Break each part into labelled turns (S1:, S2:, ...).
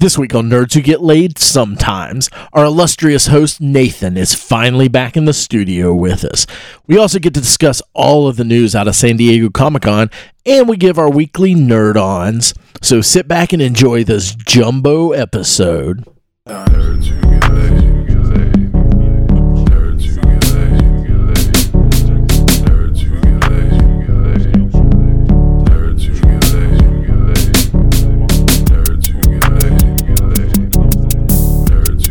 S1: This week on Nerds Who Get Laid Sometimes, our illustrious host Nathan is finally back in the studio with us. We also get to discuss all of the news out of San Diego Comic Con, and we give our weekly nerd ons. So sit back and enjoy this jumbo episode.
S2: Nerds who get laid. Nerds who get laid. Nerds who get laid. Nerds who get laid. Nerds who get laid. Nerds who get laid. Nerds who get laid. Nerds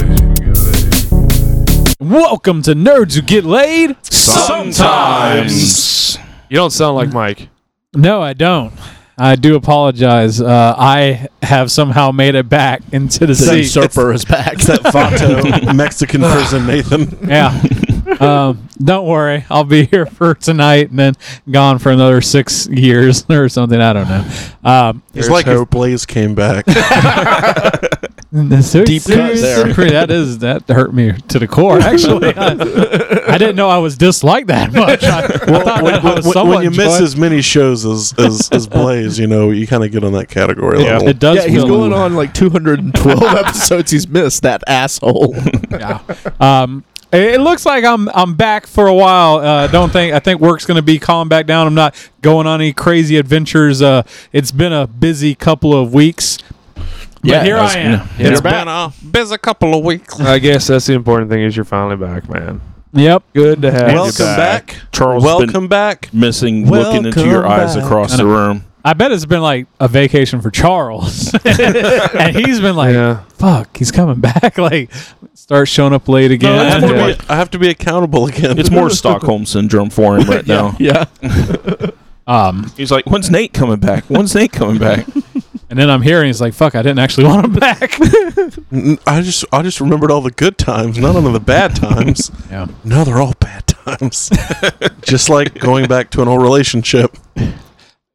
S2: who get laid.
S3: Welcome to Nerds Who Get Laid.
S4: Sometimes. You don't sound like Mike.
S3: No, I don't. I do apologize. Uh, I have somehow made it back into the
S1: The
S3: seat.
S1: usurper is back.
S5: It's that Vato Mexican prison, Nathan.
S3: Yeah. um, don't worry. I'll be here for tonight and then gone for another six years or something. I don't know. Um,
S5: It's
S4: There's
S5: like
S4: hope.
S5: if Blaze came back.
S3: Deep
S5: cut there.
S3: That is that hurt me to the core. Actually, I, I didn't know I was disliked that much. I, I thought
S5: when,
S3: that I
S5: when-
S3: was
S5: when-
S3: somewhat
S5: when you miss
S3: enjoy-
S5: as many shows as, as, as Blaze, you know, you kind of get on that category
S4: Yeah.
S5: level.
S3: it does.
S1: Yeah, he's
S3: feel-
S1: going on like 212 episodes he's missed, that asshole.
S3: Um, it it looks like I'm I'm back for a while. Uh, don't think I think work's going to be calm back down. I'm not going on any crazy adventures. Uh, it's been a busy couple of weeks.
S1: Yeah,
S3: but here
S1: that's-
S3: I am.
S4: yeah.
S3: It's
S4: You're back. Been a couple of weeks. I guess that's the important thing is you're finally back, man.
S3: Yep.
S4: Good to have you
S5: Welcome back.
S6: Charles
S5: Welcome back.
S6: missing looking into your
S5: Welcome
S6: eyes
S5: back.
S6: across the room.
S3: I bet it's been like a vacation for Charles, and he's been like,
S4: Yeah.
S3: "Fuck, he's coming back." Like, start showing up late
S5: I
S3: again.
S5: have to
S3: Yeah.
S5: be- I have to be accountable again.
S6: It's more Stockholm syndrome for him right now.
S1: yeah.
S3: um,
S6: He's like, when's Nate coming back? When's Nate coming back?
S3: and then I'm here, and he's like, "Fuck, I didn't actually want him back."
S5: N- I just I just remembered all the good times, not all of the bad times.
S3: yeah.
S5: Now they're all bad times. just like going back to an old relationship.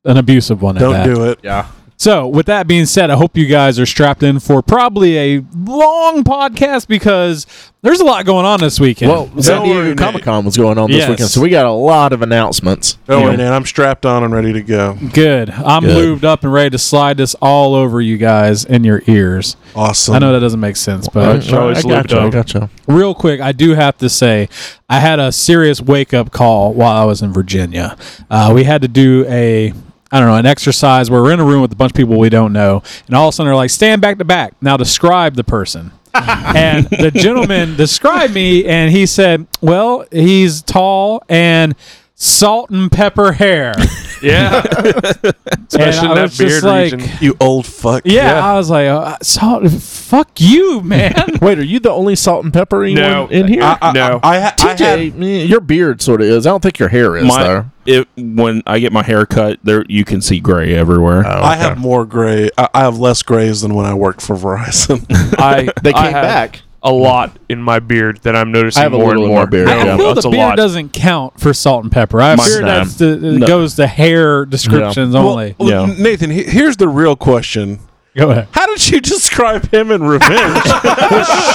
S3: An abusive one. at
S5: Don't
S3: that.
S5: do it.
S6: Yeah.
S3: So, with that being said, I hope you guys are strapped in for probably a long podcast because there's a lot going on this weekend.
S1: Well, San
S5: Don't worry,
S1: Diego
S5: Nate.
S1: Comic Con was going on this
S3: Yes.
S1: weekend, so we got a lot of announcements.
S5: Don't worry,
S3: Yeah.
S5: man. I'm strapped on and ready to go.
S3: good. I'm
S1: Good.
S3: lubed up and ready to slide this all over you guys in your ears.
S5: Awesome.
S3: I know that doesn't make sense, but
S1: All right,
S6: always
S1: I gotcha,
S6: lubed
S1: I
S6: up.
S1: gotcha.
S3: real quick, I do have to say I had a serious wake up call while I was in Virginia. Uh, we had to do a I don't know an exercise where we're in a room with a bunch of people we don't know, and all of a sudden they're like, "Stand back to back." Now describe the person. and the gentleman described me, and he said, "Well, he's tall and." Salt and pepper hair.
S4: Yeah. Especially
S3: And I
S4: in
S3: was
S4: that
S3: just
S4: beard
S3: like-
S4: region.
S5: you old fuck.
S3: Yeah,
S4: Yeah.
S3: I was like, uh, "Salt, fuck you, man."
S1: Wait, are you the only salt and peppery
S4: No.
S1: one in here?
S4: I- I- No.
S5: I, ha- I
S1: TJ,
S5: had
S1: eh, your beard sort of is. I don't think your hair is
S6: My,
S1: though.
S6: it, when I get my hair cut, there you can see gray everywhere.
S5: I have more gray. I, I have less grays than when I worked for Verizon.
S4: I
S1: They came
S4: I have
S1: back.
S4: a lot in my beard that I'm noticing
S1: I have a
S4: more
S1: little
S4: and
S1: in my
S4: more.
S1: beard,
S4: No,
S1: yeah.
S3: I feel
S4: that's
S3: the
S4: a
S3: beard
S4: lot.
S3: doesn't count for salt and pepper. I fear
S6: no.
S3: that's the, it
S6: No.
S3: goes to hair descriptions only.
S5: Well,
S6: Yeah.
S5: Nathan, he- here's the real question:
S3: Go ahead.
S5: How did you describe him in Revenge?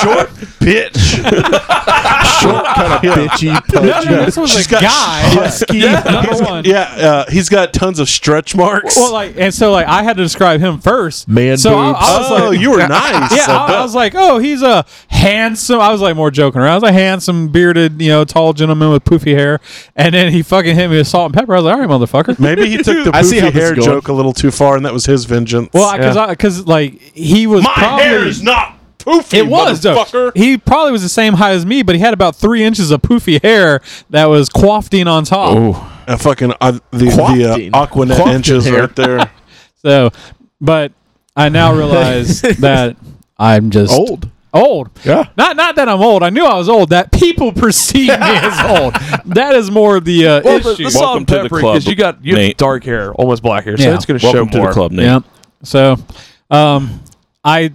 S5: Short bitch. Short kind of bitchy.
S3: No, no, this was
S5: She's
S3: a
S5: got
S3: guy. Yeah, number one.
S5: Yeah, uh, he's got tons of stretch marks.
S3: Well, like, and so like I had to describe him first.
S1: Man
S3: so I, I
S1: boobs.
S3: was
S5: oh,
S3: like,
S5: you were nice.
S3: yeah, I, I was like, oh, he's a handsome. I was like more joking around. I was a handsome, bearded, you know, tall gentleman with poofy hair. And then he fucking hit me with salt and pepper. I was like, all right, motherfucker.
S5: Maybe he took the
S1: I see how
S5: poofy
S1: this
S5: hair
S1: is going.
S5: joke a little too far, and that was his vengeance.
S3: Well, because
S4: Yeah.
S3: I because like he was probably,
S5: not poofy.
S3: It was though. He probably was the same height as me, but he had about three inches of poofy hair that was coifting on top.
S5: Uh, fucking uh, the,
S1: Quafting.
S5: the uh, Aquanet
S1: Quafting
S5: inches
S1: hair.
S5: right there.
S3: So, but I now realize that I'm just
S1: Old.
S3: Old.
S1: Yeah.
S3: Not not that I'm old. I knew I was old. That people perceive me as old. That is more the uh,
S4: Well, the,
S3: issue.
S4: the salt
S6: Welcome
S4: and
S6: to the
S4: pepper
S6: club,
S4: because you got you have
S6: Nate.
S4: dark hair, almost black hair, so
S3: Yeah.
S4: it's going to show
S6: Welcome to
S4: more.
S6: the club, Nate.
S3: yeah. So, um, I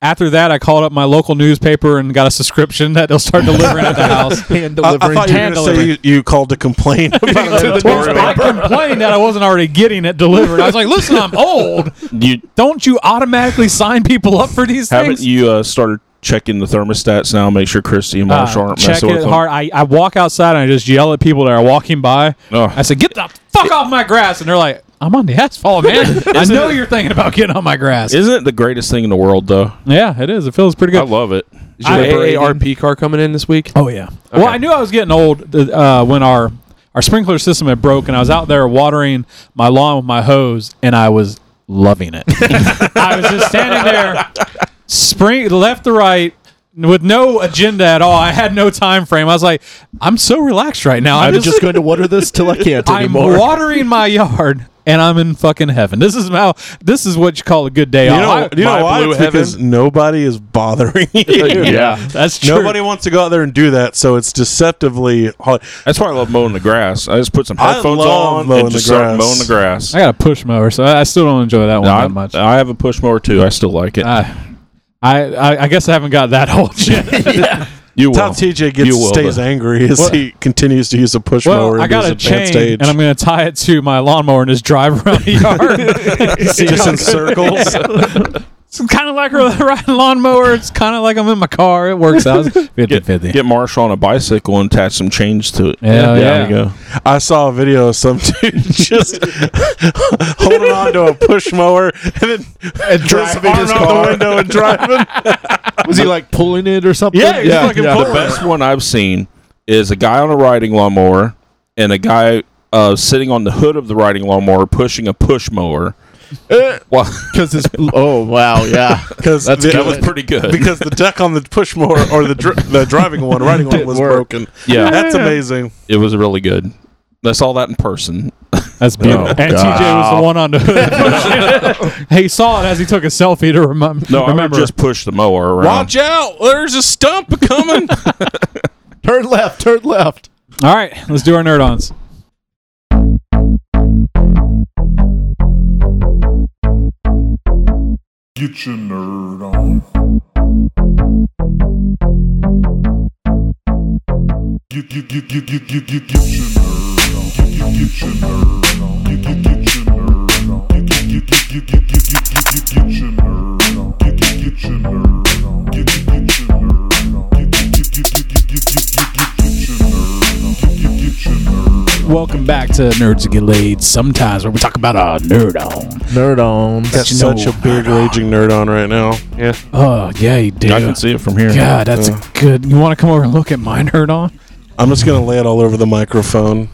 S3: after that I called up my local newspaper and got a subscription that they'll start delivering at the house.
S1: Hand
S5: I, I thought you were
S3: hand
S5: going to say you, you called to complain about an
S3: Well, I
S5: editorial.
S3: complained that I wasn't already getting it delivered. I was like, "Listen, I'm old.
S6: You
S3: Don't you automatically sign people up for these
S6: haven't
S3: things?"
S6: you uh, started checking the thermostats now. Make sure Christy and Marshall
S3: Uh,
S6: aren't
S3: check
S6: messing
S3: it
S6: with them.
S3: hard. I, I walk outside and I just yell at people that are walking by.
S6: Ugh.
S3: I said, "Get the fuck off my grass!" And they're like, "I'm on the asphalt, man. I know you're thinking about getting on my grass."
S6: Isn't it the greatest thing in the world though?
S3: yeah, it is. It feels pretty
S6: I
S3: good.
S6: love it.
S4: Is your AARP car coming in this week?
S3: Oh yeah. Well, I knew I was getting old uh, when our our sprinkler system had broken. I was out there watering my lawn with my hose, and I was loving it. I was just standing there, spring left to right. With no agenda at all, I had no time frame. I was like, "I'm so relaxed right now.
S1: I'm just going to water this till I can't
S3: I'm
S1: anymore.
S3: watering my yard, and I'm in fucking heaven. This is how. This is what you call a good day
S5: You know,
S3: off.
S5: you know
S4: my
S5: why?
S4: blue
S5: It's because nobody is bothering you.
S3: that's true.
S5: Nobody wants to go out there and do that, so it's deceptively hard.
S6: That's why I love mowing the grass. I just put some
S5: I
S6: headphones
S5: love
S6: on
S5: mowing
S6: and just
S5: the
S6: start
S5: grass.
S6: mowing the grass.
S3: I got a push mower, so I I still don't enjoy that one
S6: No,
S3: that
S6: I'm-
S3: much.
S6: I have a push mower too. I still like it.
S3: I, Uh, I, I, I guess I haven't got that whole shit.
S6: you
S5: That's
S6: will.
S5: how TJ gets
S6: You will,
S5: stays
S6: though.
S5: angry as
S3: Well-
S5: he continues to use a push mower.
S3: well,
S5: and
S3: I got
S5: his
S3: a chain,
S5: advanced age.
S3: and I'm going to tie it to my lawnmower and just drive around the yard.
S5: just in circles.
S3: it's kind of like a riding lawnmower. It's kind of like I'm in my car. It works out. 50
S6: Get,
S3: 50.
S6: get Marshall on a bicycle and attach some change to it.
S3: Yeah, yeah.
S6: There you go.
S5: I saw a video of some dude just holding on to a push mower and then and
S1: driving his
S5: out
S1: car.
S5: the window and driving.
S1: Was he like pulling it or something?
S5: Yeah, he's fucking
S6: The
S5: pulling.
S6: best one I've seen is a guy on a riding lawnmower and a guy uh, sitting on the hood of the riding lawnmower pushing a push mower. Well,
S1: Because it's oh wow, yeah.
S5: Because
S1: That's
S5: the,
S1: good.
S6: that was pretty good.
S5: because the deck on the push mower or the dri- the driving one, riding one was
S1: work.
S5: broken.
S6: Yeah.
S5: That's amazing.
S6: It was really good. I saw that in person.
S3: That's beautiful.
S6: Oh,
S3: and TJ was the one on the hood. he saw it as he took a selfie to remember.
S6: No, I would
S3: remember.
S6: just push the mower around.
S4: out! There's a stump coming.
S1: turn left, turn left.
S3: All right, let's do our nerd ons.
S2: Get your nerd on. Get, get, get, get, get, get, get, get your nerd on. Get, get, get your nerd on. Get, get, get your nerd on. Get, get, get, get, get, get, get, get, get, get, get your nerd on. Get, get, get your nerd on. Get, get, get your nerd on. Get, get, get, get, get, get, get, get, get, get, get your nerd on. Get, get, get your nerd on.
S3: Welcome back to Nerds That Get Laid. Sometimes where we talk about a nerd on.
S1: Nerd on.
S5: That's
S3: you know,
S5: such a big raging nerd on right now.
S4: yeah.
S3: Oh yeah, you do.
S6: I can see it from here.
S3: God, that's a good. You want to come over and look at my nerd on?
S5: I'm just gonna lay it all over the microphone.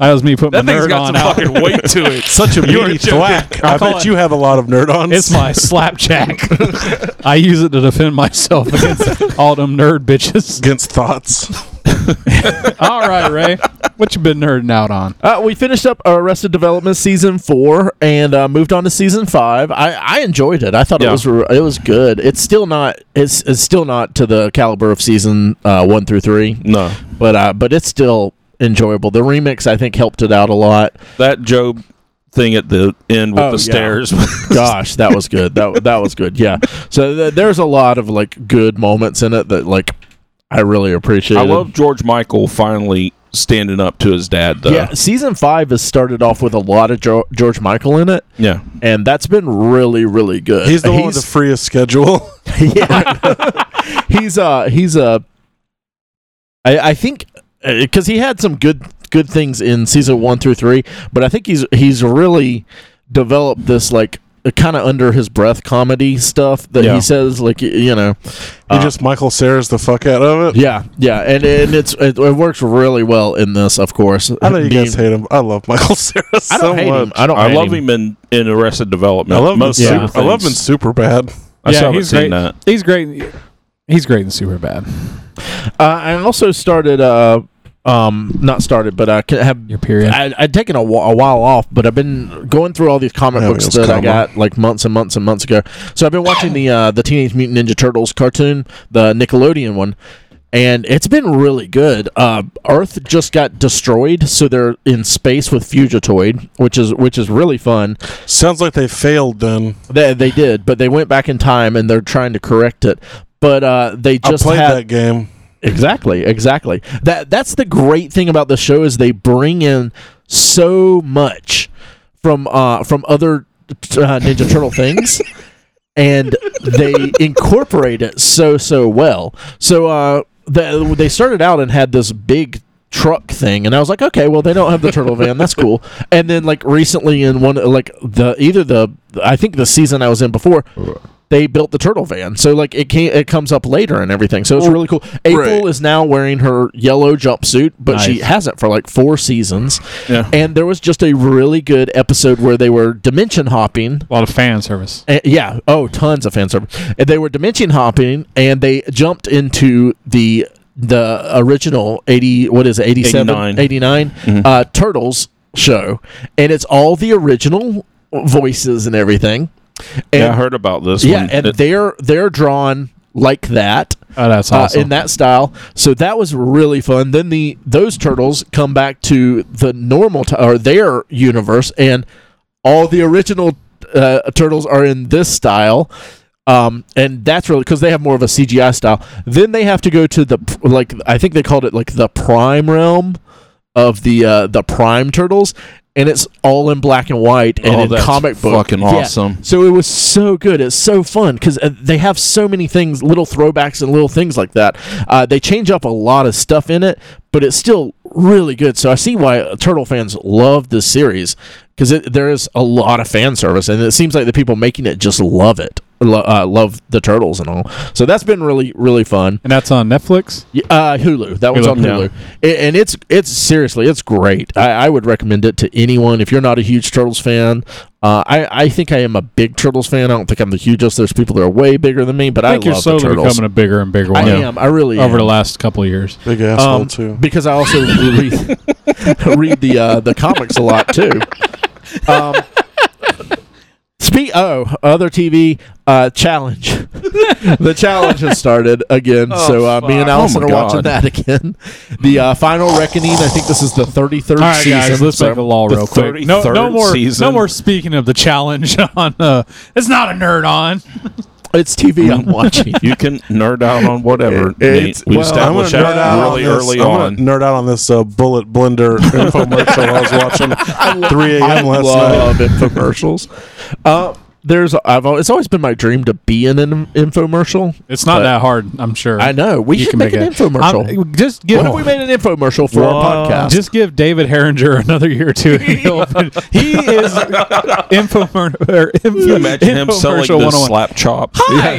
S3: That was me putting my
S6: thing's
S3: nerd
S6: got
S3: on
S6: some
S3: out.
S6: fucking weight to it.
S5: Such a meaty thwack. I
S3: call
S5: bet
S3: it-
S5: you have a lot of nerd ons.
S3: It's my slapjack. I use it to defend myself against all them nerd bitches.
S5: against thoughts.
S3: All right, Ray, what you been nerding out on?
S1: Uh, we finished up Arrested Development season four and uh, moved on to season five. I, I enjoyed it. I thought it
S6: Yeah.
S1: was re- it was good. It's still not it's, it's still not to the caliber of season uh, one through three,
S6: No.
S1: but uh, but it's still enjoyable. The remix I think helped it out a lot.
S6: That Job thing at the end with
S1: Oh,
S6: the
S1: yeah.
S6: stairs.
S1: Gosh, that was good. That that was good. Yeah. So th- there's a lot of like good moments in it that like I really appreciate.
S6: I love George Michael finally standing up to his dad, though.
S1: Yeah, season five has started off with a lot of jo- George Michael in it,
S6: Yeah.
S1: and that's been really, really good.
S5: He's the one with the freest schedule.
S1: yeah. he's uh he's uh I, I think because he had some good good things in season one through three, but I think he's he's really developed this like kind of under his breath comedy stuff that
S6: Yeah.
S1: he says like y- you know
S5: He
S1: Uh,
S5: just Michael Sarah's the fuck out of it.
S1: yeah yeah and and it's it, it works really well in this of course
S5: I know you
S1: Being-
S5: guys hate him. I love Michael Sarah so
S1: I don't hate
S5: much.
S1: him I don't
S6: I
S1: hate
S6: love him in, in Arrested
S5: I
S6: Development.
S5: love him. in
S6: Most
S5: Super,
S3: Yeah.
S6: super
S5: I love him in
S6: things.
S5: super bad.
S6: I
S3: yeah,
S6: still haven't
S3: he's
S6: seen
S3: great.
S6: that. uh,
S3: He's great. He's great and super bad.
S1: Uh, I also started, uh, um, not started, but I ca- have.
S3: Your period.
S1: I, I'd taken a, wh- a while off, but I've been going through all these comic
S5: Yeah,
S1: books
S5: it was
S1: that I
S5: combo.
S1: got like months and months and months ago. So I've been watching the uh, the Teenage Mutant Ninja Turtles cartoon, the Nickelodeon one, and it's been really good. Uh, Earth just got destroyed, so they're in space with Fugitoid, which is which is really fun.
S5: Sounds like they failed then.
S1: They, they did, but they went back in time and they're trying to correct it. But uh, they just
S5: I played
S1: had
S5: that game.
S1: Exactly, exactly. That that's the great thing about the show is they bring in so much from uh from other uh, Ninja Turtle things, and they incorporate it so so well. So uh, the, they started out and had this big truck thing, and I was like, okay, well they don't have the turtle van, that's cool. And then like recently in one like the either the I think the season I was in before. They built the turtle van, so like it can it comes up later and everything. So it's really cool. April
S6: Right.
S1: is now wearing her yellow jumpsuit, but she
S3: Nice.
S1: hasn't for like four seasons.
S6: Yeah.
S1: And there was just a really good episode where they were dimension hopping.
S3: A lot of fan service.
S1: Uh, yeah. Oh, tons of fan service. And they were dimension hopping, and they jumped into the the original eighty. What is it? 87,
S6: 89.
S1: 89,
S6: Mm-hmm.
S1: uh, Turtles show, and it's all the original voices and everything.
S6: yeah, I
S1: And,
S6: heard about this.
S1: yeah,
S6: one.
S1: and
S6: It-
S1: they're they're drawn like that
S3: Oh, that's
S1: uh,
S3: awesome.
S1: in that style. So that was really fun. Then the those turtles come back to the normal t- or their universe, and all the original uh, turtles are in this style. Um, and that's really because they have more of a CGI style. Then they have to go to the p- like I think they called it like the prime realm of the uh, the prime turtles, and it's all in black and white and
S6: Oh,
S1: in
S6: that's
S1: comic book.
S6: fucking
S1: Yeah.
S6: awesome.
S1: So it was so good. It's so fun because they have so many things, little throwbacks and little things like that. Uh, they change up a lot of stuff in it, but it's still really good. So I see why uh, Turtle fans love this series because there is a lot of fan service, and it seems like the people making it just love it, lo- uh, love the turtles and all. So that's been really, really fun.
S3: and that's on Netflix.
S1: Y- Uh, Hulu. That one's
S3: Hulu,
S1: on Hulu, A- and it's it's seriously it's great. I, I would recommend it to anyone if you're not a huge Turtles fan. Uh, I I think I am a big Turtles fan. I don't think I'm the hugest. There's people that are way bigger than me, but I,
S3: I think you're
S1: love the
S3: slowly
S1: Turtles.
S3: becoming a bigger and bigger one
S1: I am. I really
S3: over the
S1: am.
S3: last couple of years.
S5: Big asshole
S1: Um,
S5: too.
S1: because I also read, read the uh, the comics a lot too. Um, speak. Oh, other TV uh, challenge. the challenge has started again. so uh, me and Allison
S6: Oh,
S1: are
S6: my
S1: watching
S6: God.
S1: that again. The the uh, final reckoning. I think this is the thirty third
S3: All right,
S1: season.
S3: guys, let's
S1: so-
S3: break the law
S6: the
S3: real quick. No,
S6: 33rd
S3: no more.
S6: season.
S3: No more speaking of the challenge on. Uh, it's not a nerd on.
S1: it's TV I'm watching.
S6: you can nerd out on whatever. Nate. We
S5: well, I'm gonna
S6: established
S5: nerd
S6: that
S5: out
S6: really
S5: on this-
S6: early
S5: I'm
S6: on.
S5: gonna nerd out on this uh, bullet blender infomercial I was watching 3 a.m. last night.
S1: love infomercials. Uh, there's I've al- it's always been my dream to be in an infomercial.
S3: It's not
S1: But-
S3: that hard. I'm sure.
S1: I know we should make, an
S3: it.
S1: infomercial.
S3: I'm- just give
S1: What if we made an infomercial for our podcast?
S3: Just give David Herringer another year or two. He'll open- he is infomer. or
S6: Can you
S3: info-
S6: imagine him selling
S3: infomercial
S5: oh
S6: this
S3: 101.
S6: slap chop?
S3: Hi,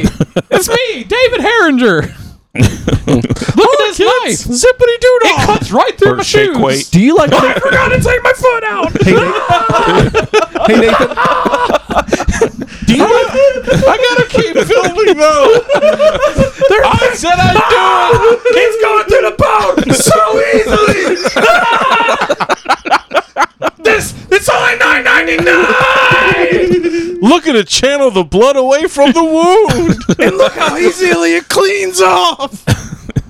S3: it's me, David Herringer. Look
S4: Oh,
S3: at this knife.
S1: zippity doodle.
S3: It cuts right through
S6: Or
S3: my
S6: shake
S3: shoes.
S6: weight.
S1: Do you like? I
S6: forgot to take my foot out.
S1: hey Nathan. Do you like?
S6: I gotta keep filming though. I said I'd do it. He's going to the bone so easily. this it's only nine ninety nine.
S5: Looking to channel the blood away from the wound.
S6: And look how easily it cleans off.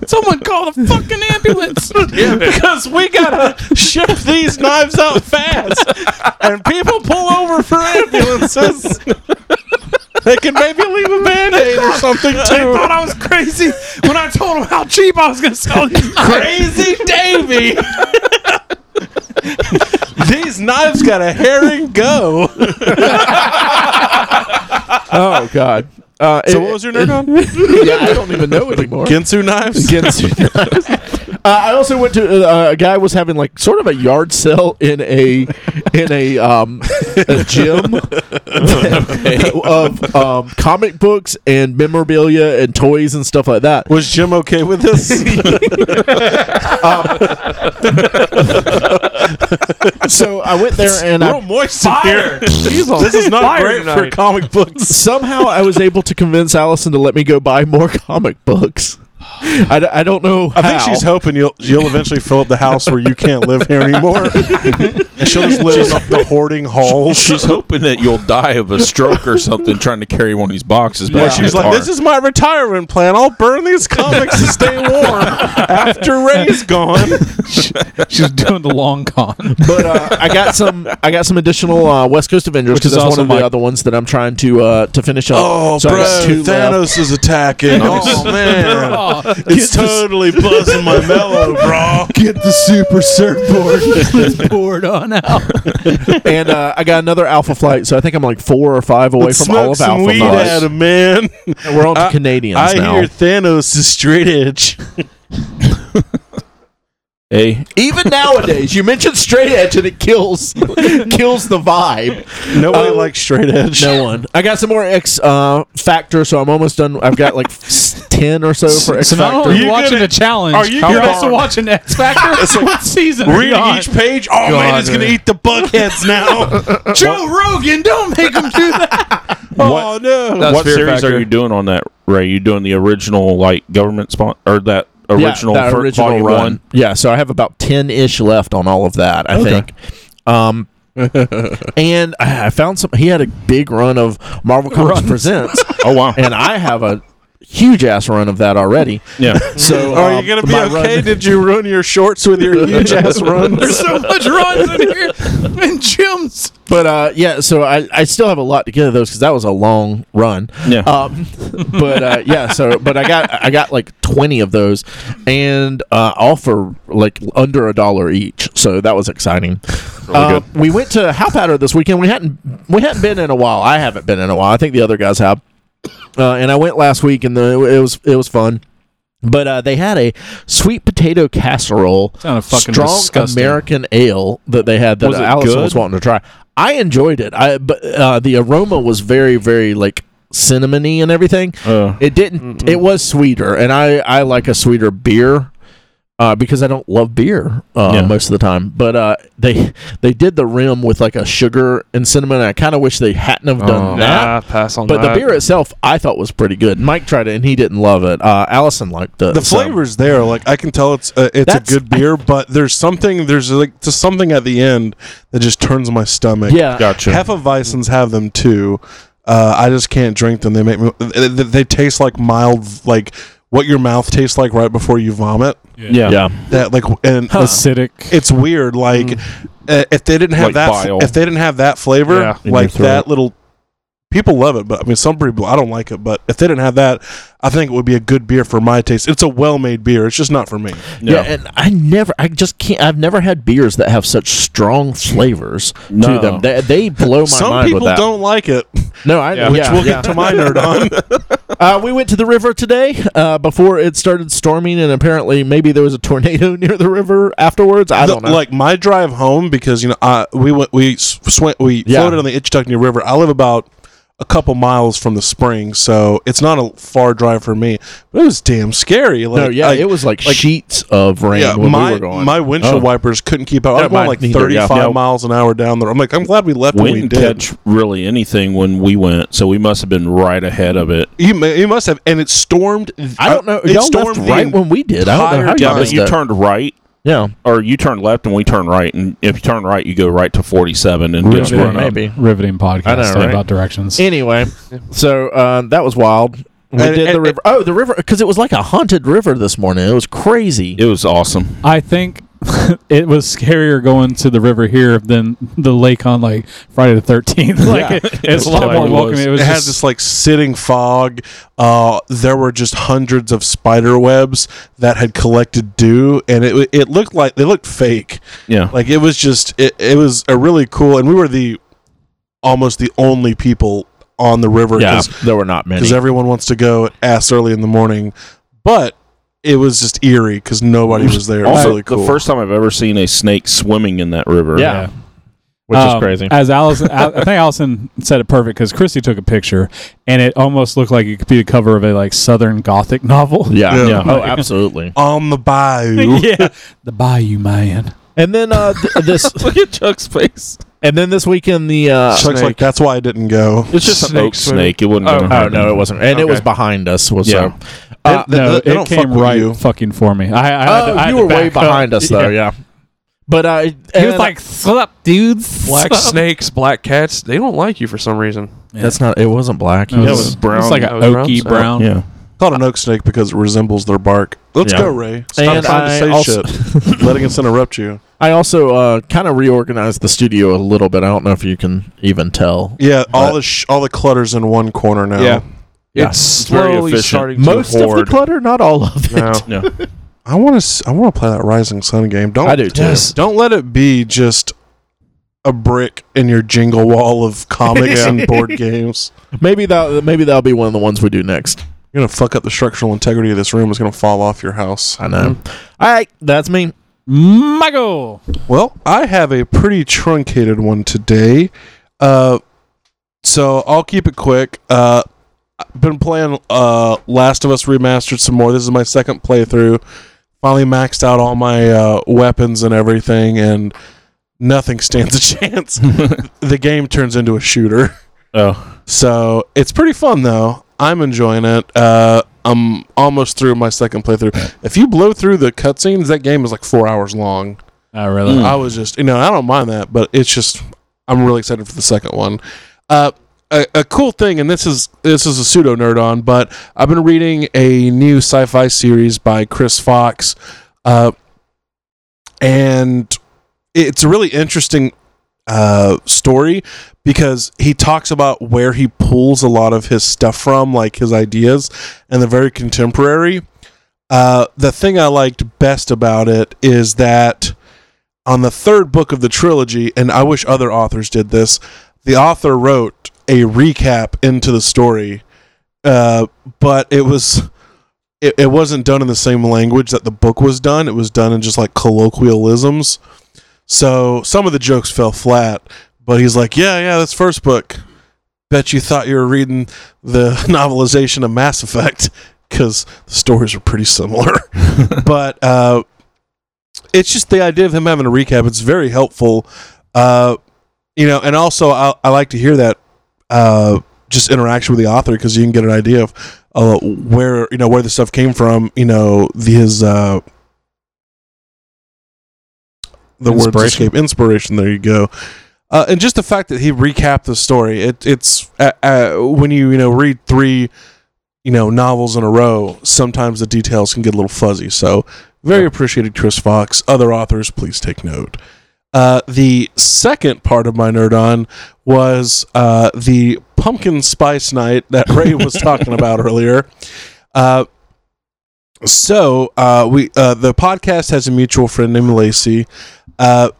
S3: Someone call the fucking ambulance.
S5: because we gotta ship these knives out fast, and people pull over for ambulances. They can maybe leave a band-aid or something too. They thought I was crazy when I told them how cheap I was going to sell these. Crazy Davy. these knives got a herring go.
S1: Oh God. Uh,
S5: So
S1: it-
S5: what was your nerd on?
S1: yeah, I don't even know anymore.
S5: Ginsu knives.
S1: Uh, I also went to uh, a guy was having like sort of a yard sale in a in a um a gym of um, comic books and memorabilia and toys and stuff like that.
S5: Was Jim okay with this?
S1: So I went there and I,
S5: moist in here. This is not great for comic books.
S1: somehow I was able to convince Allison to let me go buy more comic books. I, d- I don't know.
S5: I think she's hoping you'll you'll eventually fill up the house where you can't live here anymore, and she'll just live in the hoarding halls.
S6: She's hoping that you'll die of a stroke or something trying to carry one of these boxes back.
S5: Yeah,
S6: to
S5: she's
S6: the
S5: like,
S6: car.
S5: "This is my retirement plan. I'll burn these comics to stay warm after Ray's gone."
S3: She's doing the long con.
S1: but uh, I got some. I got some additional uh, West Coast Avengers
S3: Which
S1: because
S3: is
S1: that's one
S3: also
S1: of the
S3: my-
S1: other ones that I'm
S3: Oh,
S5: Oh,
S1: trying to uh, to finish up. I got two left.
S5: is attacking.
S6: Oh,
S5: man,
S3: Oh,
S5: It's totally busting my mellow, bro.
S3: Get the super surfboard. Let's pour it on out.
S1: and uh, I got another Alpha Flight, so I think I'm like four or five away from all
S5: Smoke
S1: of
S5: some
S1: Alpha
S5: weed
S1: Flight.
S5: at him, man.
S1: And we're on to
S5: I-
S1: Canadians
S5: I
S1: now.
S5: hear Thanos is straight edge.
S6: Hey,
S1: Even nowadays, you mention straight edge and it kills kills the vibe.
S5: Nobody
S1: Um,
S5: likes straight edge.
S1: No one. I got some more X uh, Factor, so I'm almost done. I've got like s- ten or so for X
S3: So not
S1: Factor.
S3: only are you
S5: You
S3: watching
S5: gonna-
S3: a challenge,
S5: are you
S3: are
S5: gonna-
S3: also watching X Factor. what season? are
S5: Read
S3: you on?
S5: each page. Oh man, it's gonna eat the buckheads now.
S3: Joe Rogan, don't make him do that.
S5: oh no.
S4: That's
S6: what
S4: Fear
S6: series
S4: Factor.
S6: are you doing on that? Ray, you doing the original like government spot or that
S1: Yeah,
S6: original,
S1: that
S6: fir-
S1: original
S6: volume
S1: run.
S6: one?
S1: Yeah, so I have about ten ish left on all of that. I think. Um, and I I found some. He had a big run of Marvel Comics Presents,
S6: Oh wow,
S1: and I have a huge ass run of that already.
S6: yeah.
S1: So
S5: Are
S1: um,
S5: you gonna be
S1: my
S5: okay?
S1: run-
S5: Did you ruin your shorts with your huge ass runs?
S3: There's so much runs in here and gyms.
S1: But uh, yeah, so I, I still have a lot to get of those because that was a long run.
S6: Yeah.
S1: Um, but uh, yeah, so but I got I got like twenty of those, and uh, all for like under a dollar each. So that was exciting. Uh, we went to How Powder this weekend. We hadn't we hadn't been in a while. I haven't been in a while. I think the other guys have. Uh, and I went last week, and the, it was it was fun. But uh, they had a sweet potato casserole
S3: Sounded fucking
S1: strong
S3: disgusting.
S1: American ale that they had that
S6: Was it
S1: Allison
S6: good?
S1: was wanting to try. I enjoyed it. I but uh, the aroma was very very like cinnamony and everything.
S6: Uh,
S1: It didn't. It was sweeter, and I I like a sweeter beer. Uh, because I don't love beer uh,
S6: Yeah.
S1: most of the time, but uh, they they did the rim with like a sugar and cinnamon. And I kind of wish they hadn't have done
S4: Oh,
S1: that.
S4: nah, pass on
S1: But the
S4: that.
S1: beer itself, I thought was pretty good. Mike tried it and he didn't love it. Uh, Allison liked it.
S5: The
S1: so-
S5: flavor's there. Like I can tell it's uh, it's a
S1: That's-
S5: good beer, but there's something there's like just something at the end that just turns my stomach.
S1: yeah,
S6: gotcha.
S5: Hefeweizens have them too. Uh, I just can't drink them. They make me. They, they- they taste like mild, like what your mouth tastes like right before you vomit.
S6: yeah.
S1: yeah.
S5: That like and
S3: Acidic.
S5: it's weird. Like
S1: Mm.
S5: uh, if they didn't have
S6: Like
S5: that, f-
S6: bile.
S5: if they didn't have that flavor,
S4: Yeah.
S6: In
S5: like
S6: your throat.
S5: that little. People love it, but I mean, some people I don't like it. But if they didn't have that, I think it would be a good beer for my taste. It's a well-made beer. It's just not for me.
S6: No,
S1: Yeah, and I never, I just can't. I've never had beers that have such strong flavors to
S6: No.
S1: them. They, they blow my
S5: some
S1: mind
S5: people
S1: with that.
S5: don't like it,
S1: No, I. Yeah,
S6: Yeah. Which
S5: which we'll
S1: yeah.
S5: get to my nerd on.
S1: Uh, we went to the river today uh, before it started storming, and apparently maybe there was a tornado near the river afterwards. I
S5: The-
S1: don't know.
S5: Like my drive home because you know I we went we s- swam we
S1: Yeah.
S5: floated on the Itchituckney River. I live about a couple miles from the spring, so it's not a far drive for me. But it was damn scary. Like,
S1: no, yeah,
S5: like-
S1: it was like,
S5: like-
S1: sheets of rain
S5: yeah.
S1: when
S5: My
S1: we were going. Oh.
S5: my windshield wipers couldn't keep up.
S1: Yeah,
S5: I'm going
S1: mine
S5: like
S1: neither, yeah.
S5: 35
S1: Yeah.
S5: miles an hour down there. I'm like, I'm glad we left when
S6: we
S5: we
S6: didn't
S5: did.
S6: catch really anything when we went, so we must have been right ahead of it.
S5: You, ma- you must have, and it stormed.
S1: I don't know.
S5: It
S1: Y'all
S5: stormed
S1: left
S5: the
S1: right when we did. I don't know
S5: entire
S1: how
S5: Yeah,
S1: y'all
S5: but
S1: missed
S6: you
S1: that.
S6: turned right,
S1: yeah,
S6: or you turned left, and we turned right. And if you turn right, you go right to forty-seven and just
S1: Yeah,
S6: run up.
S1: maybe.
S3: Riveting podcast
S1: I know,
S3: all
S1: right?
S3: about directions.
S1: Anyway, so uh, that was wild. We
S5: And-
S1: did the
S5: and-
S1: river. Oh, the river because it was like a haunted river this morning. It was crazy.
S6: It was awesome.
S3: I think it was scarier going to the river here than the lake on like Friday the Thirteenth. Like
S1: Yeah.
S3: it, it's a lot more
S6: Totally
S3: welcoming.
S6: was.
S3: It was
S5: it
S3: just,
S5: had this like sitting fog. Uh, there were just hundreds of spider webs that had collected dew, and it it looked like they looked fake.
S6: Yeah,
S5: Like it was just it, it was a really cool, and we were the almost the only people on the river
S1: yeah,
S5: because
S1: there were not many.
S5: everyone wants to go ass early in the morning, but it was just eerie because nobody was there. It was
S6: also
S5: really cool.
S6: the first time I've ever seen a snake swimming in that river.
S1: Yeah. which
S3: um, As Allison, I I think Allison said it perfect because Christy took a picture, and it almost looked like it could be the cover of a like Southern Gothic novel.
S1: Yeah.
S5: Yeah.
S1: Oh, absolutely.
S5: on the bayou.
S3: yeah, the Bayou Man.
S1: And then uh, th- this,
S6: Look at Chuck's face.
S1: and then this weekend the. Uh,
S5: Chuck's like,
S4: Snake.
S5: that's why I didn't go.
S6: It's just an
S4: Snake
S6: oak
S4: swimming.
S6: snake. It wouldn't.
S4: Oh.
S6: gonna
S1: oh
S6: hurt
S1: no, it wasn't, and it was
S4: Okay.
S1: behind us. Was
S6: Yeah.
S1: so. Uh,
S5: They-
S3: no,
S5: they- they
S3: it
S5: don't fuck
S3: came
S5: with
S3: right
S5: you.
S3: fucking for me. I, I, had to- I
S1: oh,
S3: had
S1: you
S3: to
S1: were way
S3: back up.
S1: behind us though. Yeah. But uh,
S3: He was
S1: and-
S3: like, "Slap, dudes,
S4: Black
S3: slap."
S4: snakes, black cats, they don't like you for some reason.
S1: that's not. It wasn't black.
S3: It was,
S6: Yeah, it was brown.
S3: It's like an
S4: It was brown,
S3: oaky
S4: so-
S3: brown.
S6: Yeah.
S5: Called an oak snake because it resembles their bark. Let's
S1: Yeah.
S5: go, Ray. Stop
S1: And
S5: trying
S1: I
S5: to say
S1: also-
S5: shit. Letting us interrupt you.
S1: I also uh, kind of reorganized the studio a little bit. I don't know if you can even tell.
S5: Yeah, all
S1: But-
S5: the sh- all the clutters in one corner now.
S4: Yeah.
S1: Yeah.
S4: It's
S6: It's very
S4: slowly
S6: efficient.
S4: starting to
S1: Most of the
S4: hoard.
S1: clutter, not all of it.
S4: No.
S6: No.
S5: I want to. I want to play that Rising Sun game. Don't
S1: I do too.
S5: Don't let it be just a brick in your jingle wall of comics and board games.
S1: Maybe that maybe that'll be one of the ones we do next.
S5: You're gonna fuck up the structural integrity of this room. It's gonna fall off your house.
S1: I know. All right, that's me.
S3: Michael.
S5: Well, I have a pretty truncated one today. Uh, so I'll keep it quick. Uh, I've been playing uh, Last of Us Remastered some more. This is my second playthrough. Finally maxed out all my uh, weapons and everything, and nothing stands a chance. the game turns into a shooter.
S6: Oh.
S5: So it's pretty fun though. I'm enjoying it. Uh, I'm almost through my second playthrough. If you blow through the cutscenes, that game is like four hours long.
S3: Oh, really?
S5: I was just, you know, I don't mind that, but it's just, I'm really excited for the second one. Uh, a, a cool thing, and this is this is a pseudo nerd on, but I've been reading a new sci-fi series by Chris Fox, uh, and it's a really interesting uh, story because he talks about where he pulls a lot of his stuff from, like his ideas, and they're very contemporary. Uh, the thing I liked best about it is that on the third book of the trilogy, and I wish other authors did this, the author wrote a recap into the story, uh, but it was it, it wasn't done in the same language that the book was done. It was done in just like colloquialisms. So some of the jokes fell flat, but he's like, "Yeah, yeah, that's first book. Bet you thought you were reading the novelization of Mass Effect because the stories are pretty similar." but uh, it's just the idea of him having a recap. It's very helpful, uh, you know. And also, I, I like to hear that uh, just interaction with the author because you can get an idea of uh, where you know where the stuff came from. You know, the, his uh, the words
S3: Inspiration.
S5: escape inspiration. There you go. Uh, and just the fact that he recapped the story, it, it's uh, uh, when you you know read three you know novels in a row, sometimes the details can get a little fuzzy. So very appreciated, Chris Fox. Other authors, please take note. Uh, the second part of my nerd on was uh, the pumpkin spice night that Ray was talking about earlier. Uh, so uh, we uh, the podcast has a mutual friend named Lacey. Uh,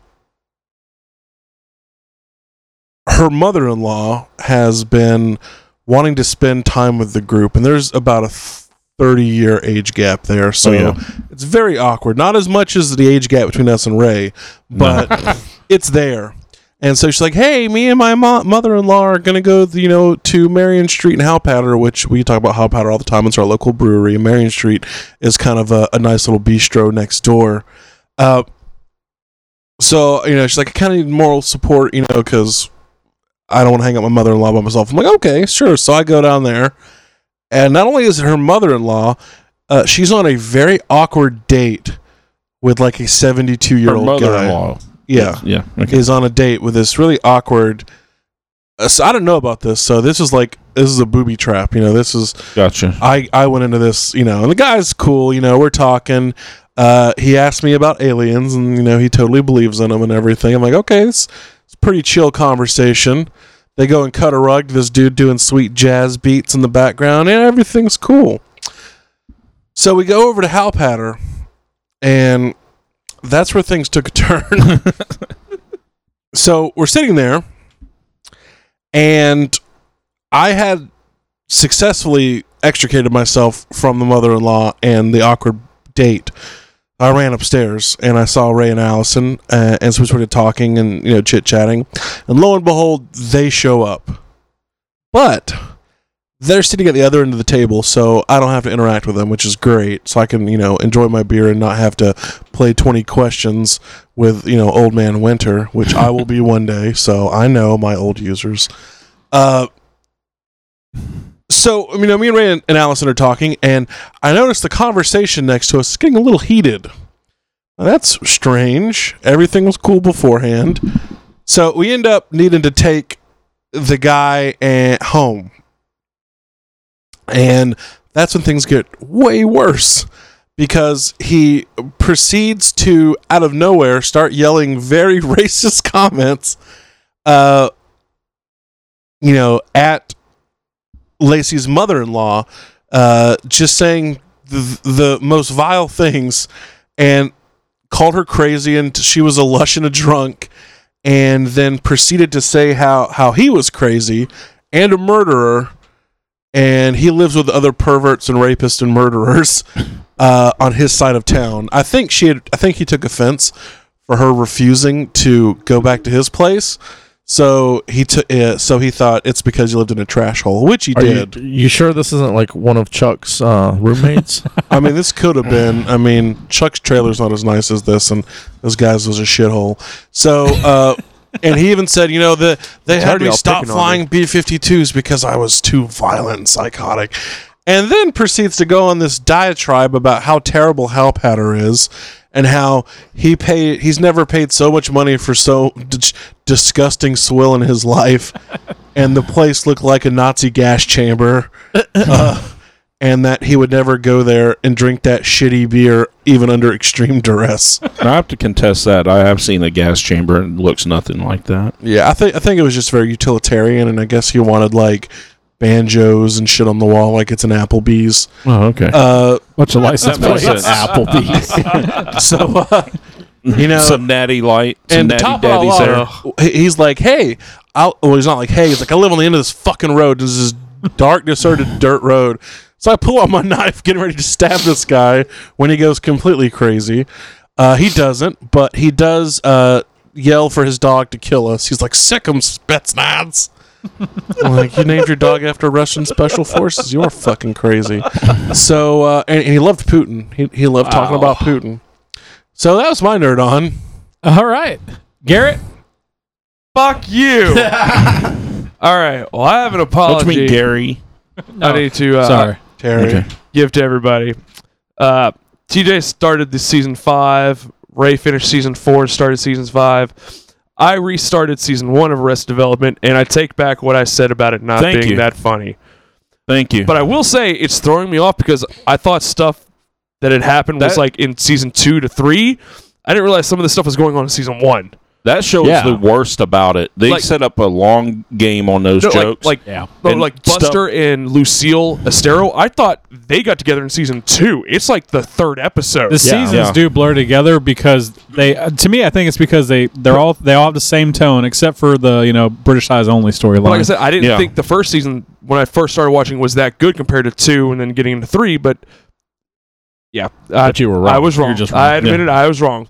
S5: her mother-in-law has been wanting to spend time with the group, and there's about a thirty-year age gap there. So
S6: Oh,
S5: it's very awkward. Not as much as the age gap between us and Ray, but it's there. And so she's like, "Hey, me and my mo- mother-in-law are gonna go, you know, to Marion Street and Howpatter, which we talk about Howpatter all the time. It's our local brewery. And Marion Street is kind of a, a nice little bistro next door. Uh, so you know, she's like, I kind of need moral support, you know, because I don't want to hang out with my mother-in-law by myself. I'm like, okay, sure. So I go down there, and not only is it her mother-in-law, uh, she's on a very awkward date with like a 72 year
S6: Your
S5: old guy.
S6: mother-in-law.
S5: Yeah,
S6: Yeah. Okay.
S5: is on a date with this really awkward. Uh, so I don't know about this. So this is like this is a booby trap. You know, this is
S6: Gotcha.
S5: I I went into this. You know, and the guy's cool. You know, we're talking. Uh, he asked me about aliens, and you know, he totally believes in them and everything. I'm like, okay, this it's a pretty chill conversation. They go and cut a rug to this dude doing sweet jazz beats in the background, and everything's cool. So we go over to Halpatter, and that's where things took a turn. so we're sitting there, and I had successfully extricated myself from the mother in law and the awkward date. I ran upstairs and I saw Ray and Allison, uh, and so we started talking and you know chit chatting, and lo and behold, they show up. But they're sitting at the other end of the table, so I don't have to interact with them, which is great. So I can you know enjoy my beer and not have to play twenty questions with you know old man Winter, which I will be one day. So I know my old users. Uh, so you know, me and Ray and and Allison are talking, and I noticed the conversation next to us is getting a little heated. Now, that's strange. Everything was cool beforehand, so we end up needing to take the guy eh, home, and that's when things get way worse because he proceeds to out of nowhere start yelling very racist comments, uh, you know, at Lacey's mother-in-law, uh, just saying the, the most vile things, and called her crazy, and she was a lush and a drunk, and then proceeded to say how how he was crazy and a murderer, and he lives with other perverts and rapists and murderers uh, on his side of town. I think she had. I think he took offense for her refusing to go back to his place. So he took. Uh, so he thought it's because you lived in a trash hole, which he
S1: Are you,
S5: did.
S1: you sure this isn't like one of Chuck's uh, roommates?
S5: I mean, this could have been. I mean, Chuck's trailer's not as nice as this, and this guy's was a shithole. So, uh, and he even said, you know, the they had
S4: already
S5: me
S4: all
S5: stop
S4: picking on
S5: flying B 52s because I was too violent and psychotic. And then proceeds to go on this diatribe about how terrible Hal Patter is and how he paid he's never paid so much money for so d- disgusting swill in his life and the place looked like a Nazi gas chamber and that he would never go there and drink that shitty beer even under extreme duress.
S6: I have to contest that. I have seen a gas chamber and it looks nothing like that.
S5: yeah, I think I think it was just very utilitarian, and I guess he wanted like banjos and shit on the wall like it's an Applebee's.
S6: Oh, okay.
S5: Uh,
S3: What's your license
S6: That's
S3: plate?
S6: what it says.
S1: Applebee's.
S5: so uh, you know,
S6: some natty light, some
S5: and
S6: natty
S5: top of
S6: daddies
S5: all,
S6: there.
S5: he- he's like, hey, I'll, well, he's not like, hey, he's like, I live on the end of this fucking road. This is dark, deserted dirt road. So I pull out my knife, getting ready to stab this guy when he goes completely crazy. Uh, he doesn't, but he does uh, yell for his dog to kill us. He's like, sick him, Spetsnaz. I'm like, you named your dog after Russian special forces? You are fucking crazy. So, uh, and, and he loved Putin. He, he loved talking about Putin. So that was my nerd on.
S3: All right, Garrett.
S4: Fuck you. All right. Well, I have an
S6: Don't
S4: apology.
S6: you mean Gary? Oh,
S4: I need to uh,
S3: Sorry.
S5: Terry.
S6: Okay.
S4: give to everybody. Uh, TJ started the season five. Ray finished season four and started season five. I restarted season one of Arrest Development, and I take back what I said about it not
S6: Thank
S4: being
S6: you.
S4: that funny.
S6: Thank you.
S4: But I will say it's throwing me off because I thought stuff that had happened was
S6: That-
S4: like in season two to three. I didn't realize some of the stuff was going on in season one.
S6: that show
S1: Yeah.
S6: is the worst about it. They
S4: Like-
S6: set up a long game on those
S4: No,
S6: jokes.
S4: like, like
S3: Yeah.
S4: no,
S6: And
S4: like
S6: stuff-
S4: Buster and Lucille Estero. I thought they got together in season two. It's like the third episode.
S3: The
S1: Yeah.
S3: seasons
S6: Yeah.
S3: do blur together because they, uh, to me, I think it's because they they're all they all have the same tone except for the you know British eyes only storyline.
S4: But like I said, I didn't
S6: Yeah.
S4: think the first season when I first started watching was that good compared to two, and then getting into three. But yeah, I,
S1: But you were
S4: I
S1: wrong.
S4: was
S1: You're
S4: wrong.
S1: just
S4: I
S1: wrong.
S4: admitted I was wrong.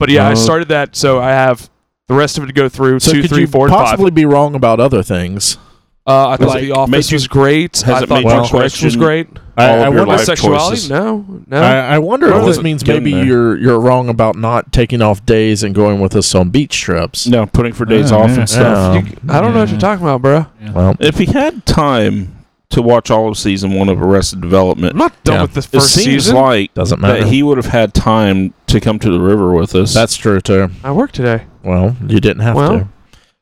S4: But yeah, I
S6: Uh,
S4: started that, so I have the rest of it to go through
S1: So
S4: two,
S1: could
S4: three,
S1: you
S4: four, and five.
S1: possibly be wrong about other things?
S4: Uh, I thought
S6: Like,
S4: the office
S6: made you-
S4: was great.
S6: has
S4: I
S6: it
S4: thought
S6: made you
S4: Parks and Rec was
S6: question
S4: great.
S1: I-
S6: all
S1: I
S6: of your
S1: wonder-
S4: My
S6: life
S4: sexuality?
S6: choices.
S4: No, no.
S1: I, I wonder
S6: Well,
S1: if this
S6: it's
S1: means
S6: getting
S1: maybe
S6: there.
S1: you're you're wrong about not taking off days and going with us on beach trips. Um,
S6: No, putting for days
S3: Oh,
S6: off
S3: yeah.
S6: and stuff.
S1: Yeah.
S4: You- I don't know what
S3: Yeah.
S4: you're talking about, bro.
S1: Well,
S6: If he had time to watch all of season one of Arrested Development,
S4: I'm not done
S1: Yeah.
S4: with the
S6: it
S4: first
S6: seems
S4: season.
S6: like
S1: doesn't matter.
S6: that he would have had time to come to the river with us.
S1: That's true too.
S4: I work today.
S1: Well, you didn't have
S4: Well,
S1: to.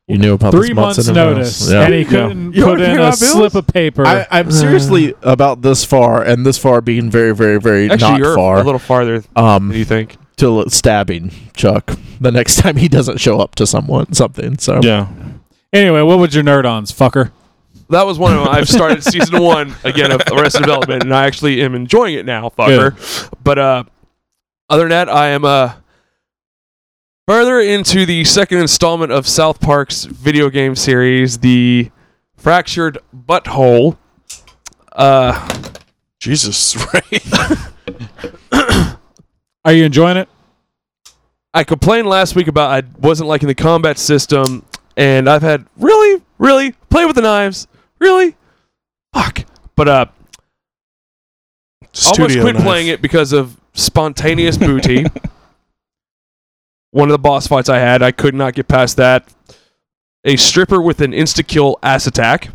S1: You knew about
S3: three
S1: this months,
S3: months
S1: in advance.
S3: notice,
S1: Yeah.
S3: and he couldn't
S4: You
S3: put
S4: wanna pay
S3: in
S4: my
S3: a
S4: bills?
S3: slip of paper.
S1: I, I'm seriously about this far, and this far being very, very, very
S4: Actually,
S1: not
S4: you're a
S1: far.
S4: little farther than
S1: Um,
S4: you think.
S1: till stabbing Chuck the next time he doesn't show up to someone something. So
S6: yeah.
S3: anyway, what would your nerd ons, fucker?
S4: That was one of them. I've started season one again of Arrested Development, and I actually am enjoying it now, fucker. But uh, other than that, I am uh, further into the second installment of South Park's video game series, The Fractured Butthole. Uh,
S5: Jesus, right?
S3: Are you enjoying it?
S4: I complained last week about I wasn't liking the combat system, and I've had really, really play with the knives, really, fuck. But uh, almost quit playing it because of spontaneous booty. One of the boss fights I had, I could not get past that. A stripper with an insta kill ass attack.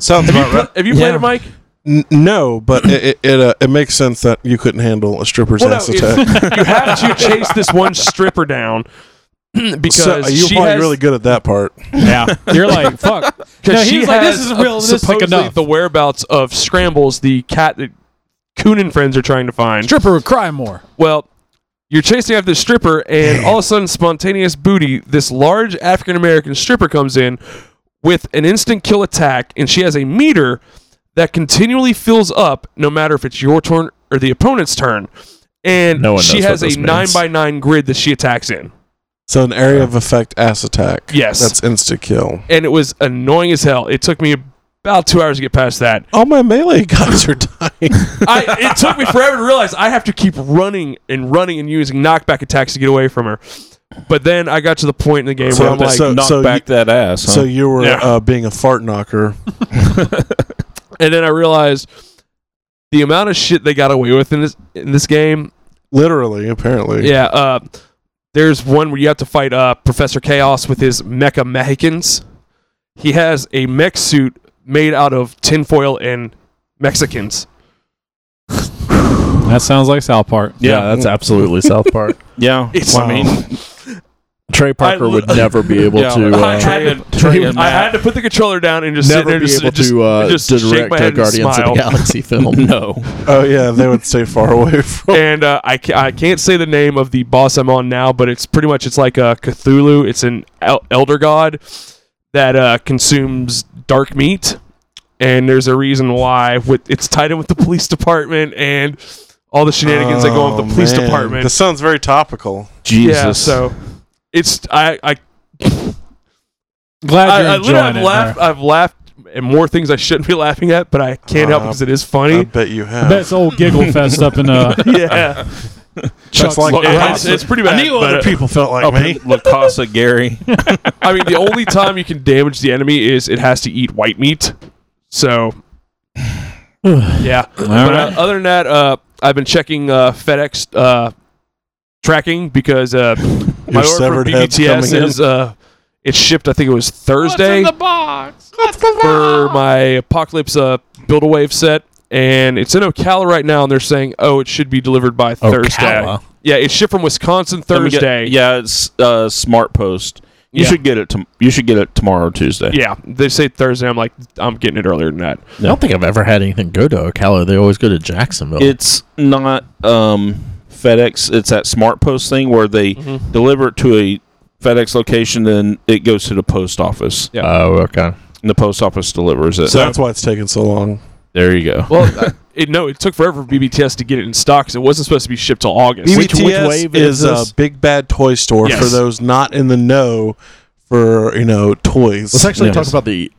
S5: Sounds
S4: Have you,
S5: about right.
S4: pl- have you played it, Mike?
S5: N- no, but it it, it, uh, it makes sense that you couldn't handle a stripper's
S4: Well, no,
S5: ass
S4: it's-
S5: attack. uh,
S4: You have to chase this one stripper down because
S5: So, uh, you're
S4: she
S5: probably
S4: has,
S5: really good at that part.
S3: Yeah, you're like fuck. No,
S4: 'cause
S3: he
S4: she
S3: was like, this
S4: has
S3: is
S4: a-
S3: realistic
S4: supposedly
S3: enough.
S4: The whereabouts of Scrambles, the cat that Coon and friends are trying to find.
S3: Stripper would cry more.
S4: Well, you're chasing after the stripper, and all of a sudden, spontaneous booty, this large African American stripper comes in with an instant kill attack, and she has a meter that continually fills up no matter if it's your turn or the opponent's turn. And
S1: No one
S4: she
S1: knows what
S4: has a
S1: this means.
S4: 9 by 9 grid that she attacks in.
S5: So an area of effect ass attack.
S4: Yes.
S5: That's insta kill.
S4: And it was annoying as hell. It took me about two hours to get past that.
S5: All my melee guys are dying.
S4: I, it took me forever to realize I have to keep running and running and using knockback attacks to get away from her. But then I got to the point in the game
S6: So
S4: where
S6: I'm
S4: I'm like,
S6: like,
S5: so-
S6: knock
S5: so
S6: back that ass. Huh?
S5: So you were
S4: Yeah.
S5: uh, being a fart knocker.
S4: and then I realized the amount of shit they got away with in this in this game.
S5: Literally, apparently.
S4: Yeah, uh, there's one where you have to fight uh, Professor Chaos with his mecha Mexicans. He has a mech suit made out of tinfoil and Mexicans.
S3: That sounds like South Park.
S1: Yeah, that's absolutely South Park.
S6: yeah,
S4: It's-
S6: Well, I mean,
S1: Trey Parker
S4: I li-
S1: would never be able
S6: Yeah,
S1: to.
S4: I,
S1: Uh,
S4: had to, I had to put the controller down and just sit
S1: never
S4: there
S1: be
S4: just,
S1: able
S4: just,
S1: to uh,
S4: just shake
S1: direct
S4: my
S1: a
S4: head and
S1: Guardians of the
S4: smile.
S1: Galaxy film.
S6: no.
S5: Oh yeah, they would stay far away from.
S4: and uh, I, ca- I can't say the name of the boss I'm on now, but it's pretty much it's like a Cthulhu. It's an el- elder god that uh, consumes dark meat, and there's a reason why. With it's tied in with the police department and all the shenanigans that go on with the
S5: Oh,
S4: police
S5: man.
S4: department.
S5: This sounds very topical.
S6: Jesus.
S4: yeah, so it's I I
S3: Glad
S4: I,
S3: you're
S4: I
S3: enjoying
S4: literally I've
S3: it.
S4: laughed I've laughed at more things I shouldn't be laughing at, but I can't
S5: Uh,
S4: help it because it is
S5: I
S4: funny.
S5: bet you have.
S3: That's old giggle fest up in uh,
S4: yeah,
S5: That's like
S4: Look, it's,
S5: Lacoste.
S4: it's pretty bad. but, uh,
S5: people felt like
S6: Up in La Casa Gary.
S4: I mean, the only time you can damage the enemy is it has to eat white meat. So, yeah. But uh,
S3: right.
S4: other than that, uh, I've been checking uh, FedEx uh, tracking because uh, my
S5: Your
S4: order
S5: severed
S4: from
S5: head's
S4: BBTS
S5: coming
S4: is uh, it shipped. I think it was Thursday for my Apocalypse uh, Build a Wave set, and it's in Ocala right now, and they're saying, oh, it should be delivered by Thursday. Yeah, it shipped from Wisconsin
S6: Let me get-
S4: Thursday.
S6: yeah, it's uh, Smart Post. You
S4: Yeah.
S6: should get it. To, you should get it tomorrow, Tuesday.
S4: Yeah, they say Thursday. I'm like, I'm getting it earlier than that.
S1: I don't think I've ever had anything go to Ocala. They always go to Jacksonville.
S6: It's not um, FedEx. It's that Smart Post thing where
S4: Mm-hmm.
S6: they deliver it to a FedEx location, then it goes to the post office,
S4: Yeah.
S1: Oh, okay.
S6: and the post office delivers it.
S5: So that's why it's taking so long.
S6: there you go.
S4: Well, I- it, no, it took forever for BBTS to get it in stock 'cause it wasn't supposed to be shipped till August.
S1: Which- which
S5: BBTS
S1: wave is
S5: E
S1: uh,
S5: is a
S1: this?
S5: big bad toy store
S4: Yes.
S5: for those not in the know for you know toys.
S1: Let's actually
S6: Yes.
S1: talk about the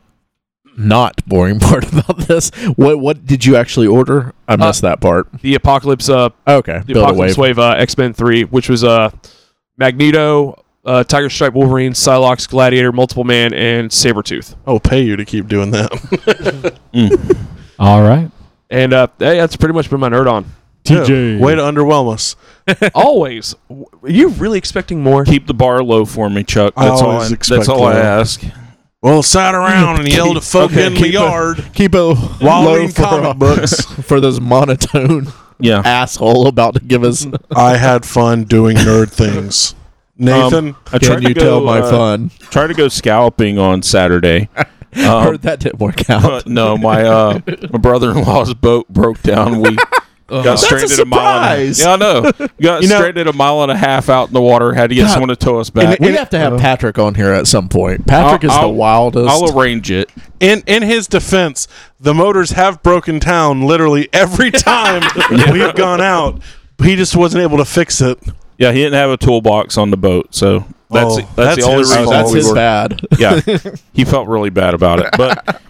S1: not boring part about this. What what did you actually order? I missed that part.
S4: the Apocalypse, uh,
S1: Okay,
S4: the
S1: build a
S4: Apocalypse
S1: wave.
S4: Wave, uh, X Men Three, which was uh, Magneto, uh, Tiger Stripe, Wolverine, Psylocke, Gladiator, Multiple Man, and Sabretooth.
S5: I'll pay you to keep doing that.
S3: All right.
S4: And uh, hey, that's pretty much been my nerd on.
S3: TJ.
S5: way to underwhelm us.
S4: Always, W- are you really expecting more?
S6: Keep the bar low for me, Chuck.
S5: I
S6: That's all.
S5: always
S6: I,
S5: expect
S6: that's all I
S5: that.
S6: ask.
S5: Well, sat around and yelled at folk
S4: Okay,
S5: in the
S4: keep it-
S5: yard
S1: Keep a
S5: while
S1: low
S5: reading
S1: for, uh,
S5: comic books.
S1: for those monotone
S6: Yeah.
S1: asshole about to give us.
S5: I had fun doing nerd things. Nathan,
S6: I
S1: Can
S6: tried to
S1: you
S6: go,
S1: tell my
S6: uh,
S1: fun?
S6: Tried to go scalloping on Saturday. Um,
S1: Heard that didn't work out.
S6: Uh, no, my uh, my brother-in-law's boat broke down. We got stranded a, mile. And
S1: surprise.
S6: a, yeah, I know. Got
S1: You know-
S6: stranded a mile and a half out in the water. Had to get
S1: God.
S6: someone to tow us
S1: And
S6: back.
S1: we have to have Patrick on here at some point. Patrick
S6: I'll-
S1: is the
S6: I'll-
S1: wildest.
S6: I'll arrange it.
S5: in in his defense, the motors have broken down literally every time we've gone out. He just wasn't able to fix it.
S6: Yeah, he didn't have a toolbox on the boat, so that's
S5: Oh,
S6: that's,
S5: that's
S6: the only
S5: his
S6: reason.
S5: fault.
S1: That's
S6: we
S1: his
S6: were-
S1: bad.
S6: Yeah, he felt really bad about it, but.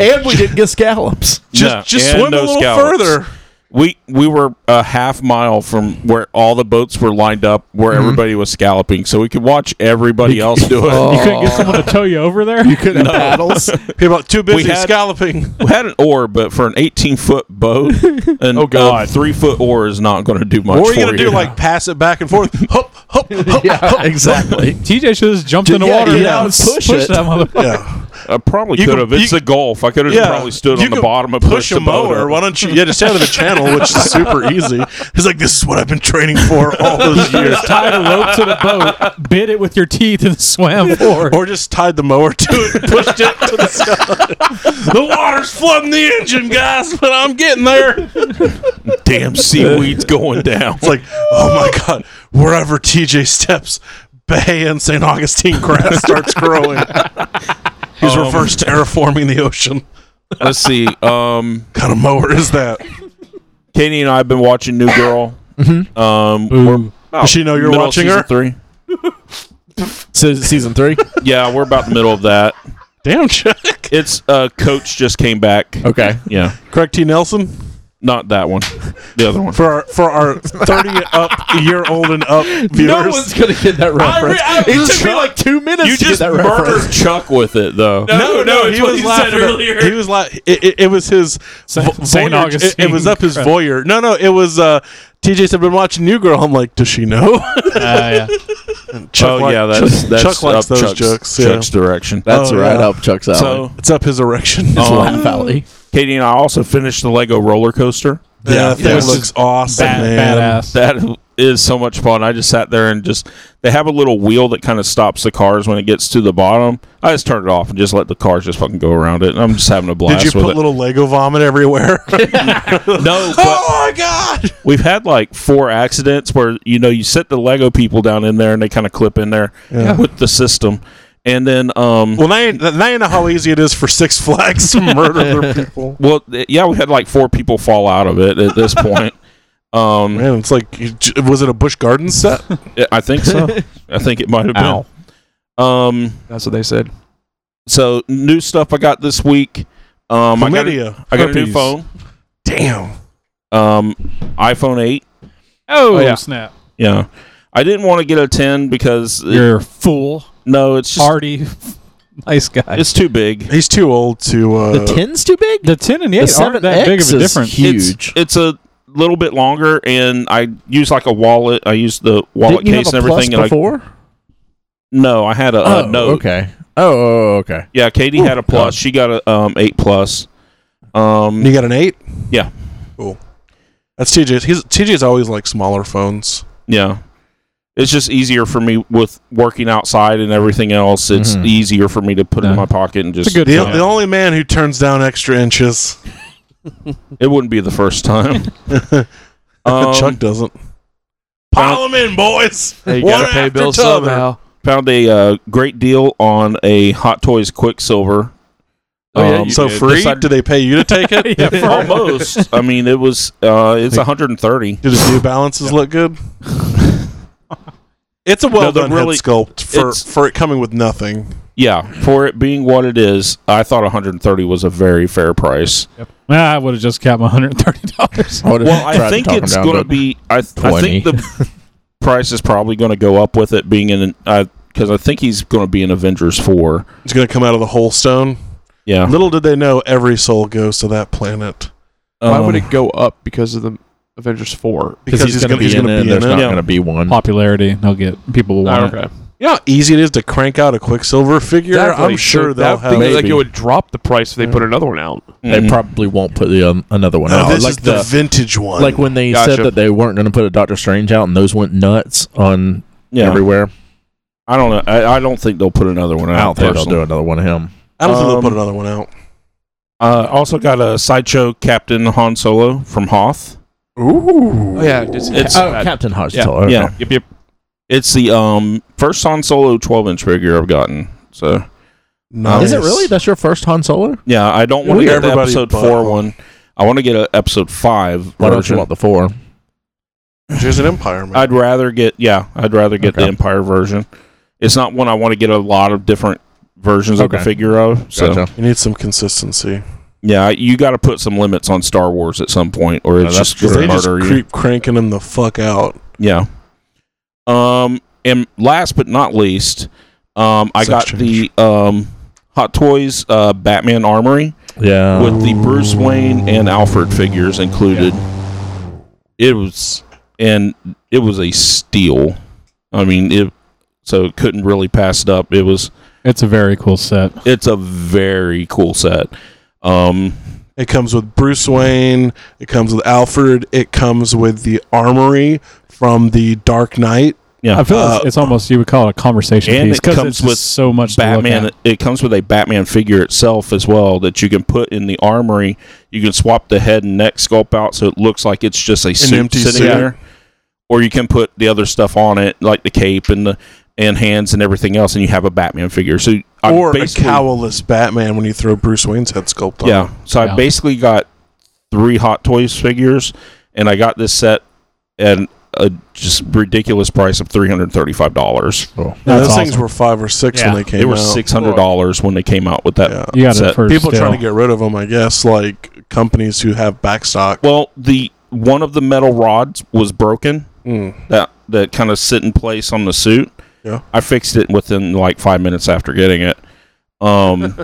S1: and we didn't get scallops.
S5: Just
S6: no,
S5: just
S6: and
S5: swim a
S6: no
S5: little
S6: scallops.
S5: further.
S6: We we were a half mile from where all the boats were lined up, where
S5: Mm-hmm.
S6: everybody was scalloping, so we could watch everybody else do it.
S5: Oh.
S3: You couldn't get someone to tow you over there?
S1: You couldn't have paddles.
S5: People are too busy
S6: had-
S5: scalloping.
S6: We had an oar, but for an 18 foot boat, an oh
S4: God.
S6: three foot oar is not going to do much.
S5: What are you
S6: for
S5: gonna do? Like pass it back and forth? Hop, hop, hop.
S1: yeah, exactly.
S3: TJ should have just jumped in the
S1: Yeah,
S3: water
S1: yeah,
S3: and
S1: let's
S3: pushed
S1: push it.
S3: that motherfucker.
S5: Yeah,
S6: I probably
S5: You
S6: could
S5: can-
S6: have. It's
S5: you-
S6: a golf. I could have
S5: yeah.
S6: probably stood
S5: You
S6: on the
S5: can
S6: bottom and
S5: Push
S6: pushed
S5: a
S6: the boat.
S5: mower.
S6: up.
S5: Why don't you? Yeah, just out of the channel, which is super easy. He's like, this is what I've been training for all those years.
S3: Tied a rope to the boat, bit it with your teeth, and swam forward.
S5: Or just tied the mower to it, and pushed it to the sky. the water's flooding the engine, guys, but I'm getting there.
S6: Damn seaweed's going down.
S5: It's like, oh my god, wherever TJ steps, Bay and St. Augustine grass starts growing. He's
S6: Um,
S5: reverse terraforming the ocean.
S6: Let's see. Um,
S5: kind of mower is that?
S6: Katie and I have been watching New Girl.
S1: Mhm.
S6: Um,
S3: Ooh.
S5: Mm-hmm. Does she know you're
S6: middle of
S5: watching
S6: season
S5: her?
S6: Three.
S1: Se- season three.
S6: Yeah, we're about the middle of that.
S5: Damn, Chuck.
S6: It's uh, Coach just came back.
S1: Okay.
S6: Yeah,
S5: Craig T. Nelson
S6: not that one. The other one.
S5: for our for our thirty and up year old and up viewers.
S1: No one's gonna get that reference.
S6: I-
S1: it took me
S6: Chuck,
S1: like two minutes
S6: You
S1: to get
S6: just
S1: that reference.
S6: murdered Chuck with it though.
S5: no, no, he was laughing. at- He was like, it, it, it was his vo-
S3: Saint
S5: voyeur- It, it was
S3: Augustine.
S5: up his voyeur. No, no, it was. uh TJ said, "Been watching New Girl." I'm like, "Does she know?"
S3: yeah.
S5: Chuck
S6: Ah, oh
S5: like-
S6: yeah, that's that's
S5: Chuck likes
S6: up
S5: those
S6: Chuck's,
S5: jokes, yeah.
S6: Chuck's direction.
S1: That's
S5: Oh,
S1: right
S5: yeah.
S1: up Chuck's alley.
S6: so
S5: It's up his erection.
S1: it's
S6: um,
S1: Laugh Alley.
S6: Katie and I also finished the Lego roller coaster.
S5: yeah, that
S6: yeah.
S5: thing looks awesome, man.
S3: badass.
S6: That is so much fun. I just sat there and just they have a little wheel that kind of stops the cars when it gets to the bottom. I just turned it off and just let the cars just fucking go around it. And I'm just having a blast
S5: Did you
S6: with
S5: put
S6: it.
S5: little Lego vomit everywhere?
S6: no, but
S5: oh my god!
S6: we've had like four accidents where you know you set the Lego people down in there and they kind of clip in there with the system, and then um.
S5: Well, now you, now you know how easy it is for Six Flags to murder their people.
S6: Well, th- yeah, we had like four people fall out of it at this point. Um,
S5: Man, it's like, you j- was it a Bush Garden set?
S6: I- I think so. I think it might have
S3: Ow.
S6: been. Um,
S4: That's what they said.
S6: so new stuff I got this week. Um, I got a,
S5: Chlamydia.
S6: I got a new
S3: Herpes.
S6: phone.
S5: Damn.
S6: Um, iPhone eight.
S3: Oh,
S6: yeah.
S3: snap.
S6: Yeah, I didn't want to get a ten because it-
S3: You're a fool.
S6: no, it's just
S3: Hardy. nice guy.
S6: it's too big.
S5: He's too old to. Uh,
S1: the ten's too big.
S3: the 10 and
S1: The
S3: the 8 aren't
S1: seven
S3: that big of a difference.
S6: It's-
S1: Huge.
S6: It's, a little bit longer, and I use like a wallet. I use the wallet
S1: Didn't you
S6: case
S1: have a
S6: and everything.
S1: plus
S6: and I,
S1: before?
S6: no, I had a, a note.
S1: Oh, okay. Oh, oh, oh, okay.
S6: Yeah, Katie had a plus. She got a um, eight plus. Um,
S5: you got an eight?
S6: Yeah.
S5: Cool. That's TJ's. He's, TJ's always like smaller phones.
S6: yeah, it's just easier for me with working outside and everything else. It's
S1: Mhm.
S6: easier for me to put it in
S3: Mm-hmm. Yeah.
S6: my pocket and just.
S3: It's a good
S5: The,
S3: phone.
S5: the only man who turns down extra inches.
S6: It wouldn't be the first time. um,
S5: Chuck doesn't.
S6: found,
S5: Pile them in, boys.
S4: Hey, you
S5: One
S4: gotta pay
S5: after
S4: bills
S5: t'other.
S4: somehow.
S6: found a uh, great deal on a Hot Toys Quicksilver.
S4: Oh, yeah,
S6: Um,
S4: you
S5: So
S4: did.
S5: free?
S6: Decide-
S5: Do they pay you to take it?
S3: yeah, for-
S6: almost. I mean, it was. Uh, it's 130.
S5: Did his New Balances look good? it's a well
S6: No, they're
S5: done
S6: really-
S5: head sculpt for,
S6: it's-
S5: for it coming with nothing.
S6: Yeah, for it being what it is, I thought 130 was a very fair price.
S3: Nah, I would have just got my $130.
S6: Well, I think it's going to be. I, th- I
S1: 20.
S6: think the price is probably going to go up with it being in. Because I think he's going to be in Avengers four.
S5: It's going to come out of the whole stone.
S6: Yeah.
S5: Little did they know every soul goes to that planet.
S4: Why
S6: Um,
S4: would it go up because of the Avengers Four?
S1: because he's, going to be, in
S5: gonna
S1: it. There's not
S6: Yeah.
S1: going to be one.
S3: Popularity. They'll get people will
S4: Oh,
S3: want it.
S5: You know how easy it is to crank out a Quicksilver figure? I'm sure they'll have.
S1: thing
S4: Like
S1: Maybe.
S4: it would drop the price if they put another one out.
S1: They
S6: mhm.
S1: probably won't put the um, another one
S5: No,
S1: out.
S5: this
S1: Like
S5: is the,
S1: the,
S5: vintage one.
S1: like when they
S4: Gotcha.
S1: said that they weren't going to put a Doctor Strange out, and those went nuts on
S6: yeah.
S1: everywhere.
S6: I don't know. I, I don't think they'll put another one
S1: I
S6: out.
S1: don't think they'll
S6: personally.
S1: do another one of him.
S5: I don't think
S6: um,
S5: they'll put another one out.
S6: Uh, also got a sideshow Captain Han Solo from Hoth.
S5: Ooh.
S4: Oh yeah, it's,
S6: It's-
S4: oh, Cap-
S1: Captain Hodge.
S4: Yeah.
S1: okay.
S6: Yeah.
S4: yep, yep.
S6: It's the um first Han Solo twelve inch figure I've gotten. So
S1: Is it really? That's your first Han Solo?
S6: yeah, I don't want to
S5: Weird.
S6: get the
S5: Everybody
S6: episode
S5: but-
S6: four one. I want to get a episode five.
S1: Why don't
S6: version.
S1: you want the four?
S5: There's an Empire man.
S6: I'd rather get yeah, I'd rather get the
S1: Okay.
S6: Empire version. It's not one I want to get a lot of different versions of the
S1: Okay.
S6: figure of. So
S1: Gotcha.
S5: you need some consistency.
S6: yeah, you got to put some limits on Star Wars at some point, or it's
S1: that's
S6: just
S5: Because
S6: going
S5: they
S6: to
S5: just
S6: murder you.
S5: creep cranking them the fuck out.
S6: Yeah. Um, and last but not least, um, I got
S5: Sex change.
S6: the um Hot Toys uh, Batman Armory
S1: Yeah.
S6: with
S3: Oh.
S6: the Bruce Wayne and Alfred figures included. It was and it was a steal. I mean, it so it couldn't really pass it up. It was
S3: It's a very cool set.
S6: it's a very cool set. Um,
S5: It comes with Bruce Wayne. It comes with Alfred. It comes with the armory from the Dark Knight.
S6: yeah,
S3: I feel it's-
S5: Uh,
S3: it's almost you would call it a conversation
S6: and
S3: piece
S6: it
S3: because
S6: comes
S3: it's
S6: with
S3: with so much to look
S6: Batman.
S3: at.
S6: It comes with a Batman figure itself as well that you can put in the armory. You can swap the head and neck sculpt out so it looks like it's just a suit
S5: empty
S6: sitting
S5: suit.
S6: there, or you can put the other stuff on it, like the cape and the. and hands and everything else, and you have a Batman figure. So I
S5: or a
S6: Uh, basically-
S5: cowless Batman when you throw Bruce Wayne's head sculpt on.
S6: Yeah. So
S3: Yeah.
S6: I basically got three Hot Toys figures, and I got this set at a just ridiculous price of three hundred thirty-five dollars.
S5: Yeah,
S3: That's
S5: those things
S3: awesome.
S5: were five or six
S3: Yeah.
S5: when they came
S6: They were
S5: out.
S6: six hundred dollars when they came out with that.
S5: Yeah.
S3: You got it
S6: set.
S3: first.
S5: People
S3: still.
S5: trying to get rid of them, I guess, like companies who have backstock.
S6: Well, the one of the metal rods was broken
S5: Mm.
S6: that that kind of sit in place on the suit.
S5: Yeah.
S6: I fixed it within like five minutes after getting it. Um,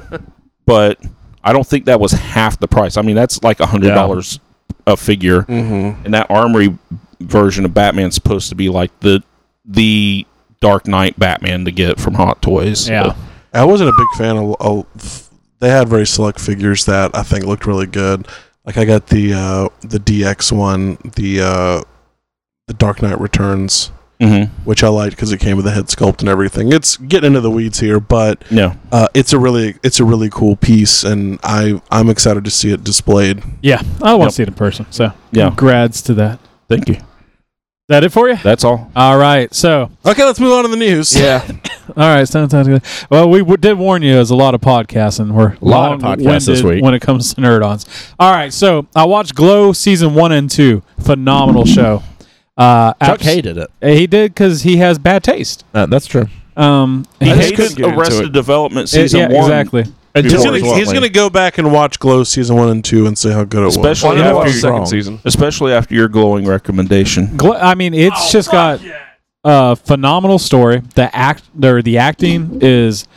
S6: but I don't think that was half the price. I mean, that's like a hundred dollars a figure.
S5: Mm-hmm.
S6: and that armory version of Batman's supposed to be like the the Dark Knight Batman to get from Hot Toys.
S3: Yeah.
S5: I wasn't a big fan of. of they had very select figures that I think looked really good. Like I got the uh, the DX one, the uh, the Dark Knight Returns,
S6: hmm
S5: which I liked because it came with a head sculpt and everything. It's getting into the weeds here, but
S6: Yeah.
S5: uh, it's a really it's a really cool piece, and I I'm excited to see it displayed.
S3: Yeah, I want
S6: Yep.
S3: to see it in person. So,
S6: Yeah.
S3: congrats to that. Is
S6: Thank you.
S3: that it for you?
S6: That's all.
S3: All right. So,
S5: Okay, let's move on to the news.
S4: Yeah.
S3: all right. Sounds, sounds good. Well, we w- did warn you. There's a lot of podcasts, and we're a
S1: Lot of podcasts this week.
S3: when it comes to nerd ons. All right. So, I watched Glow season one and two. Phenomenal show. Uh,
S1: Chuck
S3: abs-
S1: hated it.
S3: He did because he has bad taste.
S1: Uh, that's true.
S3: Um,
S6: He
S3: he-
S4: just
S6: hated
S4: couldn't get into
S6: Arrested
S4: it.
S6: Development season
S3: yeah,
S6: one,
S3: exactly.
S5: He's
S6: Until
S5: gonna,
S6: recently.
S5: he's gonna go back and watch Glow season one and two and see how good it was.
S6: especially
S4: Well, I didn't watch the
S6: after
S4: second
S1: wrong.
S4: season.
S6: especially after your glowing recommendation.
S3: Gl- I mean, it's just got a phenomenal story. The act or the acting is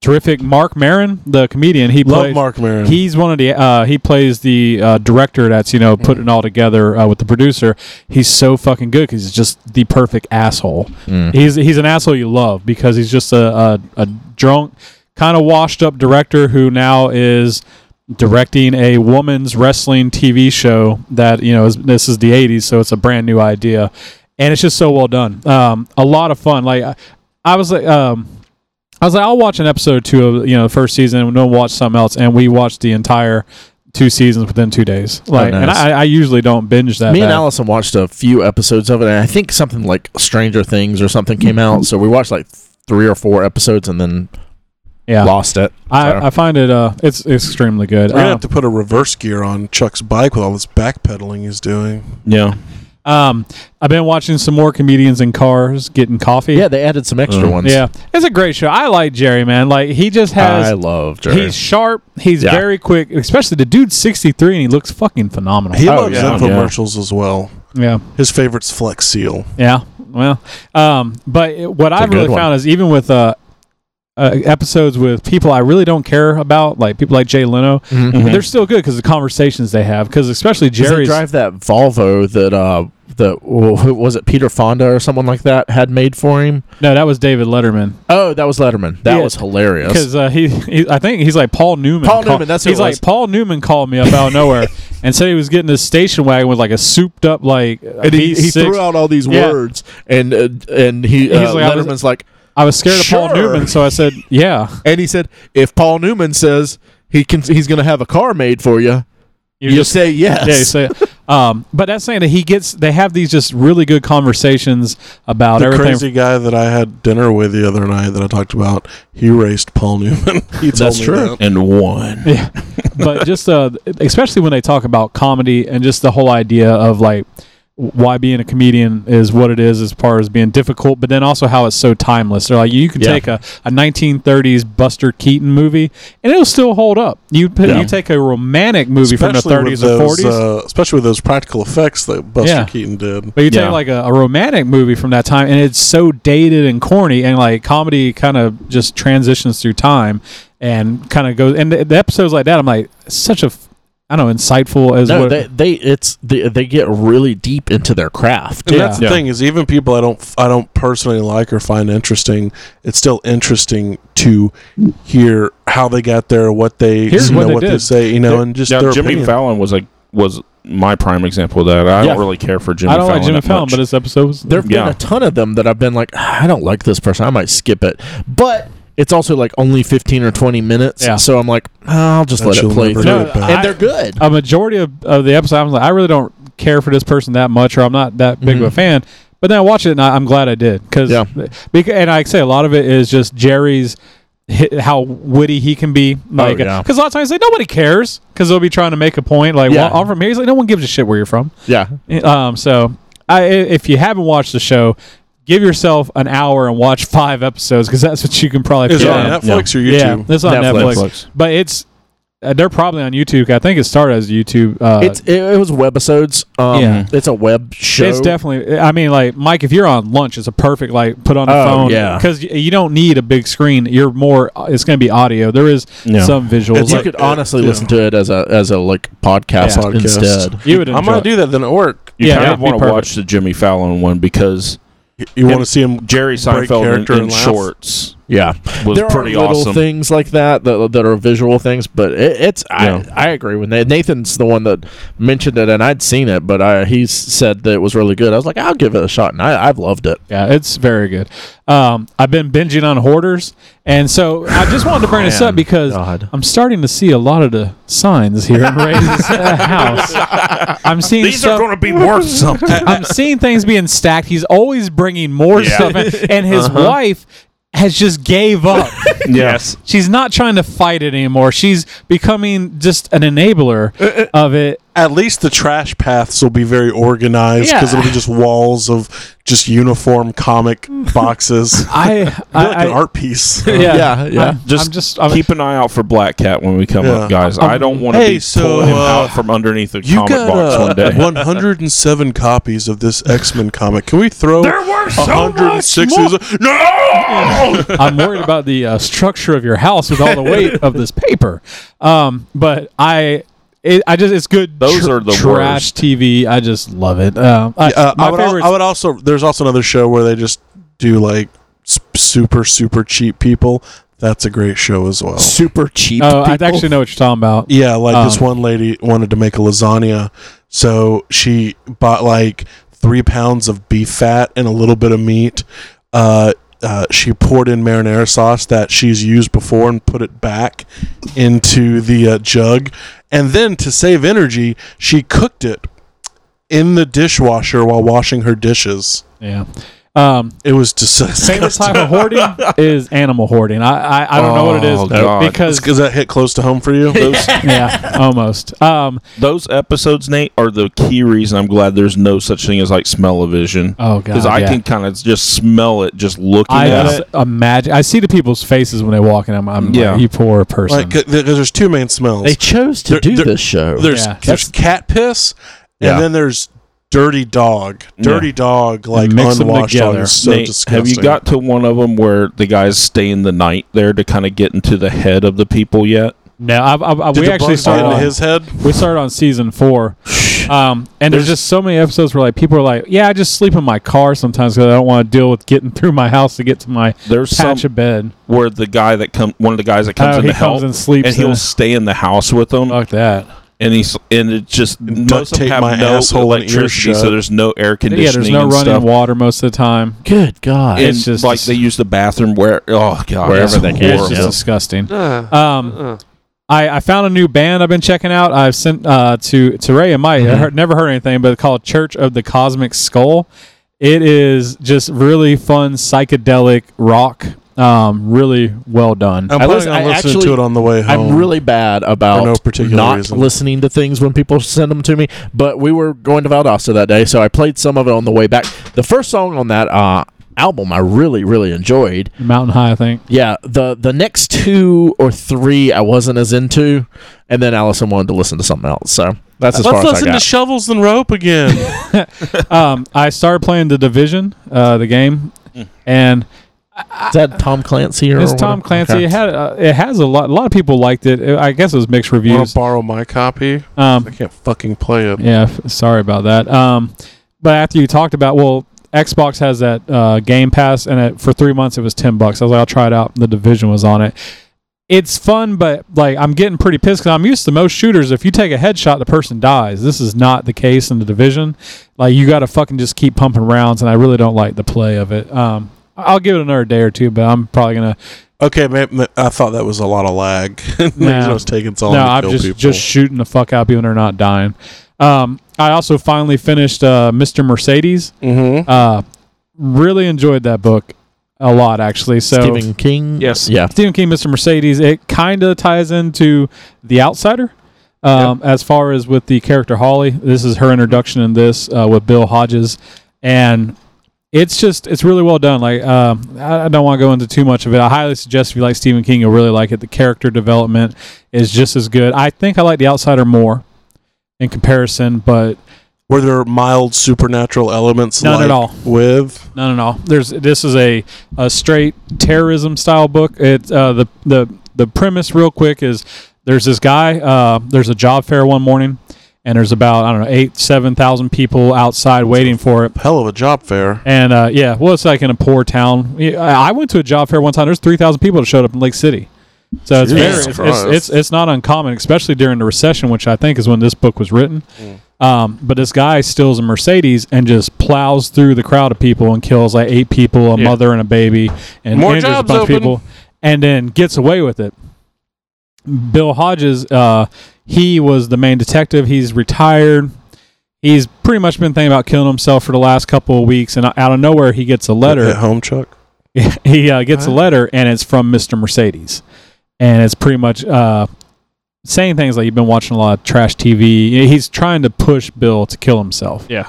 S3: terrific. Mark Maron, the comedian, he
S5: Love
S3: plays.
S5: Mark Maron.
S3: He's one of the uh, he plays the uh, director that's you know putting it all together uh, with the producer. He's so fucking good because he's just the perfect asshole. He's he's an asshole you love because he's just a a, a drunk, kind of washed up director who now is directing a woman's wrestling TV show that you know is, this is the '80s, so it's a brand new idea, and it's just so well done. Um, a lot of fun. Like I, I was like. Um, I was like, I'll watch an episode two of you know the first season, and then we'll watch something else, and we watched the entire two seasons within two days.
S5: Oh,
S3: Like, and
S1: nice.
S3: I, I usually don't binge that.
S1: Me and
S3: bad.
S1: Allison watched a few episodes of it, and I think something like Stranger Things or something came out. So we watched like three or four episodes and then
S3: yeah,
S1: lost it.
S3: I, I find it uh, it's it's extremely good.
S5: We're gonna
S3: Um,
S5: have to put a reverse gear on Chuck's bike with all this backpedaling he's doing.
S6: Yeah.
S3: Um, I've been watching some more comedians in cars getting coffee.
S1: yeah, they added some extra ones.
S3: Mm. yeah, it's a great show. I like Jerry, man. Like he just
S1: I
S3: has.
S1: love Jerry.
S3: He's sharp. He's
S1: Yeah.
S3: very quick, especially the dude's 63 and he looks fucking phenomenal.
S5: He
S1: Oh,
S5: loves
S1: yeah.
S5: infomercials as well.
S3: Yeah.
S5: His favorite's Flex Seal.
S3: Yeah. Well, um, but it- what
S1: a
S3: I've really
S1: good one.
S3: found is even with uh, uh, episodes with people I really don't care about, like people like Jay Leno,
S6: Mm-hmm.
S3: they're still good because the conversations they have. Because especially
S1: Mm-hmm. Does he
S3: Jerry's.
S1: drive that Volvo that uh the well, who was it Peter Fonda or someone like that had made for him?
S3: no, that was David Letterman.
S1: Oh, that was Letterman. That
S3: Yeah.
S1: was hilarious.
S3: Because uh, he, he, I think he's like Paul Newman.
S1: Paul Newman, that's who
S3: he's
S1: it
S3: like
S1: was.
S3: Paul Newman called me up out of nowhere and said he was getting this station wagon with like a souped up like
S1: And he, he
S3: V6.
S1: threw out all these
S3: Yeah.
S1: words, and uh, and he uh,
S3: He's like, I was-
S1: Letterman's like,
S3: I was scared of Paul
S1: Sure.
S3: Newman, so I said, "Yeah,
S1: and he said, if Paul Newman says he can, he's going to have a car made for you.
S3: you
S1: You will say yes.
S3: Yeah, you say it. Um, but that's saying that he gets. They have these just really good conversations about
S5: The
S3: everything.
S5: crazy guy that I had dinner with the other night that I talked about, he raced Paul Newman. he told
S1: That's
S5: me
S1: true.
S5: that.
S6: And one.
S3: Yeah, but just uh, especially when they talk about comedy and just the whole idea of like why being a comedian is what it is as far as being difficult, but then also how it's so timeless. They're like you can
S1: Yeah.
S3: take a, a 1930s Buster Keaton movie and it'll still hold up. You put,
S1: Yeah.
S3: you take a romantic movie
S5: Especially
S3: from the
S5: with
S3: 30s or
S5: those,
S3: 40s.
S5: uh, especially with those practical effects that Buster
S3: Yeah.
S5: Keaton did.
S3: But you
S6: Yeah.
S3: take like a, a romantic movie from that time, and it's so dated and corny, and like comedy kind of just transitions through time and kind of goes. And the, the episodes like that, I'm like such a, f- I don't know, insightful as
S1: No,
S3: what.
S1: they, they it's they, they get really deep into their craft.
S5: And
S3: Yeah.
S5: that's the
S6: Yeah.
S5: thing is, even people I don't I don't personally like or find interesting, it's still interesting to hear how they got there, what they
S3: Here's
S5: you
S3: what
S5: know
S3: they
S5: what they
S3: did.
S5: say, you know,
S6: Now,
S5: and just
S6: now
S5: their
S6: Jimmy
S5: opinion.
S6: Fallon was like was my prime example of that. I
S1: Yeah.
S6: don't really care for Jimmy.
S3: I don't like Jimmy
S6: that
S3: Fallon,
S6: much.
S3: but his episodes.
S1: There have
S6: Yeah.
S1: been a ton of them that I've been like, "Ah, I don't like this person. I might skip it. But it's also like only 15 or 20 minutes.
S3: Yeah.
S1: So I'm like, "Ah, I'll just
S5: And
S1: let it
S5: she'll
S1: play
S5: never
S1: through.
S5: do
S3: No,
S5: it back.
S1: and they're good.
S3: a majority of, of the episodes, I'm like, I really don't care for this person that much, or I'm not that big of a fan. But then I watched it, and I, I'm glad I did because,
S1: Mhm. Yeah.
S3: and I say a lot of it is just Jerry's hi- how witty he can be. Like, because
S1: Oh, yeah.
S3: a lot of times like nobody cares because they'll be trying to make a point. Like,
S1: Yeah.
S3: well, I'm from here. He's like, no one gives a shit where you're from.
S1: Yeah.
S3: Um, so I, i- if you haven't watched the show, give yourself an hour and watch five episodes because that's what you can probably.
S5: Is
S3: fit
S5: it
S3: in.
S5: on Netflix or YouTube?
S3: Yeah, it's on
S1: Netflix.
S3: Netflix. But it's uh, they're probably on YouTube. I think it started as YouTube. Uh,
S1: it's it, it was webisodes. Um,
S3: Yeah.
S1: It's a web show.
S3: It's definitely. I mean, like Mike, if you're on lunch, it's a perfect like put on the
S1: Oh,
S3: phone.
S1: yeah.
S3: because you don't need a big screen. You're more. It's going to be audio. There is
S6: Yeah.
S3: some visuals.
S1: You
S3: like,
S1: could honestly
S5: yeah.
S1: listen to it as a as a like podcast
S3: Yeah.
S5: Podcast.
S1: instead.
S3: you would.
S5: I'm gonna
S3: enjoy it.
S5: do that then at work.
S6: You
S3: Yeah,
S6: kind
S3: yeah,
S6: of
S3: be
S6: want to
S3: perfect.
S6: watch the Jimmy Fallon one because
S5: You
S6: Yeah.
S5: want to see him?
S6: Jerry
S5: Break
S6: Seinfeld
S5: character
S6: in, in
S5: and laugh.
S6: shorts
S1: Yeah,
S6: was
S1: there
S6: pretty
S1: are little
S6: awesome.
S1: things like that, that that are visual things, but it, it's
S6: Yeah.
S1: I I agree with Nathan. Nathan's the one that mentioned it, and I'd seen it, but I he said that it was really good. I was like, I'll give it a shot, and I, I've loved it.
S3: Yeah, it's very good. Um, I've been binging on Hoarders, and so I just wanted to bring this up because
S1: Oh, God.
S3: I'm starting to see a lot of the signs here in Ray's uh, house. I'm seeing stuff-
S6: to be worth something.
S3: I'm seeing things being stacked. He's always bringing more stuff, in, and his
S1: Uh-huh.
S3: wife has just gave up.
S6: yes.
S3: She's not trying to fight it anymore. She's becoming just an enabler of it.
S5: At least the trash paths will be very organized because
S3: Yeah.
S5: it'll be just walls of just uniform comic boxes,
S3: I,
S5: Be
S3: I,
S5: like an
S3: I-
S5: art piece.
S3: yeah,
S1: Yeah, yeah.
S3: I'm-
S6: Just
S3: I'm just I'm,
S6: Keep an eye out for Black Cat when we come up,
S5: Yeah.
S6: guys. I don't want to
S5: Hey,
S6: be
S5: so,
S6: pulling him
S5: uh,
S6: out from underneath a
S5: You
S6: comic box one
S5: got uh,
S6: day.
S5: 107 copies of this X Men comic. Can we throw
S6: Uh-huh.
S5: 106? no!
S3: I'm worried about the uh, structure of your house with all the weight of this paper. Um, but I. It, I just it's good.
S6: Those are the
S3: trash
S6: worst.
S3: TV. I just love it. Um, I,
S5: Uh,
S3: my
S5: I, would al-
S3: favorite's-
S5: I would also. There's also another show where they just do like s- super super cheap people. That's a great show as well.
S1: Super cheap.
S3: oh, I
S1: people.
S3: actually know what you're talking about.
S5: Yeah, like this
S3: Um,
S5: one lady wanted to make a lasagna, so she bought like three pounds of beef fat and a little bit of meat. Uh, uh, she poured in marinara sauce that she's used before and put it back into the uh, jug, and then to save energy, she cooked it in the dishwasher while washing her dishes.
S3: Yeah. Um,
S5: It was disgusting
S3: favorite type of hoarding is animal hoarding. I I, I don't know what it
S6: Oh,
S3: is
S6: God.
S3: because
S5: because that hit close to home for you.
S6: those,
S3: yeah, almost. Um,
S6: those episodes, Nate, are the key reason I'm glad there's no such thing as like smell-o-vision.
S3: oh god,
S6: Because I
S3: yeah.
S6: can kind of just smell it just looking
S3: I
S6: at
S3: just
S6: it. imagine.
S3: imagine. I see the people's faces when they walk in. I'm, I'm
S6: Yeah.
S3: like, you poor person.
S5: Like, uh, because there's two main smells.
S1: they chose to
S5: They're-
S1: do
S5: they're-
S1: this show.
S5: there's
S3: Yeah.
S5: there's cat piss, and
S1: Oh, Yeah.
S5: then there's dirty dog. Dirty dog, like
S3: mix 'em
S5: unwashed dog,
S3: together.
S5: is so
S6: Nate,
S5: disgusting.
S6: have you got to one of them where the guys stay in the night there to kind of get into the head of the people yet?
S3: no, I, I, I,
S5: Did
S3: we
S5: the
S3: actually
S5: bugs get
S3: started.
S5: into
S3: on-
S5: his head?
S3: we started on season four. Um, and there's, just so many episodes where like people are like, yeah, I just sleep in my car sometimes because I don't want to deal with getting through my house to get to my
S6: There's
S3: patch
S6: some
S3: of bed.
S6: where the guy that come one of the guys that comes
S3: Oh,
S6: in
S3: he
S6: to help
S3: comes and sleeps Uh,
S6: and he'll
S3: in-
S6: stay in the house with them
S3: Fuck that.
S6: and he's and it's just most of
S5: tape
S6: them have
S5: my
S6: no
S5: asshole and ear
S6: electricity
S5: shut.
S6: so there's no air conditioning
S3: Yeah, there's no
S6: and
S3: running
S6: stuff.
S3: water most of the time.
S1: Good God.
S6: and
S3: It's just-
S6: like they use the bathroom where oh god
S1: Wherever
S6: it's
S1: they can,
S3: It's
S6: horrible.
S3: just
S1: Yeah.
S3: disgusting.
S4: Uh,
S3: Um,
S4: uh.
S3: I, I found a new band I've been checking out. I've sent uh, to to Ray and
S6: Mm-hmm.
S3: Mike. I heard, never heard anything, but it's called Church of the Cosmic Skull. It is just really fun psychedelic rock. Um, really well done.
S5: I'm
S6: Um,
S1: I
S5: planning
S1: listen-
S5: on
S1: I
S5: listening
S1: actually-
S5: to it on the way home.
S1: I'm really bad about
S5: no particular
S1: not
S5: reason.
S1: listening to things when people send them to me, but we were going to Valdosta that day, so I played some of it on the way back. The first song on that uh, album I really, really enjoyed.
S3: Mountain High, I think.
S1: Yeah, the the next two or three I wasn't as into, and then Allison wanted to listen to something else, so that's as
S5: Let's
S1: far as I
S5: listen
S1: got.
S5: to Shovels and Rope again.
S3: Um, I started playing the Division, uh, the game, and
S1: Is that Tom Clancy or
S3: it's
S1: whatever?
S3: Tom Clancy.
S1: Okay.
S3: It had uh, it has a lot. A lot of people liked it. I guess it was mixed
S5: Want
S3: reviews.
S5: to borrow my copy?
S3: Um,
S5: I can't fucking play it.
S3: Yeah, f- sorry about that. Um, but after you talked about, well, Xbox has that uh, Game Pass, and it, for three months it was ten bucks. I was like, I'll try it out. The Division was on it. It's fun, but like I'm getting pretty pissed because I'm used to most shooters. If you take a headshot, the person dies. This is not the case in the Division. Like you got to fucking just keep pumping rounds, and I really don't like the play of it. Um, I- I'll give it another day or two, but I'm probably gonna.
S5: Okay, man, ma- I thought that was a lot of lag. Maybe
S3: No.
S5: it was taking so long
S3: No,
S5: to
S3: I'm
S5: kill
S3: just
S5: people.
S3: just shooting the fuck out of people and they're not dying. Um, I also finally finished uh, Mr. Mercedes.
S5: Mm-hmm.
S3: Uh, really enjoyed that book a lot, actually. So
S1: Stephen King.
S4: Yes.
S1: Yeah.
S3: Stephen King, Mr. Mercedes, it kind of ties into The Outsider. Um, As far as with the character Holly, this is her introduction in this uh, with Bill Hodges, and it's just it's really well done. Like um, I, I don't want to go into too much of it. I highly suggest if you like Stephen King, you'll really like it. The character development is just as good. I think I like The Outsider more in comparison, but
S5: Were there mild supernatural elements?
S3: None at
S5: like
S3: all.
S5: With
S3: No, no, no. There's this is a, a straight terrorism style book. It's uh, the the the premise real quick is there's this guy. Uh, there's a job fair one morning, and there's about I don't know eight seven thousand people outside waiting for it.
S5: hell of a job fair.
S3: And uh, yeah, well, it's like in a poor town. Yeah, I I went to a job fair one time. There's three thousand people that showed up in Lake City. So it's, very,
S5: Jesus
S3: it's, it's
S5: Christ.
S3: it's it's not uncommon, especially during the recession, which I think is when this book was written.
S4: Mm.
S3: Um, but this guy steals a Mercedes and just plows through the crowd of people and kills like eight people, a
S4: Yeah.
S3: mother and a baby, and
S4: More
S3: injures a
S4: jobs
S3: bunch
S4: open.
S3: of people, and then gets away with it. Bill Hodges, uh, he was the main detective. He's retired. He's pretty much been thinking about killing himself for the last couple of weeks, and out of nowhere, he gets a
S5: At
S3: letter.
S5: home, Chuck.
S3: he uh, gets a letter, and it's from Mister Mercedes, and it's pretty much uh, saying things like you've been watching a lot of trash TV. You know, He's trying to push Bill to kill himself.
S4: Yeah.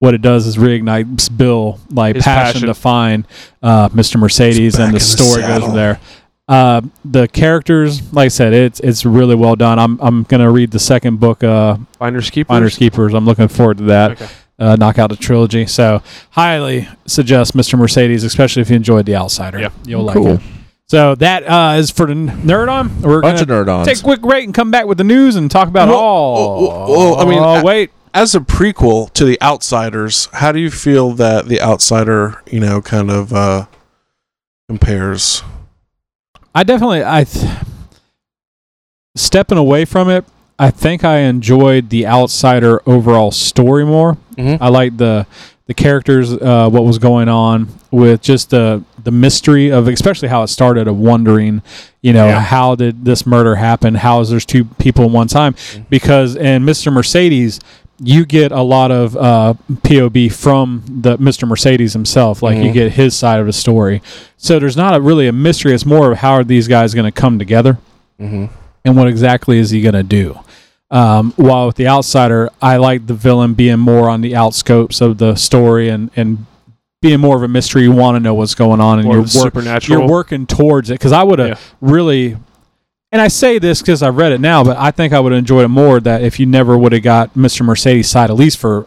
S3: What it does is reignite Bill like
S4: His
S3: passion,
S4: passion.
S3: to find uh, Mister Mercedes,
S5: back
S3: and
S5: in the
S3: the story goes
S5: saddle.
S3: from there. Uh, the characters, like I said, it's it's really well done. I'm I'm gonna read the second book uh,
S4: Finders keepers.
S3: Finders Keepers. I'm looking forward to that.
S4: Okay.
S3: Uh, knock out a trilogy. So highly suggest Mr. Mercedes, especially if you enjoyed The Outsider.
S4: Yeah.
S3: You'll like
S1: Cool.
S3: it. So that uh, is for the n- nerd on. We're
S1: Bunch
S3: gonna
S1: of nerd ons.
S3: take a quick break and come back with the news and talk about
S5: Well,
S3: all.
S5: well, well, well, I mean, I-
S3: oh wait,
S5: As a prequel to The Outsiders, how do you feel that The Outsider, you know, kind of uh, compares?
S3: I definitely I th- stepping away from it. I think I enjoyed the outsider overall story more.
S5: Mhm.
S3: I liked the the characters, uh, what was going on with just the the mystery of, especially how it started of wondering, you know, how did this murder happen? How is there's two people in one time? Because in Mr. Mercedes, you get a lot of uh, POB from the Mr. Mercedes himself. Like you get his side of the story. So there's not a, really a mystery. It's more of how are these guys going to come together, and what exactly is he going to do. Um, while with the outsider, I like the villain being more on the outskirts of the story and and being more of a mystery. You want to know what's going on, and
S4: More
S3: you're
S4: of the supernatural.
S3: You're working towards it because I would have
S4: Yeah.
S3: really. And I say this because I've read it now, but I think I would have enjoyed it more that if you never would have got Mr. Mercedes' side, at least for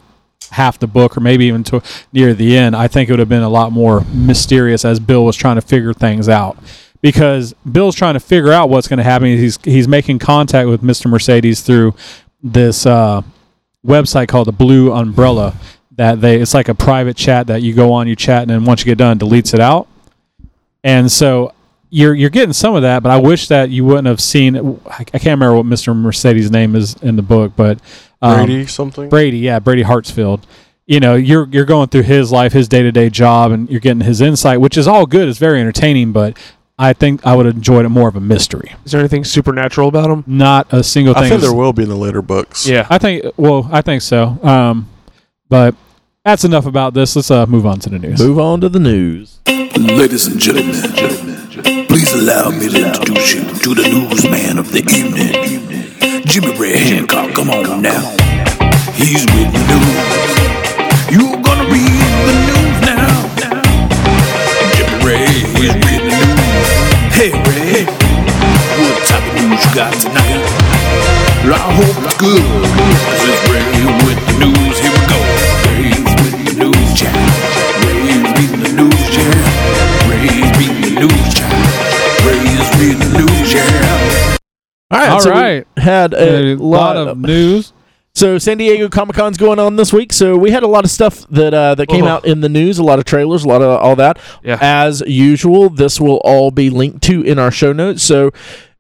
S3: half the book or maybe even to near the end, I think it would have been a lot more mysterious as Bill was trying to figure things out. Because Bill's trying to figure out what's going to happen. He's he's making contact with Mr. Mercedes through this uh, website called the Blue Umbrella. That they it's like a private chat that you go on, you chat, and then once you get done, deletes it out. And so you're you're getting some of that, but I wish that you wouldn't have seen. I, I can't remember what Mr. Mercedes' name is in the book, but um,
S5: Brady something?
S3: Brady, yeah, Brady Hartsfield. You know, you're you're going through his life, his day to day job, and you're getting his insight, which is all good. It's very entertaining, but I think I would have enjoyed it more of a mystery.
S4: Is there anything supernatural about him?
S3: Not a single thing.
S5: I think
S3: is-
S5: there will be in the later books.
S4: Yeah.
S3: I think. Well, I think so. Um, but that's enough about this. Let's uh, move on to the news.
S1: Move on to the news.
S7: Ladies and gentlemen, please allow me to introduce you to the newsman of the evening, Jimmy Ray Hancock. Come on now, he's with the news. You're gonna read the news now. Jimmy Ray is with the news. Hey Ray, what type of news you got tonight? Well, I hope it's good. This is Ray with the news. Here we go. Ray's with the news chat. Ray's with the news chat. Ray's with the news chat. Ray's with the news chat.
S1: All right.
S3: All
S1: so we
S3: right.
S1: had a,
S3: A
S1: Uh, lot, of.
S3: news.
S1: So San Diego Comic Con's going on this week. So we had a lot of stuff that uh, that came
S3: Uh-huh.
S4: Oh.
S1: out in the news, a lot of trailers, a lot of all that.
S4: Yeah.
S1: As usual, this will all be linked to in our show notes. So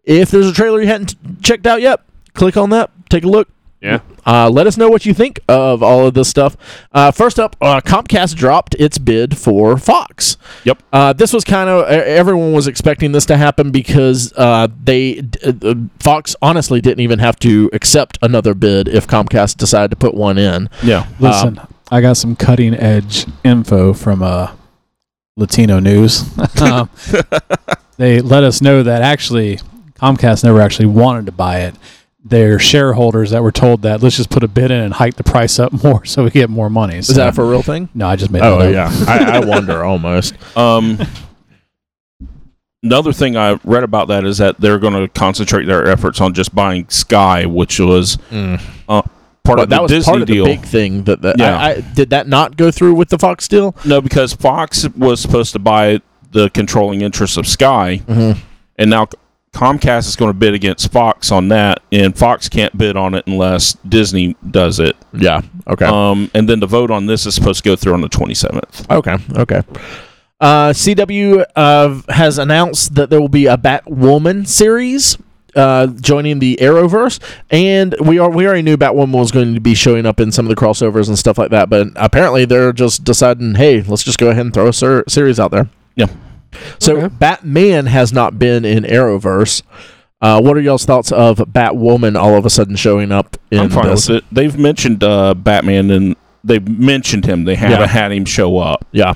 S1: if there's a trailer you hadn't checked out yet, click on that, take a look.
S4: Yeah.
S1: Uh, let us know what you think of all of this stuff. Uh, first up, uh, Comcast dropped its bid for Fox.
S6: Yep.
S1: Uh, this was kind of e- everyone was expecting this to happen because uh, they d- uh, Fox honestly didn't even have to accept another bid if Comcast decided to put one in.
S6: Yeah.
S3: Listen, Um, I got some cutting edge info from uh, Latino News. um, they let us know that actually Comcast never actually wanted to buy it. Their shareholders that were told that let's just put a bid in and hike the price up more so we get more money.
S1: Is that for a real thing?
S3: No, I just made.
S1: Oh
S3: that up.
S1: yeah, I, I wonder almost.
S6: Um, another thing I read about that is that they're going to concentrate their efforts on just buying Sky, which was uh, part
S1: But
S6: of the
S1: that was
S6: Disney
S1: Mm. part of
S6: deal.
S1: the big thing that, that
S6: Yeah.
S1: I, I, did that not go through with the Fox deal?
S6: no, because Fox was supposed to buy the controlling interest of Sky,
S1: Mm-hmm.
S6: and now Comcast is going to bid against Fox on that, and Fox can't bid on it unless Disney does it.
S1: Yeah. Okay.
S6: Um, and then the vote on this is supposed to go through on the 27th.
S1: Okay. Okay. Uh, CW uh, has announced that there will be a Batwoman series uh, joining the Arrowverse, and we are we already knew Batwoman was going to be showing up in some of the crossovers and stuff like that. But apparently, they're just deciding, hey, let's just go ahead and throw a ser- series out there.
S6: Yeah.
S1: So Batman has not been in Arrowverse. Uh, what are y'all's thoughts of Batwoman all of a sudden showing up in
S6: I'm fine
S1: this?
S6: with it. They've mentioned uh, Batman and they've mentioned him. They haven't
S1: Yeah.
S6: had him show up.
S1: Yeah.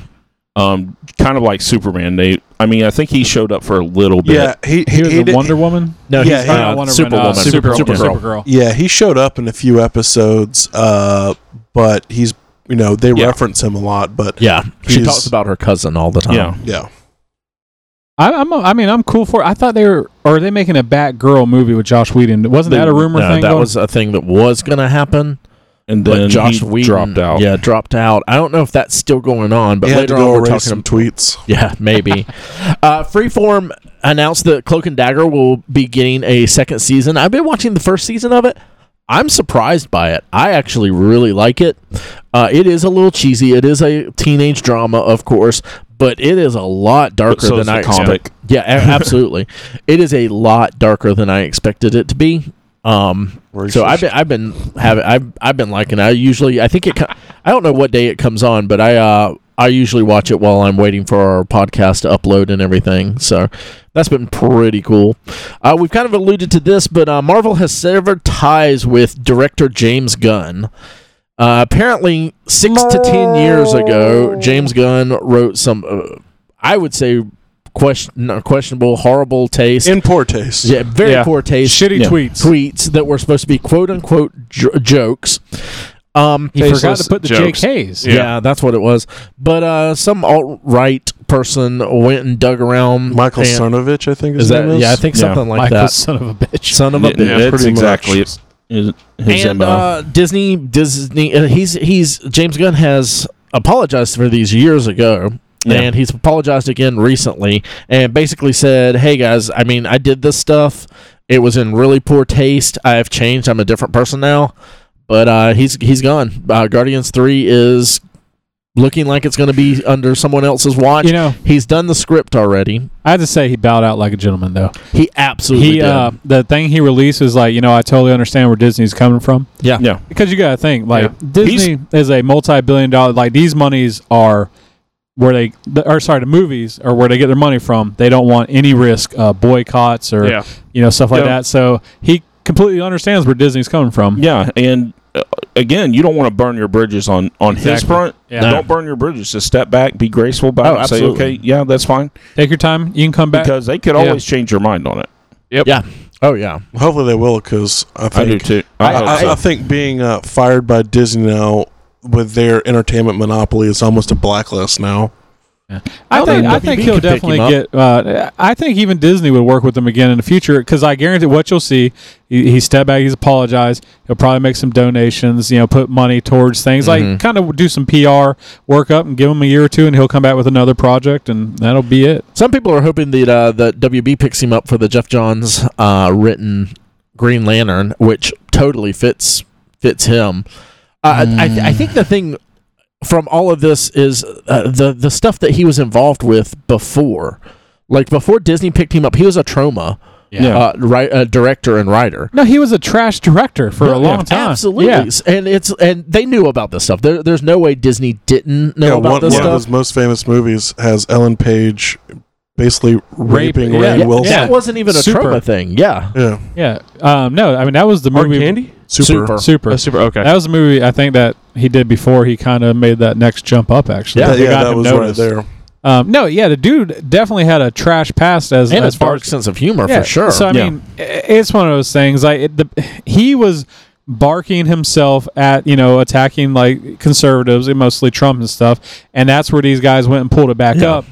S6: Um, kind of like Superman. They, I mean, I think he showed up for a little bit.
S5: Yeah, he
S3: He was in
S5: did-
S3: Wonder Woman.
S1: No,
S5: Yeah,
S1: he's
S5: yeah,
S1: not.
S3: Wonder Woman,
S1: Superwoman.
S3: uh, Supergirl.
S1: Supergirl.
S3: Supergirl.
S5: Yeah, he showed up in a few episodes, uh, but he's you know they
S6: Yeah.
S5: reference him a lot, but
S1: Yeah, she
S5: He's-
S1: talks about her cousin all the time.
S6: Yeah.
S5: yeah,
S3: I, I'm. I mean, I'm cool for. it. I thought they were. Are they making a Batgirl movie with Josh Whedon? Wasn't that a rumor
S1: No,
S3: thing?
S1: That
S3: going-
S1: was a thing that was going to happen,
S6: And
S1: but
S6: then
S1: Josh
S6: he
S1: Whedon
S6: dropped out.
S1: Yeah, dropped out. I don't know if that's still going on, but
S5: He had to
S1: later on
S5: go
S1: we're
S5: erase
S1: talking.
S5: some tweets.
S1: yeah, maybe. uh, Freeform announced that Cloak and Dagger will be getting a second season. I've been watching the first season of it. I'm surprised by it. I actually really like it. Uh, it is a little cheesy. It is a teenage drama, of course, but it is a lot
S6: But
S1: darker
S6: so
S1: than
S6: is
S1: I
S6: the
S1: expected.
S6: comic.
S1: Yeah, a- absolutely. it is a lot darker than I expected it to be. Um, so I've been I've been having I've I've been liking. It. I usually I think it. co- I don't know what day it comes on, but I uh I usually watch it while I'm waiting for our podcast to upload and everything. So that's been pretty cool. Uh, we've kind of alluded to this, but uh, Marvel has severed ties with director James Gunn. Uh, apparently, six to ten years ago, James Gunn wrote some, uh, I would say, question, uh, questionable, horrible taste.
S5: in poor taste.
S1: yeah, very
S3: Yeah.
S1: poor taste.
S3: shitty
S6: Yeah.
S3: tweets.
S1: tweets that were supposed to be quote unquote j- jokes. Um,
S3: He forgot
S6: Faceless
S3: to put the
S6: jokes.
S3: JKs.
S1: yeah. that's what it was. But uh, some alt right person went and dug around.
S5: Michael
S1: and-
S5: Cernovich, I think his
S1: Is that
S5: name is.
S1: yeah? I think
S6: Yeah.
S1: something like
S3: Michael,
S1: that.
S3: son of a bitch.
S1: Son of a
S6: It-
S1: bitch.
S4: Yeah,
S6: that's
S5: pretty much.
S6: exactly it. his, his
S1: and
S6: MO.
S1: uh, Disney, Disney, uh, he's he's James Gunn has apologized for these years ago,
S6: Yeah.
S1: and he's apologized again recently, and basically said, "Hey guys, I mean, I did this stuff. It was in really poor taste. I've changed. I'm a different person now." But uh, he's he's gone. Uh, Guardians Three is looking like it's going to be under someone else's watch.
S3: You know,
S1: he's done the script already.
S3: I have to say he bowed out like a gentleman, though.
S1: He absolutely
S3: He
S1: did.
S3: uh, the thing he released is like, you know, I totally understand where Disney's coming from
S1: yeah.
S6: yeah.
S3: because you got to think like
S6: Yeah.
S3: Disney is a multi-billion dollar. Like these monies are where they, the, or sorry, the movies are where they get their money from. They don't want any risk uh, boycotts or
S6: Yeah.
S3: you know stuff like
S6: Yeah.
S3: that. So he completely understands where Disney's coming from.
S6: Yeah, and uh, again, you don't want to burn your bridges on on his
S3: Exactly.
S6: front.
S3: Yeah.
S1: No.
S6: Don't burn your bridges. Just step back, be graceful about
S1: Oh,
S6: it. Say,
S1: absolutely.
S6: okay, yeah, that's fine,
S3: Take your time. You can come back.
S6: because they could
S4: Yeah.
S6: always change your mind on it.
S1: Yeah. Oh yeah.
S5: Hopefully they will, because I
S6: I
S5: think
S6: do too.
S5: I,
S6: I, hope
S5: I-
S6: so.
S5: I think being uh, fired by Disney now with their entertainment monopoly is almost a blacklist now.
S3: I
S1: I
S3: think
S1: think
S3: I think
S1: WB
S3: he'll
S1: could pick
S3: definitely
S1: him
S3: get. Uh, I think even Disney would work with him again in the future because I guarantee what you'll see. He, he step back. He's apologized. He'll probably make some donations. You know, put money towards things like kind of do some PR work up and give him a year or two, and he'll come back with another project, and that'll be it.
S1: Some people are hoping that uh, that WB picks him up for the Jeff Johns uh, written Green Lantern, which totally fits fits him. Uh, I, I think the thing from all of this is uh, the the stuff that he was involved with before, like before Disney picked him up, he was a trauma.
S3: Yeah.
S1: uh, ri- uh, director and writer.
S3: No, he was a trash director for a long time.
S1: absolutely.
S3: Yeah.
S1: And it's and they knew about this stuff. There, there's no way Disney didn't know
S5: Yeah,
S1: about
S5: one,
S1: this
S5: one of
S1: stuff.
S5: his most famous movies has Ellen Page basically raping
S3: yeah,
S5: Ray
S3: yeah,
S5: Wilson.
S1: That wasn't even a
S3: Super.
S1: trauma thing. Yeah,
S5: Yeah,
S3: Yeah. Um, no, I mean that was the
S4: Hard
S3: movie.
S4: candy?
S5: super.
S1: Super.
S3: Super.
S4: Oh, super. Okay.
S3: That was the movie I think that he did before he kind of made that next jump up. Actually,
S5: Yeah,
S3: They
S5: yeah,
S3: got
S5: that
S3: him
S5: was
S3: noticed.
S5: right there.
S3: Um, no, yeah, the dude definitely had a trash past as
S1: and a
S3: as far
S1: dark
S3: as
S1: sense of humor
S3: Yeah,
S1: for sure.
S3: So I
S6: Yeah.
S3: mean, i- it's one of those things. Like it, the, he was barking himself at you know attacking like conservatives and mostly Trump and stuff, and that's where these guys went and pulled it back up.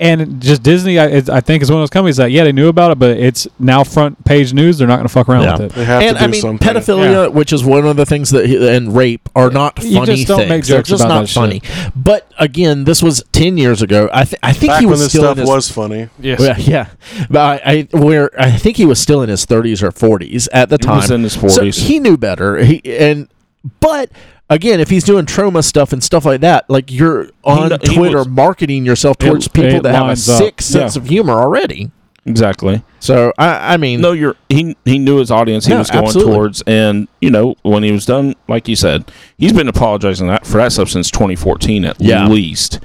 S3: And just Disney, I, it's- I think, is one of those companies that yeah they knew about it, but it's now front page news. They're not going to fuck around
S1: Yeah.
S3: with it.
S5: They have
S1: and
S5: to do
S1: I mean,
S5: something.
S1: pedophilia, which is one of the things that he, and rape are not
S3: You
S1: funny
S3: just don't
S1: things.
S3: make
S1: They're
S3: jokes
S1: just
S3: about
S1: not
S3: that shit.
S1: funny. But again, this was ten years ago. I th- I think
S5: Back
S1: he was
S5: when this
S1: still
S5: stuff
S1: in his,
S5: was funny.
S4: Yes.
S1: Yeah, yeah. But I, I where I think he was still in his 30s or 40s at the time.
S6: was in his 40s.
S1: So he knew better. He and but again, if he's doing trauma stuff and stuff like that, like you're on
S6: kn- he
S1: Twitter
S6: was-
S1: marketing yourself towards people
S3: it
S1: that have a
S3: lines up.
S1: sick sense
S6: Yeah.
S1: of humor already.
S6: Exactly.
S1: So I, I mean,
S6: No, you're he he knew his audience he
S1: Yeah,
S6: was going
S1: absolutely.
S6: towards, and you know when he was done, like you said, he's been apologizing that for that stuff since 2014 at
S1: Yeah.
S6: least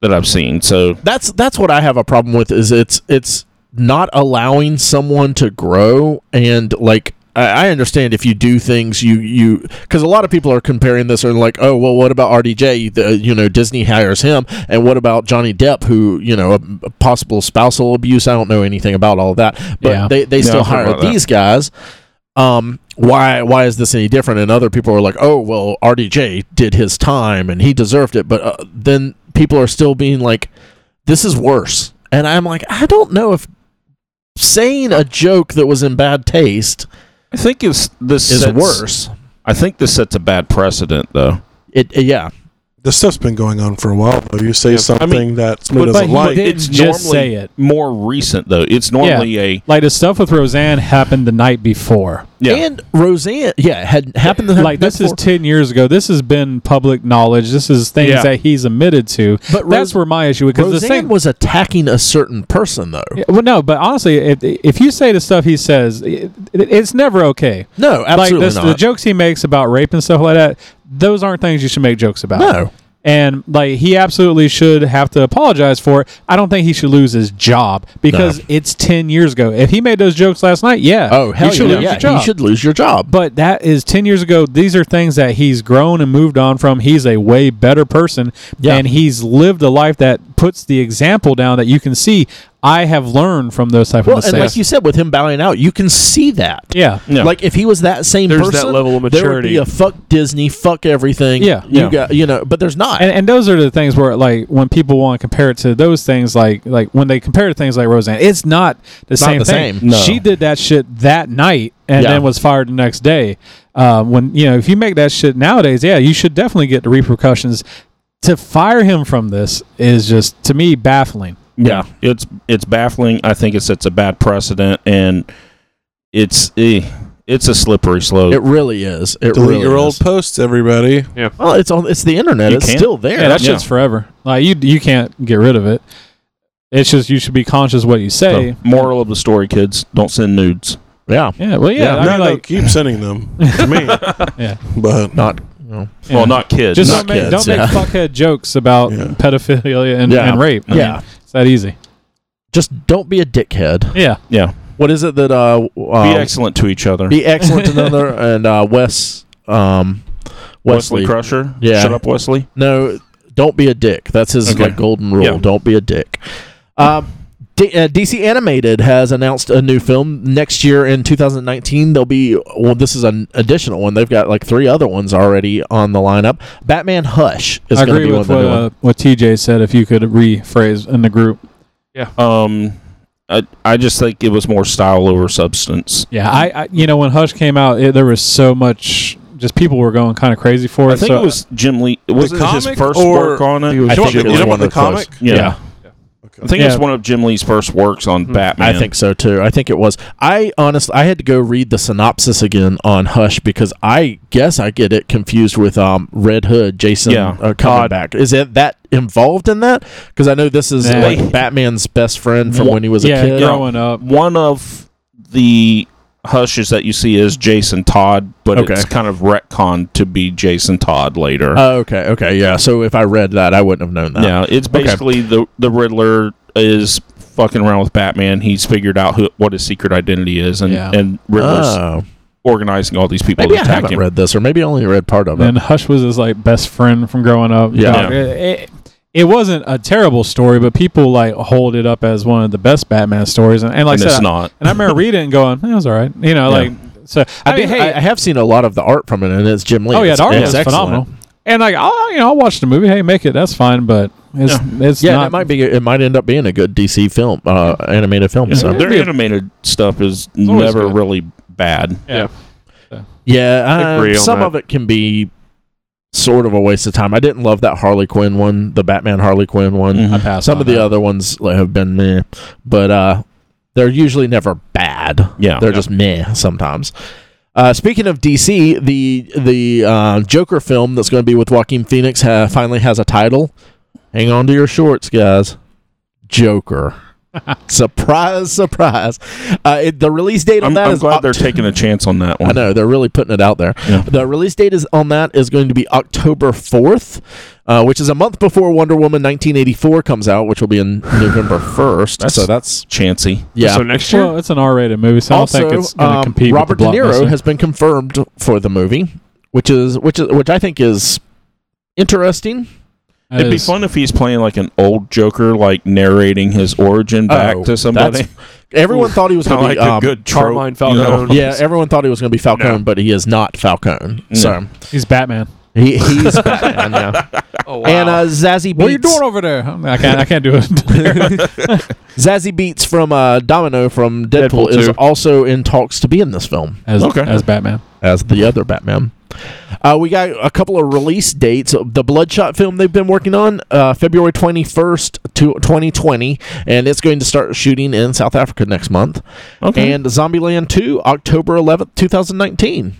S6: that I've seen. So
S1: that's that's what I have a problem with is it's it's not allowing someone to grow and like I I understand if you do things you you because a lot of people are comparing this and like oh well what about RDJ the, you know Disney hires him and what about Johnny Depp who you know a, a possible spousal abuse I don't know anything about all of that but
S3: Yeah.
S1: they, they
S6: No,
S1: still
S6: I've heard
S1: hire
S6: about that.
S1: these guys um why why is this any different and other people are like oh well rdj did his time and he deserved it but uh, then people are still being like this is worse and i'm like i don't know if saying a joke that was in bad taste
S6: I think it's this
S1: is
S6: sets-
S1: worse
S6: I think this sets a bad precedent, though.
S1: it yeah
S5: This stuff's been going on for a while. Though you say something that
S6: but-
S5: someone doesn't
S3: but he
S5: like,
S3: did- Didn't just say it.
S6: more recent, though. It's normally a
S3: Like the stuff with Roseanne happened the night before.
S6: yeah.
S1: and roseanne yeah had happened to
S3: Like this is ten years ago. This has been public knowledge. This is things
S6: Yeah.
S3: that he's admitted to.
S1: But
S3: But that's
S1: Ro-
S3: where my issue because the
S1: roseanne
S3: same
S1: was attacking a certain person though
S3: Yeah, well, no, but honestly, if if you say the stuff he says, it, it- it's never okay.
S1: no absolutely
S3: like this,
S1: not
S3: the jokes he makes about rape and stuff like that, those aren't things you should make jokes about.
S1: No.
S3: And like he absolutely should have to apologize for it. I don't think he should lose his job because it's ten years ago. If he made those jokes last night, yeah,
S1: oh hell
S3: he should
S1: yeah,
S3: lose
S1: yeah,
S3: your job.
S1: you should lose your job
S3: But that is 10 years ago. These are things that he's grown and moved on from. He's a way better person.
S1: Yeah.
S3: And he's lived a life that puts the example down that you can see. I have learned from those type
S1: well
S3: of
S1: and
S3: mistakes.
S1: like you said with him bowing out you can see that
S3: yeah.
S6: Yeah.
S1: Like if he was that same
S4: There's
S1: person,
S4: that level of
S1: There would be
S4: maturity.
S1: a fuck Disney, fuck everything.
S3: Yeah.
S1: you
S6: Yeah.
S1: got you know, but there's not.
S3: And, and those are the things where like when people want to compare it to those things like like when they compare to things like Roseanne, it's not the same
S1: the
S3: thing.
S1: same. No.
S3: She did that shit that night and
S1: Yeah.
S3: then was fired the next day. Um, when you know if you make that shit nowadays, yeah, you should definitely get the repercussions. To fire him from this is just to me baffling.
S6: yeah, it's it's baffling. I think it sets a bad precedent, and it's eh, it's a slippery slope.
S1: it really is. It
S5: delete
S1: really
S5: your old
S1: is.
S5: posts, everybody.
S1: Well, it's on. It's the internet.
S6: You
S1: it's
S6: can't.
S1: still there.
S3: Yeah, that
S6: Yeah.
S3: shit's forever. Like you you can't get rid of it. It's just you should be conscious what you say.
S6: So, moral of the story, kids: don't send nudes.
S1: yeah,
S3: yeah, well, yeah,
S6: Yeah,
S3: I
S5: no,
S3: mean,
S5: no,
S3: like
S5: keep sending them to me.
S3: Yeah.
S5: but
S1: not. no.
S3: Yeah.
S6: Well, not kids.
S3: just
S6: not
S3: don't make,
S1: kids,
S3: don't make
S1: yeah.
S3: fuckhead jokes about
S5: Yeah.
S3: pedophilia and,
S1: Yeah.
S3: and rape. I
S1: Yeah.
S3: mean, it's that easy.
S1: Just don't be a dickhead.
S3: Yeah,
S6: yeah.
S1: What is it that uh,
S6: Be
S1: uh
S6: excellent to each other.
S1: be excellent to another and uh, Wes um
S6: Wesley,
S1: Wesley.
S6: Crusher.
S1: Yeah.
S6: Shut up, Wesley.
S1: No, don't be a dick. That's his
S6: Okay.
S1: like golden rule.
S6: Yeah.
S1: Don't be a dick. Um, D- uh, DC Animated has announced a new film next year in 2019. There'll be well, this is an additional one. They've got like three other ones already on the lineup. Batman Hush is
S3: I
S1: going to
S3: agree
S1: be one
S3: with
S1: of the
S3: what,
S1: new
S3: uh,
S1: one.
S3: what TJ said. If you could rephrase in the group,
S6: Um, I I just think it was more style over substance.
S3: yeah, I, I you know when Hush came out, it, there was so much. Just people were going kind of crazy for it.
S6: I think
S3: so
S6: it was Jim Lee. Was it his
S5: comic
S6: first
S5: or-
S6: work on it?
S5: you
S1: I
S5: know
S1: think
S5: what-
S1: it was
S5: you know
S1: one
S5: what the
S1: of those.
S5: comic?
S6: Yeah.
S3: Yeah.
S6: I think it was
S3: Yeah.
S6: one of Jim Lee's first works on Batman.
S1: I think so too. I think it was. I honestly, I had to go read the synopsis again on Hush because I guess I get it confused with um Red Hood, Jason
S6: Yeah.
S1: uh, coming back. Is it that involved in that? Because I know this is
S3: Nah.
S1: like Batman's best friend from
S6: Wha-
S1: when he was
S3: yeah,
S1: a kid.
S3: growing up.
S6: one of the hushes that you see is Jason Todd, but
S1: Okay.
S6: it's kind of retcon to be Jason Todd later.
S1: Oh, okay, okay, yeah. So if I read that, I wouldn't have known that.
S6: yeah, it's basically the the Riddler is fucking around with Batman. He's figured out who, what his secret identity is, and
S3: Yeah.
S6: and Riddler's
S1: Oh,
S6: organizing all these people
S1: maybe
S6: to
S1: I
S6: attack
S1: haven't
S6: him.
S1: read this, or maybe I only read part of it.
S3: And Hush was his like best friend from growing up.
S1: Yeah.
S3: Dog, It, it- it wasn't a terrible story, but people like hold it up as one of the best Batman stories. And, and like
S6: and
S3: I said,
S6: it's not.
S3: and I remember reading it and going, "That was all right," you know, like so. I,
S1: I,
S3: mean,
S1: do-
S3: hey,
S1: I, I have seen a lot of the art from it, and it's Jim Lee.
S3: oh yeah,
S1: It's-
S3: the art
S1: it's
S3: was
S1: excellent.
S3: phenomenal. And like, I'll you know, I'll watch the movie. Hey, make it. That's fine, but it's it's
S1: Yeah, and
S3: not.
S1: it might be. It might end up being a good DC film, uh, animated film.
S6: Yeah,
S1: So
S6: their animated stuff is
S4: always
S6: never
S4: good.
S6: really bad.
S3: yeah.
S1: yeah,
S4: I
S1: uh,
S4: agree on
S1: some
S4: that.
S1: of it can be sort of a waste of time. I didn't love that Harley Quinn one, the Batman Harley Quinn one.
S6: Mhm.
S3: I passed
S1: Some
S3: on
S1: of the uh,
S3: that.
S1: other ones like, have been meh, but uh, they're usually never bad.
S6: Yeah.
S1: they're just meh sometimes. Uh, speaking of DC, the the uh, Joker film that's going to be with Joaquin Phoenix ha- finally has a title. Hang on to your shorts, guys. Joker. surprise, surprise. Uh, it, the release date on
S6: I'm,
S1: that
S6: I'm
S1: is
S6: glad they're
S1: Oct-
S6: taking a chance on that one.
S1: I know they're really putting it out there.
S6: Yeah.
S1: The release date is on that is going to be October fourth, uh, which is a month before Wonder Woman 1984 comes out, which will be in November first.
S6: That's-
S1: so that's
S6: Chancy.
S1: yeah.
S4: So next year,
S3: Well, it's an R-rated movie, so I
S1: also,
S3: don't think it's going to
S1: um,
S3: compete.
S1: Robert
S3: with
S1: De
S3: the
S1: Niro
S3: blockbuster.
S1: has been confirmed for the movie, which is which is which I think is interesting.
S3: That
S6: It'd be
S3: is-
S6: fun if he's playing like an old Joker, like narrating his origin back
S1: Oh,
S6: to somebody.
S1: that's- Everyone thought he was
S6: Kinda
S1: going to
S6: like
S1: be
S6: a
S1: um,
S6: good trope.
S4: Carmine Falcone.
S1: yeah. Everyone thought he was going to be Falcone,
S6: No.
S1: but he is not Falcone.
S6: No.
S1: So
S3: He's Batman.
S1: he, he's Batman, yeah.
S4: oh, wow.
S1: and uh, Zazie. Beetz,
S3: What are you doing over there? I'm- I can't. I can't do it.
S1: Zazie Beats from uh, Domino from Deadpool,
S4: Deadpool
S1: is
S4: 2.
S1: also in talks to be in this film
S3: as,
S6: Okay.
S3: as Batman.
S1: as the other Batman. Uh, we got a couple of release dates. The Bloodshot film they've been working on, uh, February 21st, to 2020, and it's going to start shooting in South Africa next month.
S6: okay.
S1: And Zombieland 2, October 11th, 2019.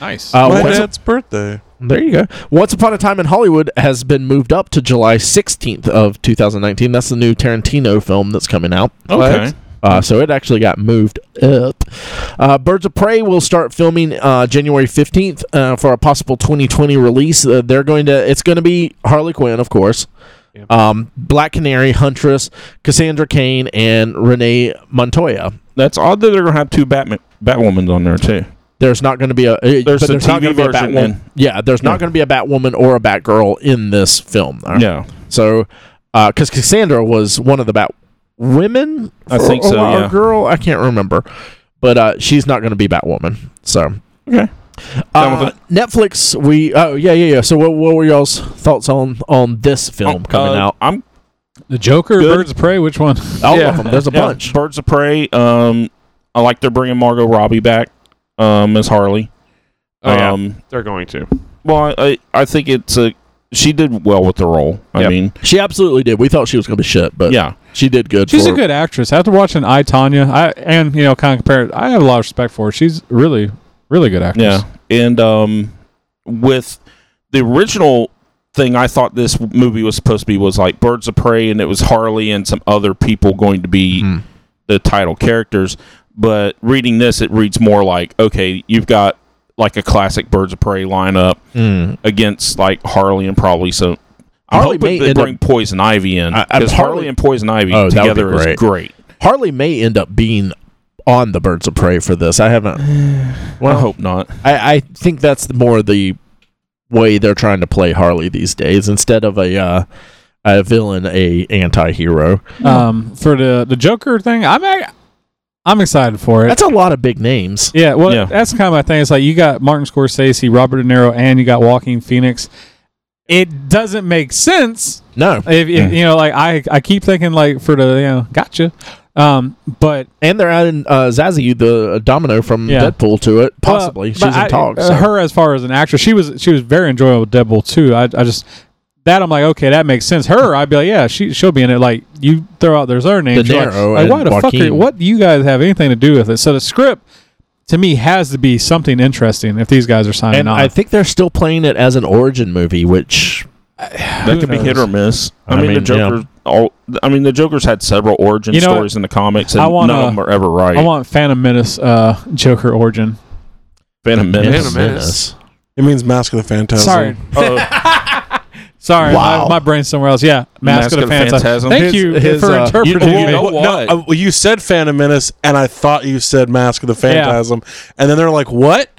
S3: Nice.
S1: Uh,
S5: My
S1: once-
S5: dad's birthday.
S1: there you go. Once Upon a Time in Hollywood has been moved up to July 16th of 2019. That's the new Tarantino film that's coming out.
S6: okay.
S1: Uh, so it actually got moved up. Uh, Birds of Prey will start filming uh, January fifteenth uh, for a possible 2020 release. Uh, they're going to. It's going to be Harley Quinn, of course. Um, Black Canary, Huntress, Cassandra Kane, and Renee Montoya.
S6: That's odd that they're gonna have two Batman Batwomans on there too.
S1: There's not going to be a. uh,
S6: There's
S1: but
S6: the
S1: there's not
S6: TV
S1: gonna be a
S6: version
S1: Batwoman-
S6: and-
S1: Yeah, there's
S6: Yeah.
S1: not going to be a Batwoman or a Batgirl in this film. though.
S6: Yeah.
S1: So, because Cassandra was one of the Bat women,
S6: I
S1: for
S6: think
S1: a
S6: so,
S1: while,
S6: yeah.
S1: girl, I can't remember, but uh, she's not going to be Batwoman. So,
S6: Okay. Done
S1: uh,
S6: with
S1: Netflix, we oh yeah yeah yeah. So, what, what were y'all's thoughts on on this film coming
S6: Uh,
S1: out?
S6: I'm
S3: the Joker,
S6: good.
S3: Birds of Prey. Which one?
S1: All
S4: yeah.
S1: of them. There's a
S6: yeah,
S1: bunch.
S6: Birds of Prey. Um, I like they're bringing Margot Robbie back um, as Harley.
S4: Oh, yeah.
S6: um,
S4: they're going to.
S6: Well, I I think it's a she did well with the role. I
S4: Yeah.
S6: mean,
S1: She absolutely did. We thought she was going to be shit, but
S6: yeah,
S1: she did good.
S3: She's
S1: for
S3: a good actress. After watching I Tanya, I and you know kind of compare. it, I have a lot of respect for her. She's really, really good actress.
S6: yeah, and um, with the original thing, I thought this movie was supposed to be was like Birds of Prey, and it was Harley and some other people going to be
S1: Hmm.
S6: the title characters. But reading this, it reads more like okay, you've got like a classic Birds of Prey lineup
S1: Mm.
S6: against like Harley and probably some. I'm
S1: Harley may
S6: hoping they
S1: end
S6: bring Poison Ivy in
S1: I- I-
S6: because
S1: Harley-
S6: Harley and Poison Ivy
S1: Oh, that would be
S6: together is
S1: great.
S6: great.
S1: Harley may end up being on the Birds of Prey for this. I haven't.
S6: I
S3: Oh.
S6: hope not.
S1: I, I think that's the- more the way they're trying to play Harley these days. Instead of a uh, a villain, a anti-hero.
S3: Um, for the the Joker thing, I'm ac- I'm excited for it.
S1: That's a lot of big names.
S3: yeah, well,
S6: Yeah.
S3: that's kind of my thing. It's like you got Martin Scorsese, Robert De Niro, and you got Joaquin Phoenix. It doesn't make sense
S1: No,
S3: if, if you know, like I I keep thinking like for the you know gotcha, um, but
S1: and they're adding uh, Zazie, the Domino from
S3: Yeah.
S1: Deadpool, to it. Possibly,
S3: Well,
S1: she's in
S3: but I-
S1: talks.
S3: uh,
S1: so.
S3: Her as far as an actress, she was she was very enjoyable. with Deadpool too. I, I just that I'm like okay, that makes sense. Her, I'd be like yeah, she she'll be in it. Like you throw out there's her name.
S1: De
S3: you're like-
S1: Niro
S3: like, why
S1: and
S3: the fuck? Are,
S1: Joaquin.
S3: what do you guys have anything to do with it? So the script to me has to be something interesting if these guys are signing
S1: and
S3: on.
S1: I think they're still playing it as an origin movie, which
S6: That could be hit or miss. I,
S1: I
S6: mean, the
S1: mean, yeah.
S6: Joker all. I mean, the Joker's had several origin
S3: You know
S6: stories in the comics, and
S3: I wanna-
S6: none of them are ever right.
S3: I want Phantom Menace uh, Joker origin.
S6: Phantom Menace.
S4: Phantom Menace.
S5: It means Mask of the Phantasm.
S3: Sorry. Sorry,
S1: Wow.
S3: my, my brain's somewhere else. Yeah, Mask, of the Phantasm. Thank
S6: His-
S3: you
S5: his,
S3: for
S5: uh,
S3: interpreting
S6: you- you
S3: me.
S6: know
S5: Well,
S6: what?
S5: No, uh, you said Phantom Menace, and I thought you said Mask of the Phantasm, and then they're like, "What?"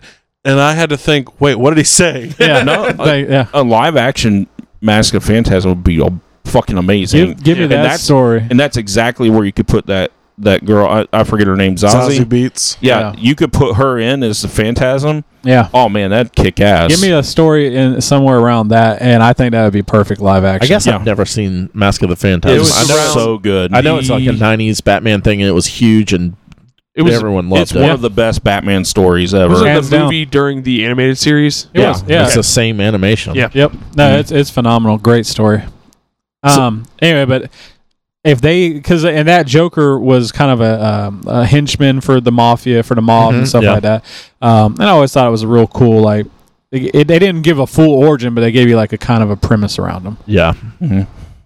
S5: And I had to think, "Wait, what did he say?"
S3: yeah, no, yeah.
S6: A live action Mask of Phantasm would be a fucking amazing.
S3: Give, give me
S6: and
S3: that
S6: that's-
S3: story.
S6: and that's exactly where you could put that that girl. I, I forget her name. Zazie.
S5: Zazie Beats.
S6: yeah,
S3: Yeah.
S6: you could put her in as the Phantasm.
S3: Yeah.
S6: Oh man, that'd kick ass.
S3: Give me a story in somewhere around that, and I think that would be perfect live action.
S1: I guess
S6: Yeah.
S1: I've never seen Mask of the
S6: It
S1: Phantasm.
S6: was
S1: I know,
S4: around-
S6: so good.
S1: I know it's like a
S3: the-
S1: '90s Batman thing, and it was huge, and
S4: It was
S1: everyone loved
S6: it's one
S1: it.
S6: of the best Batman stories
S4: It was
S6: ever.
S4: like
S3: Hands
S4: the
S3: down.
S4: movie during the animated series.
S3: It was- yeah.
S1: it's the same animation.
S4: Yeah.
S3: Yep. No,
S5: Mm.
S3: it's it's phenomenal. Great story. Um. anyway, but if they because and that Joker was kind of a, um, a henchman for the mafia for the mob
S1: Mhm,
S5: Mm-hmm.
S3: and stuff
S1: yeah.
S3: like that. Um. And I always thought it was a real cool like. It, it- they didn't give a full origin, but they gave you like a kind of a premise around them.
S1: yeah.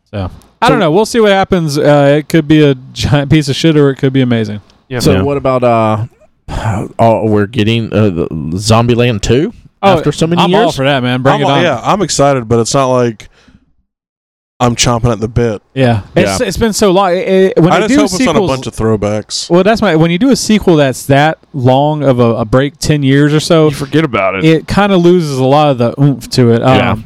S3: So I don't know. We'll see what happens. Uh, it could be a giant piece of shit, or it could be amazing.
S4: Yeah.
S1: So
S6: Yeah.
S1: what about uh? Oh, we're getting uh, the- Zombieland two
S5: Oh,
S1: after so many
S3: Oh, I'm all
S1: years.
S3: for that, man. Bring
S5: I'm,
S3: it on.
S5: Yeah, I'm excited, but it's not like I'm chomping at the bit.
S3: Yeah, It's, it's been so long. It- it- when
S5: I
S3: they
S5: just
S3: do
S5: hope it's not a
S3: sequels-
S5: bunch of throwbacks.
S3: Well, that's my when you do a sequel that's that long of a, a break, ten years or so,
S4: you forget about it.
S3: it kind of loses a lot of the oomph to it. Um,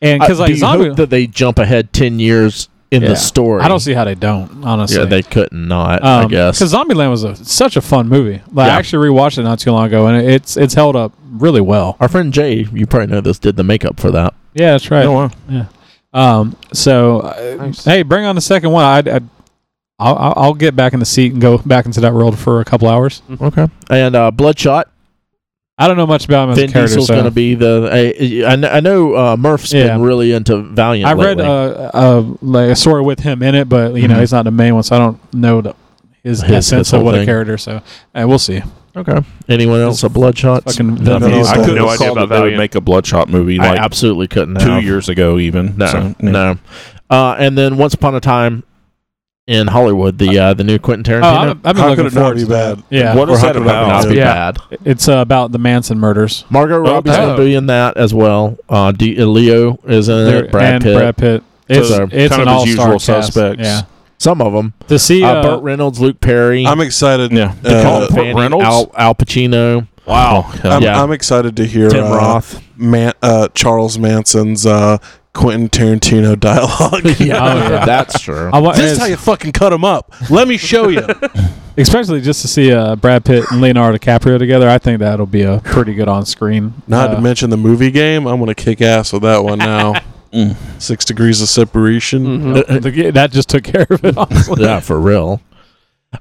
S6: Yeah.
S3: and
S1: I-
S3: because
S1: do
S3: like
S1: you
S3: zombie,
S1: hope that they jump ahead ten years in
S3: Yeah.
S1: the story.
S3: I don't see how they don't honestly.
S1: Yeah, they couldn't not.
S3: Um,
S1: I guess.
S3: because Zombieland was a, such a fun movie. Like,
S1: Yeah.
S3: I actually rewatched it not too long ago, and it's it's held up really well.
S1: Our friend Jay, you probably know this, did the makeup for that.
S3: Yeah, that's right.
S6: Oh, wow.
S3: Um, so uh, hey, bring on the second one. I, I I'll, I'll- I'll get back in the seat and go back into that world for a couple hours.
S1: Okay. And uh, Bloodshot,
S3: I don't know much about him as
S1: Vin
S3: a character.
S1: Diesel's
S3: so-
S1: going to be the. I, I, kn- I know uh, Murph's
S3: Yeah.
S1: been really into Valiant.
S3: I read
S1: lately.
S3: uh, uh, like a story with him in it, but you know
S1: Mhm.
S3: he's not the main one, so I don't know the,
S1: His-
S3: his,
S1: his
S3: essence
S1: whole
S3: of what
S1: thing.
S3: a character. So uh, we'll see.
S1: okay. Anyone else a Bloodshot?
S3: Fucking
S1: No,
S3: Vin
S5: no, no,
S3: Diesel.
S5: I
S6: I
S5: couldn't
S6: could
S4: have
S6: have
S4: called
S6: called
S4: about
S6: that they would
S4: Valiant.
S6: make a Bloodshot movie
S1: I
S6: like
S1: absolutely couldn't.
S6: two
S1: have.
S6: years ago, even.
S1: No,
S6: So, yeah.
S1: no. Uh, and then Once Upon a Time in Hollywood, the uh, the new Quentin
S3: Oh,
S1: Tarantino.
S3: I've, I've been
S5: How could
S3: looking
S5: it not
S3: forward
S5: be
S3: to that.
S5: bad?
S3: Yeah,
S6: What
S5: Or
S6: is
S5: how
S6: that
S5: could it
S6: about?
S5: not
S1: not
S5: be
S1: bad.
S3: it's uh, about the Manson murders.
S1: oh, Margot Robbie's
S4: okay.
S3: Oh.
S1: going to be in that as well. Uh, D- Leo is in
S3: There-
S1: it. Uh, Brad
S3: and
S1: Pitt.
S3: Brad Pitt. It's,
S1: So,
S3: it's an
S6: kind of his
S3: all-star
S6: usual
S3: cast.
S6: suspects.
S3: Yeah,
S1: Some of them.
S3: to see
S1: Uh,
S3: uh,
S1: Burt Reynolds, Luke Perry.
S5: I'm excited. uh,
S6: Yeah.
S5: They call
S1: Tom
S5: him
S1: Fanning, Al, Al Pacino.
S6: wow.
S5: I'm,
S1: Yeah.
S5: I'm excited to hear
S1: Tim
S5: uh,
S1: Roth.
S5: Man, uh, Charles Manson's uh, Quentin Tarantino dialogue.
S1: yeah,
S3: Oh, yeah.
S1: that's true.
S3: I wa-
S5: this is
S3: Uh, it's-
S5: how you fucking cut him up. Let me show you.
S3: especially just to see uh, Brad Pitt and Leonardo DiCaprio together. I think that'll be a pretty good on-screen.
S5: Not
S3: uh,
S5: to mention the movie game. I'm gonna kick ass with that one now.
S6: Mm.
S5: Six degrees of separation.
S3: the- that just took care of it. Honestly.
S1: yeah, for real.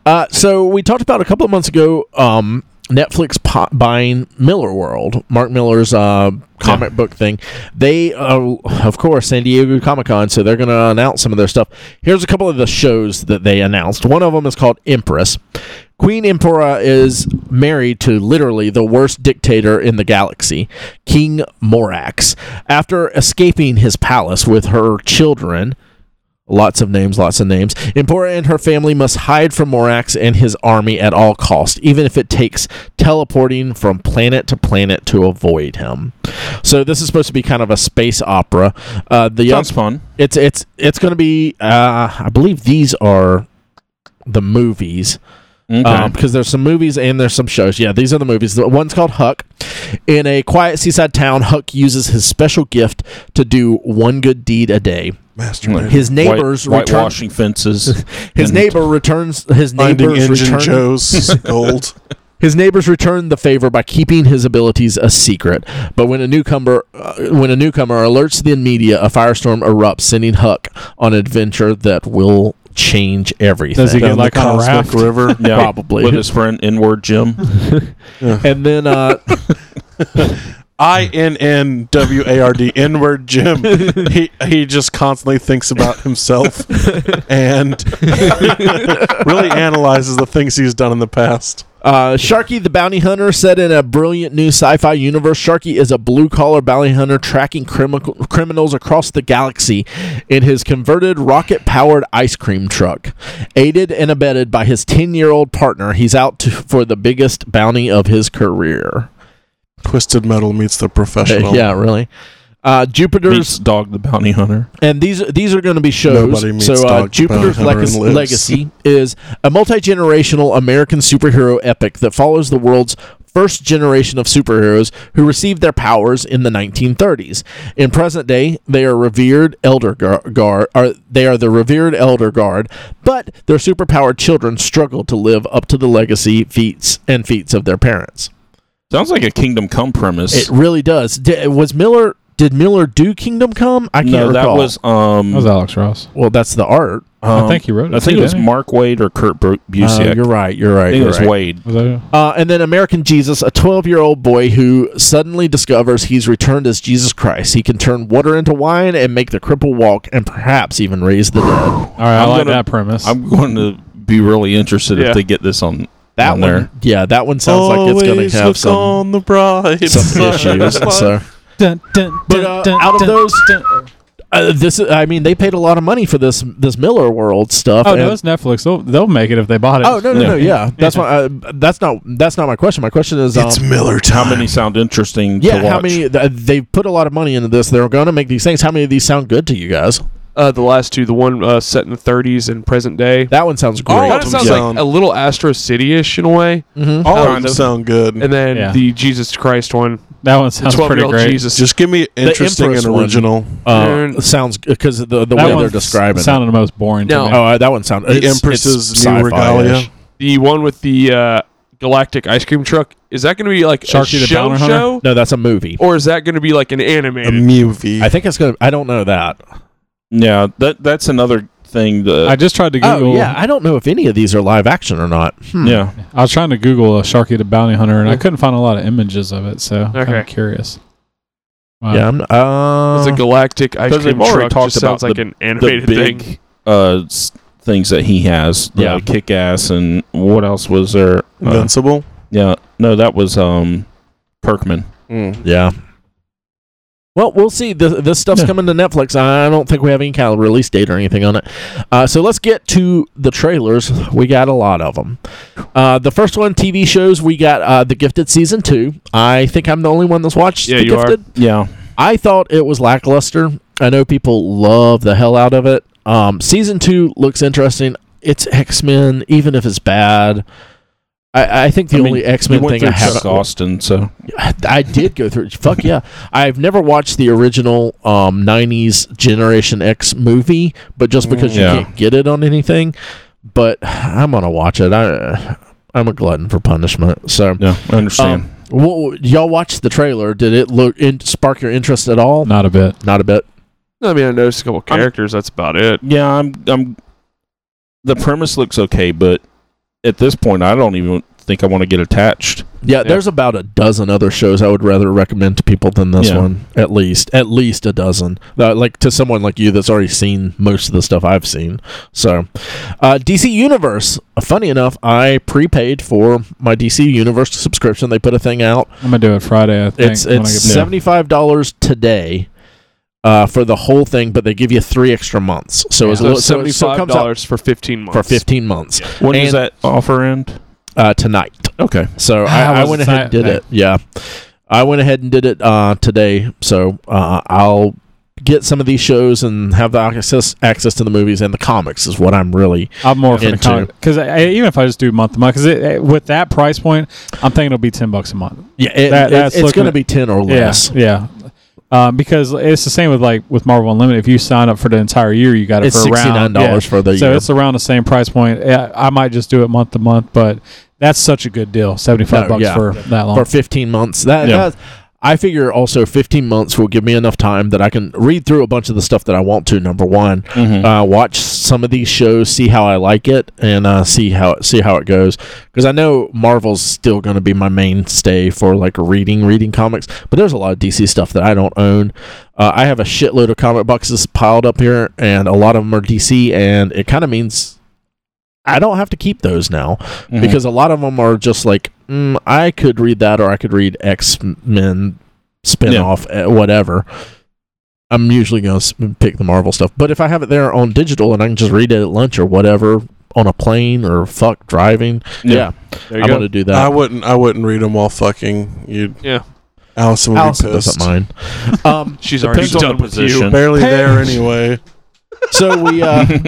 S1: Uh, so we talked about a couple of months ago um, Netflix po- buying Miller World, Mark Miller's uh, comic book thing. They, uh, of course, San Diego Comic Con, so they're going to announce some of their stuff. Here's a couple of the shows that they announced. One of them is called Empress. Queen Emperor is married to literally the worst dictator in the galaxy, King Morax. After escaping his palace with her children, Lots of names, lots of names. Empora and her family must hide from Morax and his army at all cost, even if it takes teleporting from planet to planet to avoid him. So this is supposed to be kind of a space opera. Uh, the
S6: Sounds fun.
S1: it's it's it's going to be. Uh, I believe these are the movies
S6: Okay.
S1: because Um, there's some movies and there's some shows. Yeah, these are the movies. The one's called Huck. In a quiet seaside town, Huck uses his special gift to do one good deed a day.
S5: Masturbate.
S1: His neighbors
S6: White,
S1: return.
S6: whitewashing fences.
S1: His
S6: And-
S1: neighbor returns. His
S5: Finding
S1: neighbors
S5: engine
S1: return.
S5: Joe's gold.
S1: His neighbors return the favor by keeping his abilities a secret. But when a newcomer, uh, when a newcomer alerts the media, a firestorm erupts, sending Huck on an adventure that will change everything.
S3: Does he
S5: Down
S3: get like
S5: the
S3: on a raft?
S5: cosmic river.
S6: Yeah.
S1: Probably.
S6: With his friend Inward Jim.
S1: and then uh,
S5: I N N W A R D inward Jim. He he just constantly thinks about himself and really analyzes the things he's done in the past.
S1: Uh, Sharky the Bounty Hunter said in a brilliant new sci fi universe Sharky is a blue collar bounty hunter tracking crimi- criminals across the galaxy in his converted rocket powered ice cream truck. Aided and abetted by his 10 year old partner, he's out to, for the biggest bounty of his career.
S5: Twisted Metal meets the
S1: Uh,
S5: professional.
S1: yeah, really. Uh, Jupiter's
S6: Meets Dog the Bounty Hunter.
S1: and these these are going to be shows.
S5: Nobody meets
S1: So uh,
S5: Dog
S1: Jupiter's
S5: Bounty Hunter
S1: Legacy,
S5: and lives.
S1: Legacy is a multi generational American superhero epic that follows the world's first generation of superheroes who received their powers in the 1930s. In present day, they are revered elder gar- guard. Are they are the revered elder guard, but their superpowered children struggle to live up to the legacy feats and feats of their parents.
S6: Sounds like a Kingdom Come premise.
S1: It really does. Di- was Miller? Did Miller do Kingdom Come? I can't
S6: no, that
S1: recall.
S6: was um.
S3: That was Alex Ross.
S1: well, that's the art.
S6: um,
S3: I think he wrote it.
S6: I think
S3: too,
S6: it was
S3: didn't he?
S6: Mark Wade or Kurt Bru-
S1: Oh,
S6: Busiek.
S1: you're right. You're right.
S6: I think it
S1: you're
S6: was
S1: right.
S6: Wade.
S3: Was that it?
S1: Uh, and then American Jesus, a 12 year old boy who suddenly discovers he's returned as Jesus Christ. He can turn water into wine and make the cripple walk and perhaps even raise the dead.
S3: All right, I
S6: I'm
S3: like
S6: gonna-
S3: that premise.
S6: I'm going to be really interested
S4: Yeah.
S6: if they get this on
S1: That
S6: on
S1: one,
S6: there.
S1: yeah, that one sounds like it's going
S5: Always
S1: to
S5: look
S1: have some,
S5: on the bright
S1: some
S5: side.
S1: issues. So.
S3: Dun, dun,
S1: But,
S3: dun,
S1: uh,
S3: dun,
S1: out of
S3: dun,
S1: those-
S3: dun.
S1: Uh, this, is- I mean, they paid a lot of money for this this Miller World stuff.
S3: Oh
S1: and-
S3: no, it's Netflix. They'll, they'll make it if they bought it.
S1: oh no, no,
S6: Yeah.
S1: no, yeah, that's why. Uh, that's not that's not my question. My question is, um,
S5: It's Miller
S6: How
S5: time.
S6: many sound interesting
S1: yeah,
S6: to watch?
S1: how many? Th- they put a lot of money into this. They're going to make these things. How many of these sound good to you guys?
S4: Uh, the last two, the one uh, set in the 30s and present day.
S1: That one sounds great.
S5: All
S4: kind of sounds
S5: sound-
S4: like a little Astro City ish in a way.
S3: Mm-hmm.
S1: Mhm.
S5: All
S4: Kind
S5: of them
S4: of.
S5: sound good.
S4: And then
S3: Yeah.
S4: the Jesus Christ one.
S3: that one
S4: The
S3: sounds
S4: 12
S3: pretty
S4: year old
S3: great.
S4: Jesus.
S5: Just give me interesting
S1: Empress
S5: and
S1: one.
S5: original.
S1: Uh,
S4: Darn.
S1: sounds because the the
S3: That
S1: way
S3: one
S1: they're describing it.
S3: sounded the most boring.
S4: No.
S3: to me.
S1: Oh, uh, that one sounds.
S5: The Empress's new regalia.
S4: the one with the uh, galactic ice cream truck. Is that going to be like
S3: Sharky
S4: a
S3: the
S4: show
S3: Bounty Hunter?
S4: show?
S1: No, that's a movie.
S4: Or is that going to be like an
S5: A
S4: animated?
S5: movie.
S1: I think it's gonna. I don't know that.
S6: Yeah, that that's another thing. That,
S3: I just tried to Google.
S1: Oh yeah, I don't know if any of these are live action or not. Hmm.
S6: yeah,
S3: I was trying to Google a Sharky the Bounty Hunter, and I couldn't find a lot of images of it. So
S4: Okay.
S3: I'm curious. Wow.
S1: Yeah. I'm, uh,
S4: It's a galactic ice
S6: 'Cause
S4: cream
S6: they've Um, already
S4: truck.
S6: talked
S4: Just sounds
S6: about
S4: like
S6: the-
S4: an
S6: the
S4: animated
S6: big
S4: thing.
S6: uh s- things that he has. The
S1: Yeah.
S6: kick ass and what else was there? Uh,
S5: Invincible.
S6: yeah, no, that was um Kirkman.
S1: yeah. Well, we'll see. This, this stuff's
S3: Yeah.
S1: coming to Netflix. I don't think we have any kind of release date or anything on it. Uh, so let's get to the trailers. We got a lot of them. Uh, the first one, TV shows, we got uh, The Gifted Season 2. I think I'm the only one that's watched
S4: Yeah,
S1: The
S4: you are.
S1: Gifted.
S6: Yeah,
S1: I thought it was lackluster. I know people love the hell out of it. Um, season two looks interesting. It's X Men, even if it's bad. I, I think the
S6: I mean,
S1: only X
S6: you
S1: Men
S6: went
S1: thing
S6: through
S1: I
S6: Chuck
S1: haven't.
S6: Austin, so
S1: I did go through. Fuck yeah! I've never watched the original um, '90s Generation X movie, but just because
S6: Yeah.
S1: you can't get it on anything, but I'm gonna watch it. I, I'm a glutton for punishment, so.
S6: yeah, I understand.
S1: Um, wha- y'all watched the trailer. Did it look in, spark your interest at all?
S3: Not a bit.
S1: Not a bit.
S4: I mean, I noticed a couple
S6: I'm-
S4: characters. that's about it.
S6: yeah, I'm I'm. The premise looks okay, but at this point, I don't even think I want to get attached.
S1: Yeah, there's about a dozen other shows I would rather recommend to people than this
S6: Yeah.
S1: one. At least, at least a dozen. Uh, like to someone like you that's already seen most of the stuff I've seen. So, uh, DC Universe. Uh, Funny enough, I prepaid for my DC Universe subscription. They put a thing out.
S3: I'm gonna do it Friday. I think.
S1: It's
S3: when I
S1: it's
S3: get back.
S1: seventy five dollars today. Uh, for the whole thing, but they give you three extra months, so it's a little,
S4: So
S1: so, it- so it
S4: seventy-five
S1: comes out
S4: dollars for fifteen months.
S1: for fifteen months
S6: When does
S1: And-
S6: that offer end?
S1: uh, tonight.
S6: Okay,
S1: So
S3: I
S1: I, I
S3: was
S1: went ahead and did
S3: excited.
S1: it. Yeah, I went ahead and did it uh, today. So uh, I'll get some of these shows and have the access access to the movies and the comics is what I'm really.
S3: I'm more for the
S1: into-
S3: comic because even if I just do month to month, because with that price point, I'm thinking it'll be ten bucks a month.
S1: Yeah, it,
S3: That-
S1: it-
S3: that's
S1: it's
S3: looking
S1: going to
S3: at-
S1: be ten or less.
S3: Yeah, yeah. Um, because it's the same with like with Marvel Unlimited. If you sign up for the entire year, you got it
S1: It's
S3: for
S1: sixty nine
S3: around
S1: dollars
S3: yeah.
S1: for the
S3: so
S1: year.
S3: it's around the same price point. Yeah, I might just do it month to month, but that's such a good deal. Seventy five
S1: No,
S3: bucks
S1: yeah.
S3: for that long.
S1: for 15 months. That,
S6: Yeah.
S1: that- I figure also 15 months will give me enough time that I can read through a bunch of the stuff that I want to. Number one,
S5: Mm-hmm.
S6: Mhm.
S1: uh, watch some of these shows, see how I like it, and uh, see how see how it goes. Because I know Marvel's still going to be my mainstay for like reading reading comics, but there's a lot of DC stuff that I don't own. Uh, I have a shitload of comic boxes piled up here, and a lot of them are DC, and it kind of means I don't have to keep those now
S6: Mm-hmm.
S1: because a lot of them are just like mm, I could read that or I could read X Men spinoff, eh, whatever. I'm usually going to pick the Marvel stuff, but if I have it there on digital and I can just read it at lunch or whatever on a plane or fuck driving, yeah,
S6: There you
S1: I
S6: go.
S1: want to do
S5: I
S1: that.
S5: wouldn't. I wouldn't read them while fucking you.
S4: Yeah.
S5: Allison would
S1: Allison
S5: be pissed.
S1: doesn't mind. Um,
S4: She's already
S6: Depends on
S4: done
S6: the
S4: with you.
S6: position.
S5: Barely there anyway.
S1: so we uh,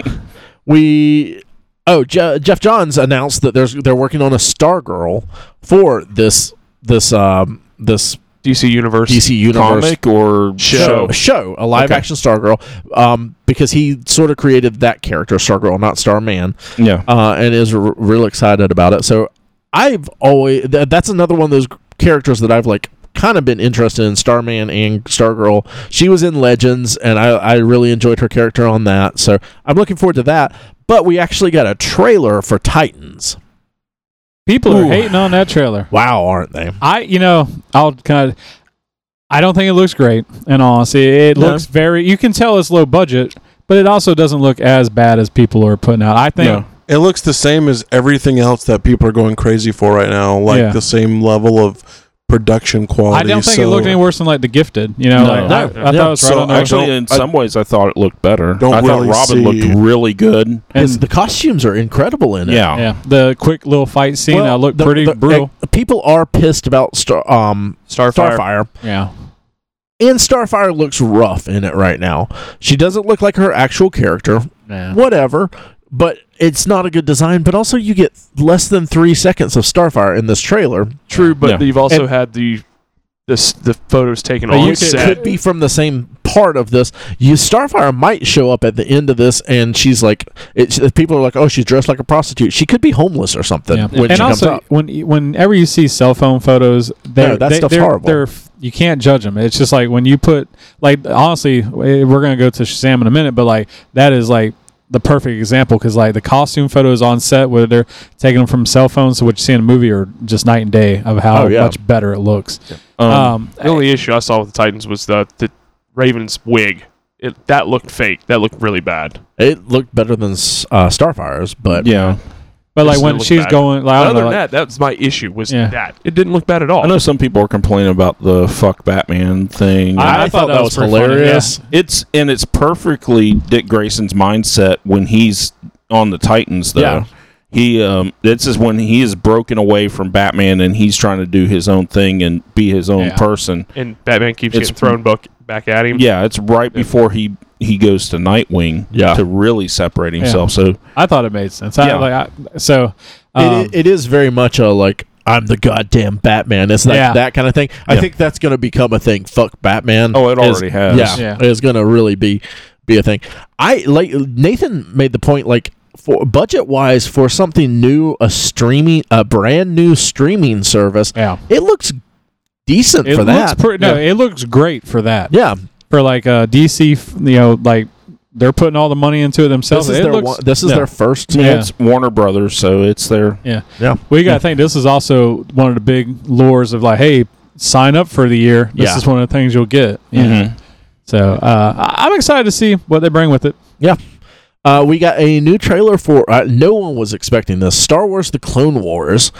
S1: we oh Je- Jeff Johns announced that there's they're working on a Stargirl for this this um, this
S4: DC Universe.
S1: DC universe
S6: Comic or
S1: show
S6: show?
S1: show a live
S6: Okay.
S1: action Stargirl um, because he sort of created that character Stargirl not Starman
S6: Yeah.
S1: uh, and is r- real excited about it. So I've always th- that's another one of those characters that I've like kind of been interested in Starman and Stargirl. She was in Legends, and I I really enjoyed her character on that. So I'm looking forward to that. But we actually got a trailer for Titans.
S3: People
S1: Ooh.
S3: are hating on that trailer.
S1: Wow, aren't they?
S3: I, you know, I'll kind of. I don't think it looks great. In all honesty, it
S1: No.
S3: looks very. You can tell it's low budget, but it also doesn't look as bad as people are putting out. I think.
S6: No.
S5: It looks the same as everything else that people are going crazy for right now. Like
S3: Yeah.
S5: the same level of production quality.
S3: I don't think
S5: so
S3: it looked any worse than like The Gifted. You know,
S1: No.
S3: like,
S1: No.
S3: I, I thought it
S1: Yeah.
S3: was right
S6: So
S3: on there.
S6: actually,
S5: Don't-
S6: in
S5: I-
S6: some ways, I thought it looked better.
S5: Don't
S6: I thought
S5: really
S6: Robin
S5: see-
S6: looked really good.
S3: And-
S1: Because the costumes are incredible in it.
S6: Yeah.
S3: yeah, the quick little fight scene
S1: Well,
S3: I looked
S1: the-
S3: pretty
S1: the-
S3: brutal.
S1: eh, people are pissed about Star um
S4: Starfire.
S1: Starfire.
S3: yeah,
S1: And Starfire looks rough in it right now. She doesn't look like her actual character, whatever. But it's not a good design. But also, you get less than three seconds of Starfire in this
S3: Oh,
S1: trailer.
S4: True, but
S6: Yeah.
S4: you've also
S1: And-
S4: had the this the photos taken
S3: But you
S4: on
S3: could-
S4: set.
S1: Could be from the same part of this. You Starfire might show up at the end of this, and she's like, it's, people are like, "Oh, she's dressed like a prostitute. She could be homeless or something."
S3: yeah.
S1: When she
S3: and
S1: comes
S3: also
S1: up.
S3: when whenever you see cell phone photos, they're,
S1: No, that
S3: they,
S1: stuff's
S3: they're,
S1: horrible.
S3: They're, you can't judge them. It's just like when you put like honestly, eh, we're gonna go to Shazam in a minute, but like that is like the perfect example because like the costume photos on set where they're taking them from cell phones to what you see in a movie are just night and day of how
S1: Oh, yeah.
S3: much better it looks.
S6: Um,
S3: Um,
S4: The only issue I saw with the Titans was the the Ravens wig. It, that looked fake. That looked really bad.
S1: It looked better than uh, Starfire's, but
S6: yeah.
S3: but like
S4: Just
S3: when
S4: didn't look
S3: she's
S4: bad.
S3: going, like, I
S4: But
S3: don't
S4: other
S3: know,
S4: than
S3: like-
S4: that, that was my issue. Was
S3: Yeah.
S4: that it didn't look bad at all.
S6: I know some people are complaining about the fuck Batman thing.
S3: I-
S1: I,
S3: I
S1: thought, that was
S3: pretty funny,
S1: hilarious.
S6: It's and it's perfectly Dick Grayson's mindset when he's on the Titans though.
S1: Yeah.
S6: He um this is when he is broken away from Batman and he's trying to do his own thing and be his own
S3: Yeah.
S6: person.
S4: and Batman keeps
S6: It's-
S4: getting thrown back back at him.
S6: Yeah, it's right before he he goes to Nightwing
S1: Yeah.
S6: to really separate himself. So
S3: I thought it made sense. I,
S6: Yeah.
S3: like, I, so
S1: It-
S3: um,
S1: it is very much a like I'm the goddamn Batman. It's like
S3: Yeah.
S1: that kind of thing. I
S6: Yeah.
S1: think that's going to become a thing. Fuck Batman.
S6: Oh, it
S1: is-
S6: already has.
S1: Yeah,
S3: Yeah.
S1: it's going to really be be a thing. I like Nathan made the point like for budget wise for something new, a streaming, a brand new streaming service.
S3: yeah.
S1: It looks decent
S3: It
S1: for
S3: looks
S1: that.
S3: pretty. No, it looks great for that.
S1: yeah,
S3: for like uh, DC, f- you know, like they're putting all the money into it
S1: this
S3: themselves.
S1: is
S3: It
S1: their
S3: looks-
S1: one, this is
S6: yeah.
S1: their first.
S6: I mean,
S3: Yeah.
S6: it's Warner Brothers, so it's their
S3: yeah.
S1: Yeah.
S3: Well, you got to think this is also one of the big lures of like, hey, sign up for the year. This
S1: Yeah. Mm-hmm.
S3: is one of the things you'll get. Yeah. So uh, I- I'm excited to see what they bring with it.
S1: Yeah. Uh, we got a new trailer for. Uh, no one was expecting this. Star Wars: The Clone Wars.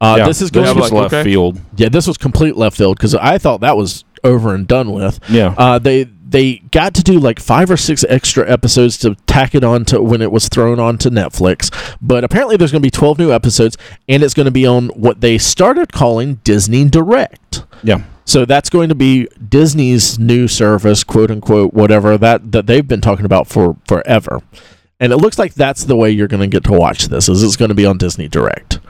S1: Uh,
S6: Yeah,
S1: this is going
S6: was
S1: to
S4: like,
S6: left
S4: okay.
S6: field.
S1: yeah. This was complete left field because I thought that was over and done with.
S6: Yeah.
S1: Uh, they they got to do like five or six extra episodes to tack it on to when it was thrown onto Netflix. But apparently, there's going to be 12 new episodes, and it's going to be on what they started calling Disney Direct.
S6: yeah.
S1: So that's going to be Disney's new service, quote unquote, whatever that that they've been talking about for forever. And it looks like that's the way you're going to get to watch this. Is it's going to be on Disney Direct.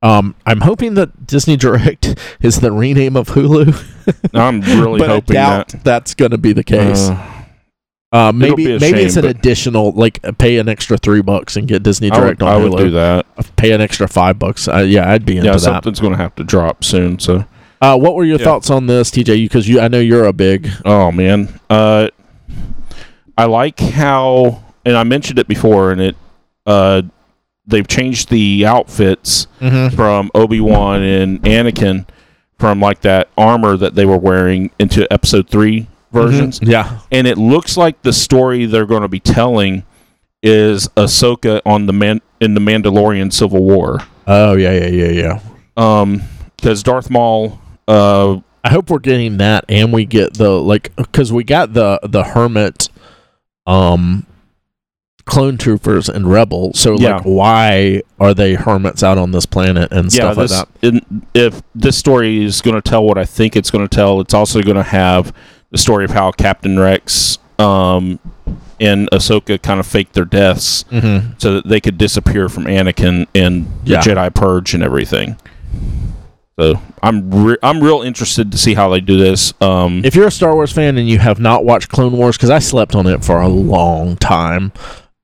S1: Um, I'm hoping that Disney Direct is the rename of Hulu,
S6: I'm really
S1: but I
S6: hoping
S1: doubt
S6: that.
S1: that's going to be the case.
S6: Uh,
S1: Uh,
S6: it'll
S1: maybe
S6: be a
S1: maybe
S6: shame,
S1: it's an
S6: but-
S1: additional like uh, pay an extra three bucks and get Disney
S6: I would,
S1: Direct
S6: I
S1: on
S6: would
S1: Hulu. Uh,
S6: do that.
S1: Pay an extra five bucks. Uh, yeah, I'd be into
S6: yeah,
S1: that.
S6: something's going to have to drop soon. So,
S1: Uh, what were your
S6: Yeah.
S1: thoughts on this, TJ? Because you, I know you're a big
S6: oh man, uh, I like how, and I mentioned it before, and it, uh, they've changed the outfits from Obi Wan and Anakin from like that armor that they were wearing into Episode Three
S1: Mm-hmm.
S6: versions,
S1: yeah
S6: and it looks like the story they're going to be telling is Ahsoka on the Man- in the Mandalorian Civil War.
S1: Oh yeah, yeah, yeah, yeah.
S6: Um, because Darth Maul, uh,
S1: I hope we're getting that, and we get the like because we got the the hermit, um, clone troopers and rebel. So
S6: Yeah.
S1: like, why are they hermits out on this planet and
S6: yeah,
S1: stuff like
S6: this,
S1: that?
S6: in- if this story is going to tell what I think it's going to tell, it's also going to have the story of how Captain Rex, um, and Ahsoka kind of faked their deaths
S1: Mm-hmm.
S6: so that they could disappear from Anakin and
S1: Yeah.
S6: the Jedi purge and everything. So I'm re- I'm real interested to see how they do this. Um,
S1: If you're a Star Wars fan and you have not watched Clone Wars, because I slept on it for a long time,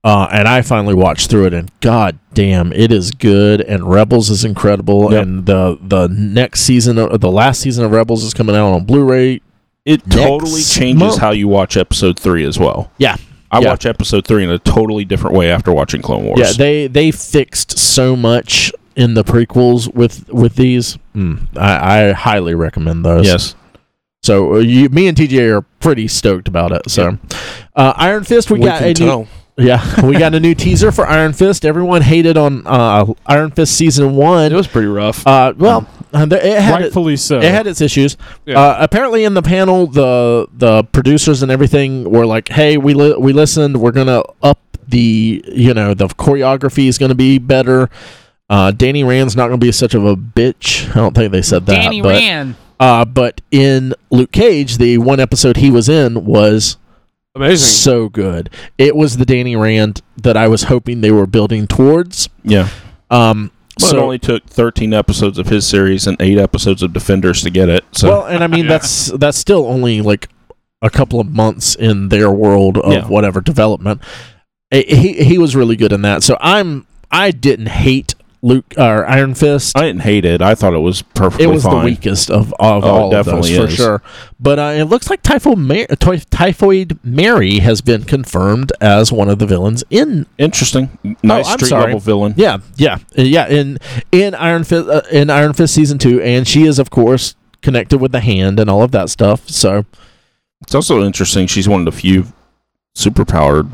S1: uh, and I finally watched through it, and god damn, it is good. And Rebels is incredible,
S6: Yep.
S1: and the the next season, of, the last season of Rebels is coming out on Blu-ray.
S6: it
S1: next
S6: totally changes
S1: month.
S6: how you watch Episode three as well.
S1: Yeah,
S6: I
S1: Yeah.
S6: watch Episode three in a totally different way after watching Clone Wars.
S1: Yeah, they they fixed so much in the prequels with with these. Mm, I, I highly recommend those.
S6: yes.
S1: So uh, you, me and TJ are pretty stoked about it. So, uh, Iron Fist, we, got a new, yeah, we got a new teaser for Iron Fist. Everyone hated on uh, Iron Fist season
S4: It
S1: one.
S4: was pretty rough.
S1: Uh, well, uh, there- it had it,
S3: Rightfully so.
S1: it had its issues.
S4: Yeah.
S1: Uh, apparently, in the panel, the the producers and everything were like, "Hey, we li- we listened. We're gonna up the you know the choreography is gonna be better. Uh, Danny Rand's not gonna be such of a bitch. I don't think they said that.
S8: Danny
S1: but,
S8: Rand.
S1: Uh, but in Luke Cage, the one episode he was in was
S4: Amazing.
S1: so good. It was the Danny Rand that I was hoping they were building towards.
S6: Yeah.
S1: Um,
S6: Well,
S1: so
S6: it only took 13 episodes of his series and eight episodes of Defenders to get it. So
S1: Well, and I mean
S4: Yeah.
S1: that's that's still only like a couple of months in their world of
S6: Yeah.
S1: whatever development. I- He he was really good in that. So I'm I didn't hate Luke or Iron Fist.
S6: I didn't hate it. I thought it was perfectly
S1: it was
S6: fine.
S1: the weakest of, of
S6: Oh, it
S1: all of those
S6: definitely
S1: for
S6: is.
S1: sure. But uh, it looks like Typhoid, Mar- Ty- Typhoid Mary has been confirmed as one of the villains in
S6: Interesting. Nice
S1: Oh, I'm
S6: street
S1: sorry.
S6: level villain.
S1: yeah yeah eh, yeah in in Iron Fist uh, in Iron Fist season two, and she is of course connected with the hand and all of that stuff. So
S6: It's also interesting. She's one of the few superpowered.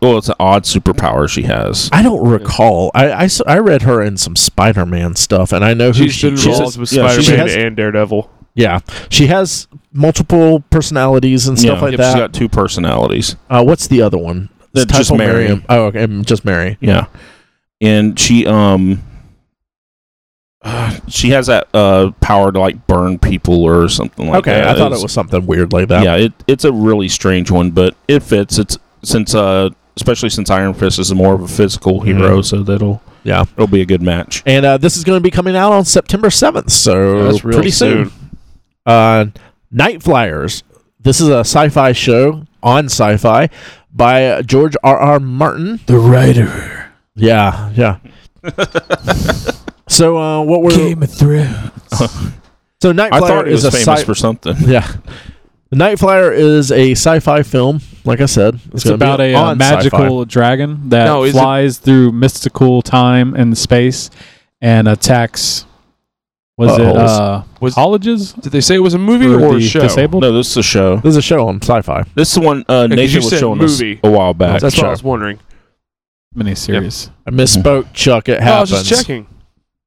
S6: Well, it's an odd superpower she has.
S1: I don't recall. I, I s- I read her in some Spider Man stuff, and I know who
S4: She's
S1: she
S4: been
S1: is.
S4: involved with
S6: yeah, she
S4: Spider-Man
S1: has-
S4: and Daredevil.
S1: Yeah, she has multiple personalities and stuff
S6: Yeah.
S1: like
S6: She's
S1: that.
S6: got two personalities.
S1: uh, what's the other one?
S6: Uh,
S1: It's
S6: just
S1: Typhoid
S6: Mary.
S1: Mary. Oh, okay, um, just Mary.
S6: Yeah. And she um she has that uh power to like burn people or something like
S1: Okay,
S6: that.
S1: I thought
S6: It's-
S1: it was something weird like that.
S6: Yeah, it, it's a really strange one, but it fits. It's since uh especially since Iron Fist is more of a physical hero, so that'll
S1: Mm-hmm. Yeah.
S6: it'll be a good match.
S1: And uh, this is going to be coming out on September seventh, so
S4: That's real
S1: pretty soon. Uh, Night Flyers. This is a sci-fi show on sci-fi by uh, George R. R. Martin.
S5: The writer
S1: Yeah, yeah. so uh, what we're
S5: Game of Thrones.
S1: So Night
S6: I
S1: Flyer
S6: thought it
S1: is
S6: was
S1: a
S6: famous
S1: sci-
S6: for something.
S1: yeah. The Night Flyer is a sci-fi film. Like I said, it's,
S3: It's
S1: gonna be
S3: about a uh,
S1: on sci-fi.
S3: magical dragon that
S4: No, is it-
S3: flies through mystical time and space and attacks. Was it
S1: Buttholes.
S3: uh,
S4: Was-
S3: colleges
S4: Did they say it was a movie
S3: for
S4: or
S3: the
S4: a show?
S3: disabled?
S6: No, this is a show.
S1: This is a show on sci-fi.
S6: This is the one uh,
S4: 'cause you
S6: Nathan was
S4: said
S6: showing
S4: movie.
S6: us a while back.
S4: That's what
S1: Sure.
S4: I was wondering.
S3: miniseries.
S1: I misspoke, Chuck. It
S4: No, Oh, I was
S1: happens.
S4: just checking.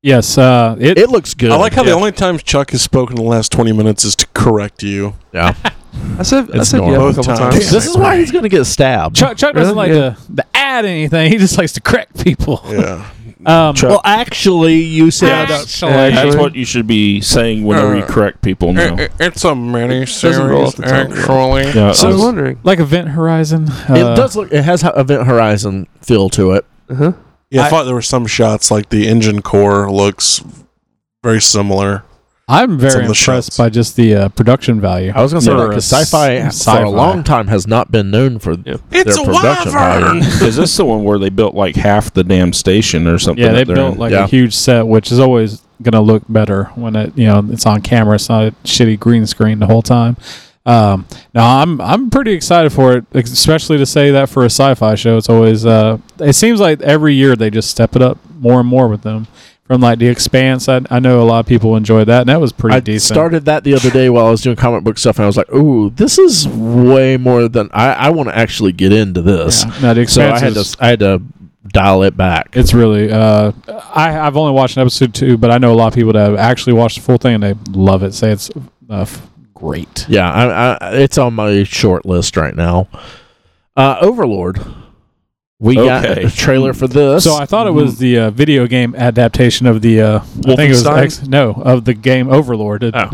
S3: Yes, uh, it,
S1: It looks good.
S5: I like how
S4: Yeah.
S5: the only time Chuck has spoken in the last 20 minutes is to correct you.
S1: Yeah.
S4: I said, I
S1: It's
S4: said yeah
S1: normal.
S4: a couple
S5: Both times.
S4: times.
S1: this is why he's gonna get stabbed.
S3: Chuck, Chuck doesn't like
S1: Yeah.
S3: to, to add anything. He just likes to correct people.
S5: Yeah.
S3: Um,
S6: Chuck.
S1: Well, actually, you said
S3: actually,
S6: That's what you should be saying whenever you
S5: Uh,
S6: correct people now.
S5: It's a mini
S4: doesn't roll
S5: series,
S4: off the tongue, yeah.
S5: actually.
S6: Yeah, uh,
S4: I
S6: I
S4: was
S6: was-
S4: wondering.
S3: like Event Horizon.
S1: it
S3: uh,
S1: does look. It has ho- Event Horizon feel to it.
S4: Uh-huh.
S5: Yeah, I,
S3: I-
S5: thought there were some shots like the engine core looks very similar.
S3: I'm
S5: some
S3: very
S5: of the
S3: impressed
S5: shots.
S3: by just the uh, production value.
S1: I was gonna say
S3: Yeah.
S1: that 'cause sci-fi for
S3: Sci-fi.
S1: a long time has not been known for
S4: Yeah.
S5: It's
S1: their
S5: a
S1: production value.
S5: wyvern!
S6: Is this the one where they built like half the damn station or something?
S3: Yeah, they
S6: that they're
S3: built
S6: in?
S3: like
S1: Yeah.
S3: a huge set, which is always gonna look better when it you know it's on camera. It's not a shitty green screen the whole time. Um, now I'm I'm pretty excited for it, especially to say that for a sci-fi show. It's always uh, it seems like every year they just step it up more and more with them. From like the Expanse, I, I know a lot of people enjoyed that, and that was pretty
S1: I
S3: decent.
S1: started that the other day while I was doing comic book stuff, and I was like, "Ooh, this is way more than I, I want to actually get into this."
S3: Yeah. Now the
S1: So
S3: Expanse
S1: I had
S3: is-
S1: to I had to dial it back.
S3: It's really. Uh, I I've only watched an episode two, but I know a lot of people that have actually watched the full thing and they love it. Say it's uh, f- great.
S1: Yeah, I, I, it's on my short list right now. Uh, Overlord. We got
S6: Okay.
S1: a trailer for this.
S3: So I thought it
S5: mm.
S3: was the uh, video game adaptation of the. Uh, I think it was
S6: Wolfenstein?
S3: X, no of the game Overlord. It,
S6: Oh.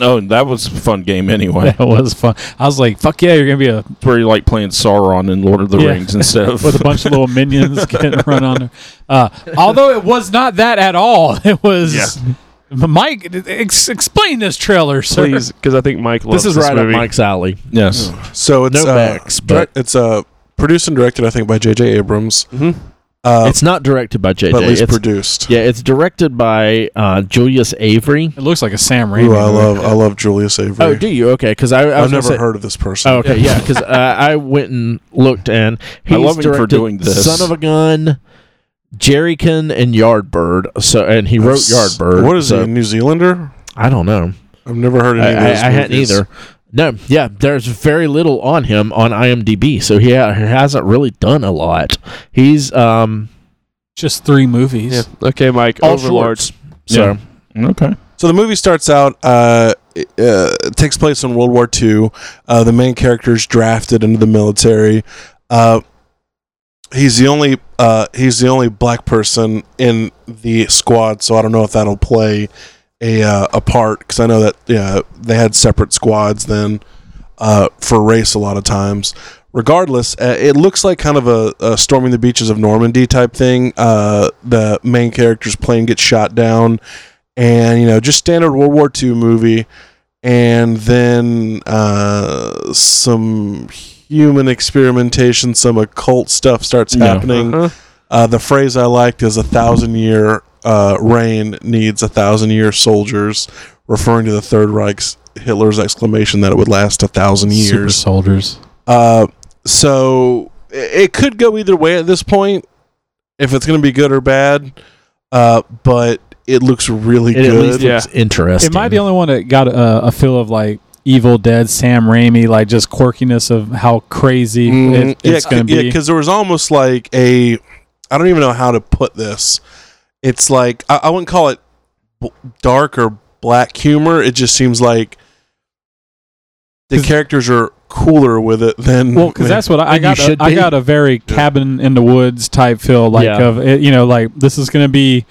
S6: Oh, and that was a fun game anyway.
S3: that was fun. I was like, "Fuck yeah, you're gonna be a
S6: It's where you like playing Sauron in Lord of the
S3: Yeah.
S6: Rings instead of
S3: with a bunch of little minions getting run on there." Uh, although it was not that at all. It was Mike. Ex- explain this trailer, sir.
S4: please, because I think Mike loves
S1: this
S4: this
S1: is right
S4: movie.
S1: up Mike's alley.
S6: yes.
S5: So it's
S1: No
S5: uh,
S1: backs,
S5: direct-
S1: but-
S5: it's uh, produced and directed, I think, by J.J. Abrams.
S4: Mhm.
S5: Uh,
S1: it's not directed by JJ.
S5: but at least
S1: It's-
S5: produced.
S1: yeah, it's directed by uh, Julius Avery.
S3: It looks like a Sam Raimi.
S5: Ooh, I
S3: movie.
S5: love I love Julius Avery.
S1: uh, Oh, do you? Okay, because I, I
S5: I've
S1: was gonna
S5: never
S1: say-
S5: heard of this person.
S3: Oh,
S1: Okay, yeah, because uh, I went and looked, and he's
S6: I love him for
S1: directed
S6: doing this.
S1: Son of a Gun, Jerrycan, and Yardbird. So, and he wrote
S5: That's-
S1: Yardbird.
S5: What is
S1: so,
S5: he? A New Zealander?
S1: I don't know.
S5: I've never heard of
S1: I,
S5: any of
S1: I,
S5: those
S1: I hadn't
S5: movies.
S1: either. No, yeah, there's very little on him on IMDb, so he, ha- he hasn't really done a lot. He's um
S3: Just three movies.
S4: Yeah. Okay, Mike.
S1: all
S4: Overlord.
S1: shorts. So
S6: Yeah. Okay.
S5: So the movie starts out. Uh, it, uh, it takes place in World War II. Uh, the main character is drafted into the military. Uh, he's the only uh, he's the only black person in the squad. So I don't know if that'll play a uh, a part because I know that yeah they had separate squads then uh, for race a lot of times. Regardless, uh, it looks like kind of a, a storming the beaches of Normandy type thing. Uh, the main character's plane gets shot down and you know just standard World War II movie, and then uh, some human experimentation, some occult stuff starts
S6: Yeah.
S5: happening.
S4: Uh-huh.
S5: Uh, the phrase I liked is a thousand year uh, reign needs a thousand year soldiers, referring to the Third Reich's Hitler's exclamation that it would last a thousand
S3: Super
S5: years.
S3: soldiers.
S5: Uh, so i- it could go either way at this point, if it's going to be good or bad. Uh, but it looks really
S1: it at least
S5: good.
S1: looks interesting.
S3: Am I the only one that got a, a feel of like Evil Dead, Sam Raimi, like just quirkiness of how crazy
S5: Mm,
S3: it, it's
S5: yeah,
S3: going to be?
S5: because there was almost like a, I don't even know how to put this. It's like I, I wouldn't call it b- dark or black humor. It just seems like the
S3: 'Cause-
S5: characters are cooler with it than
S3: well, because that's what I,
S1: And
S3: I
S1: you
S3: got. A,
S1: should
S3: I
S1: be.
S3: got a very cabin in the woods type feel, like
S1: Yeah.
S3: of it, you know, like this is going to be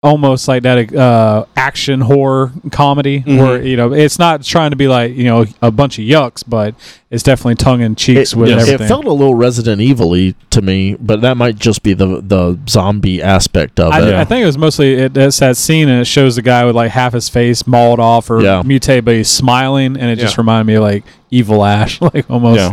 S3: almost like that uh, action horror comedy,
S5: Mhm.
S3: where you know it's not trying to be like you know a bunch of yucks, but it's definitely tongue in cheeks
S1: It,
S3: with
S1: yes.
S3: everything.
S1: it felt a little Resident Evil-y to me, but that might just be the the zombie aspect of it.
S3: I, I think it was mostly it, it's that scene and it shows the guy with like half his face mauled off or
S1: Yeah.
S3: mutated, but he's smiling, and it just
S4: Yeah.
S3: reminded me of like Evil Ash, like almost.
S6: Yeah.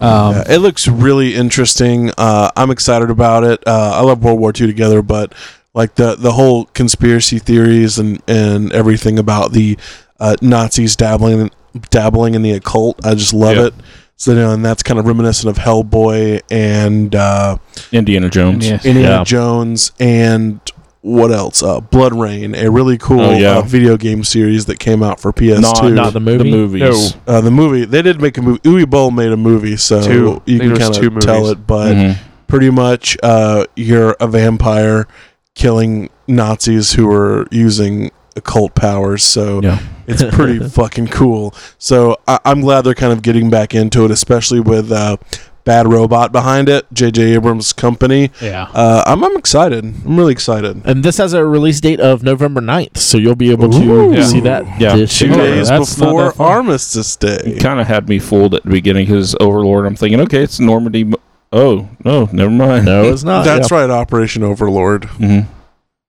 S3: Um,
S5: Yeah, it looks really interesting. Uh, I'm excited about it. Uh, I love World War II together, but like the the whole conspiracy theories and and everything about the uh, Nazis dabbling dabbling in the occult. I just love
S6: Yeah.
S5: it. So you know, and that's kind of reminiscent of Hellboy and uh,
S6: Indiana Jones.
S3: yeah.
S5: Indiana
S1: Yeah.
S5: Jones and what else? Uh, Blood Rain, a really cool
S6: Oh, yeah.
S5: uh, video game series that came out for PS2.
S6: Not,
S1: Not the movie?
S6: The movies.
S5: uh, the movie they did make a movie. Uwe Boll made a movie, so
S4: Two.
S5: you
S4: I think
S5: can
S4: there's
S5: kind
S4: two
S5: of
S4: movies.
S5: tell it, but
S6: Mhm.
S5: pretty much uh, you're a vampire killing Nazis who are using occult powers. So
S6: Yeah.
S5: it's pretty fucking cool. So I- I'm glad they're kind of getting back into it, especially with uh, Bad Robot behind it, J.J. Abrams' company.
S3: yeah.
S5: Uh, I'm, I'm excited. I'm really excited.
S1: and this has a release date of November 9th, so you'll be able to
S5: Ooh.
S4: Yeah.
S1: see that
S6: Yeah.
S1: this
S6: Two
S5: Two
S1: year.
S6: Okay,
S5: days
S3: that's not
S5: before
S3: that far.
S5: Armistice Day.
S6: It kind of had me fooled at the beginning because Overlord. I'm thinking, okay, it's Normandy. mo- Oh no, never mind.
S1: No, it's not.
S5: That's
S1: yeah.
S5: right, Operation Overlord.
S6: Mhm.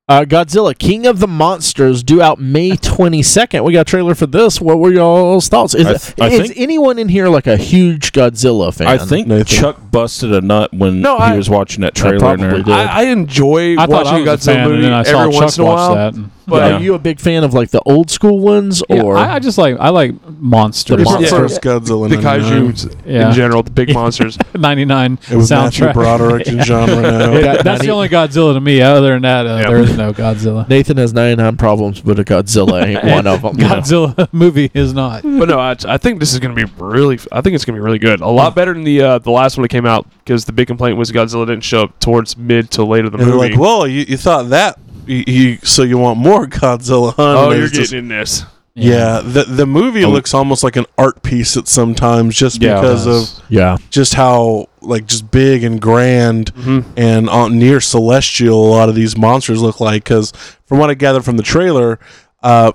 S1: Uh, Godzilla, King of the Monsters, due out May 22nd. We got a trailer for this. What were y'all's thoughts? Is,
S6: I th- I
S1: is
S6: think-
S1: anyone in here like a huge Godzilla fan?
S6: I think
S5: Nathan.
S6: Chuck busted a nut when
S4: No,
S6: he
S4: I-
S6: was watching that
S1: I
S6: trailer.
S1: probably
S6: and
S1: did.
S4: I, I enjoy
S3: I thought I
S4: watching
S3: was
S4: a
S3: a
S4: Godzilla
S3: fan, and
S4: movie
S3: then I saw
S4: every
S3: Chuck
S4: once in a
S3: watch
S4: while.
S3: that. and-
S4: But
S1: Are
S6: Yeah.
S1: you a big fan of like the old school ones
S3: Yeah,
S1: or
S3: I, I just like I like monsters.
S1: The
S5: It's
S1: monster.
S5: the first Godzilla.
S4: the
S5: 99.
S4: kaiju
S3: Yeah,
S4: in general, the big monsters.
S3: ninety nine
S5: It was Matthew
S3: soundtrack.
S5: Broderick and John Renault.
S3: Yeah, That's the only Godzilla to me. Other than that, uh,
S4: Yeah.
S3: there is no Godzilla.
S1: Nathan has 99 problems, but a Godzilla ain't one of them.
S3: Godzilla movie is not.
S4: but no, I, I think this is going to be really. I think it's going to be really good. A
S3: Mm.
S4: lot better than the uh, the last one that came out because the big complaint was Godzilla didn't show up towards mid to late of the
S5: And
S4: movie.
S5: they're like, "Whoa, you, you thought that you, you so you want more Godzilla?" Huh?
S4: oh,
S5: And
S4: you're
S5: it's just-
S4: getting in this.
S5: yeah. The the movie looks almost like an art piece at sometimes, just
S4: Yeah.
S5: because of
S1: Yeah.
S5: just how like just big and grand
S3: Mm-hmm.
S5: and on, near celestial a lot of these monsters look like because from what i gathered from the trailer uh,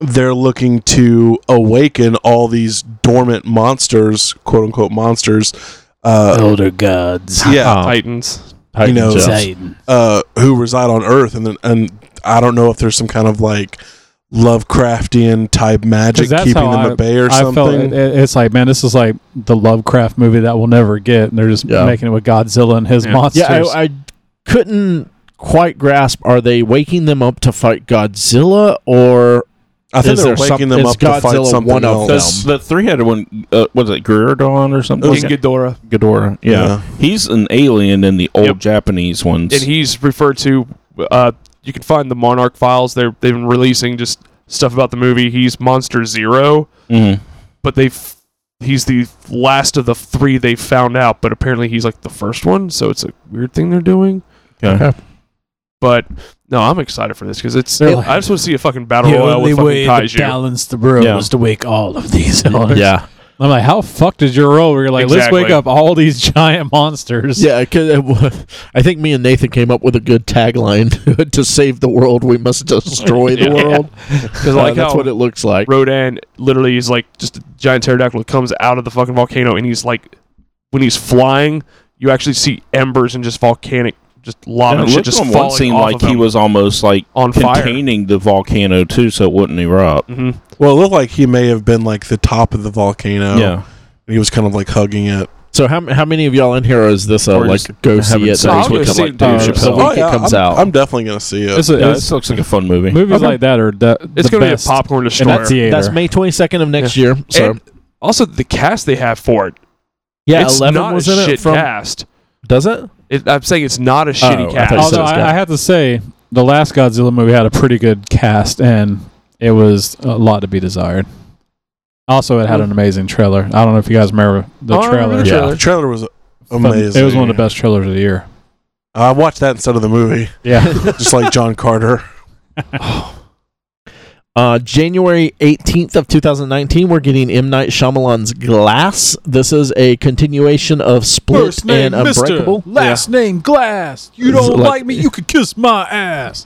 S5: they're looking to awaken all these dormant monsters quote unquote monsters uh,
S4: Oh,
S3: Older gods.
S5: yeah
S4: Titans.
S5: you know
S1: Titans, yeah.
S5: uh, who reside on earth and then and i don't know if there's some kind of like lovecraftian type magic keeping them
S3: I,
S5: at bay or
S3: I felt it-
S5: something
S3: it- it's like, man, this is like the Lovecraft movie that we'll never get, and they're just
S1: Yeah.
S3: making it with Godzilla and his
S4: Yeah.
S3: monsters.
S1: Yeah, I, I couldn't quite grasp are they waking them up to fight Godzilla or
S5: i think
S1: is
S5: they're
S1: there some-
S5: waking them
S1: is
S5: up to fight
S1: Godzilla
S5: something
S1: one of
S5: else.
S1: them?
S6: That's the three-headed one. Uh, was it Gyrodon or something?
S4: King Ghidorah.
S6: Ghidorah. Yeah.
S5: Yeah.
S6: he's an alien in the old
S4: Yep.
S6: Japanese ones.
S4: and he's referred to. Uh, you can find the Monarch files. They're they've been releasing just stuff about the movie. He's Monster Zero,
S6: Mhm.
S4: but they've he's the last of the three they found out. But apparently he's like the first one, so it's a weird thing they're doing.
S6: Okay.
S4: But no, I'm excited for this because it's.
S3: They're like-
S4: I just want to see a fucking battle royale with fucking kaiju.
S3: balance the bro
S6: Yeah. is
S3: to wake all of these. Yeah.
S1: yeah
S3: I'm like, how fucked is your role? Where you're like,
S4: Exactly.
S3: let's wake up all these giant monsters.
S1: yeah 'cause it wa- I think me and Nathan came up with a good tagline to save the world we must destroy the
S4: Yeah.
S1: world
S4: Because
S1: Uh,
S4: like
S1: that's
S4: how
S1: what it looks like
S4: Rodan literally is like just a giant pterodactyl that comes out of the fucking volcano, and he's like, when he's flying, you actually see embers and just volcanic, just
S6: And
S4: lava and
S6: it
S4: shit
S6: looked
S4: just
S6: on
S4: falling
S6: one scene
S4: off
S6: like
S4: of
S6: he
S4: him.
S6: was almost like
S4: On fire.
S6: containing the volcano too, so it wouldn't erupt.
S4: Mhm.
S5: Well, it looked like he may have been like the top of the volcano.
S6: Yeah,
S5: And he was kind of like hugging it.
S1: so how, how many of y'all in here is this uh,
S6: Or
S1: like
S6: just
S1: go
S6: haven't
S1: see it
S6: seen
S1: the
S4: it.
S1: week
S4: I'll go
S1: of,
S4: see
S1: like
S4: it, dude.
S1: the week
S4: Chappelle.
S1: it comes
S5: Oh, I'm,
S1: out
S5: I'm definitely going to see it.
S3: It's a-
S6: yeah
S3: it's-
S6: this looks like a fun movie.
S3: movies
S1: Okay.
S3: like that are the,
S4: It's
S3: the
S4: going to be a
S3: best
S4: popcorn
S3: in
S4: destroyer.
S3: that theater.
S1: that's May 22nd of next year so
S4: And also, the cast they have for it.
S1: yeah
S4: it's
S1: 11
S4: not
S1: was
S4: a
S1: in
S4: shit
S1: it from
S4: cast.
S1: does it
S4: It, I'm saying it's not a shitty
S1: I thought
S4: cast.
S1: you
S3: Although
S1: Godzilla's got-
S3: I, I have to say, the last Godzilla movie had a pretty good cast, and it was a lot to be desired. Also, it had an amazing trailer. I don't know if you guys remember the
S4: Oh, I remember
S3: trailer.
S4: the
S5: the trailer was amazing.
S3: It was one of the best trailers of the year.
S5: I watched that instead of the movie,
S3: Yeah.
S5: just like John Carter.
S1: Uh, January 18th of 2019, we're getting M. Night Shyamalan's Glass. This is a continuation of Split and Unbreakable.
S3: name Glass. You
S1: It's like-
S3: You could kiss my ass.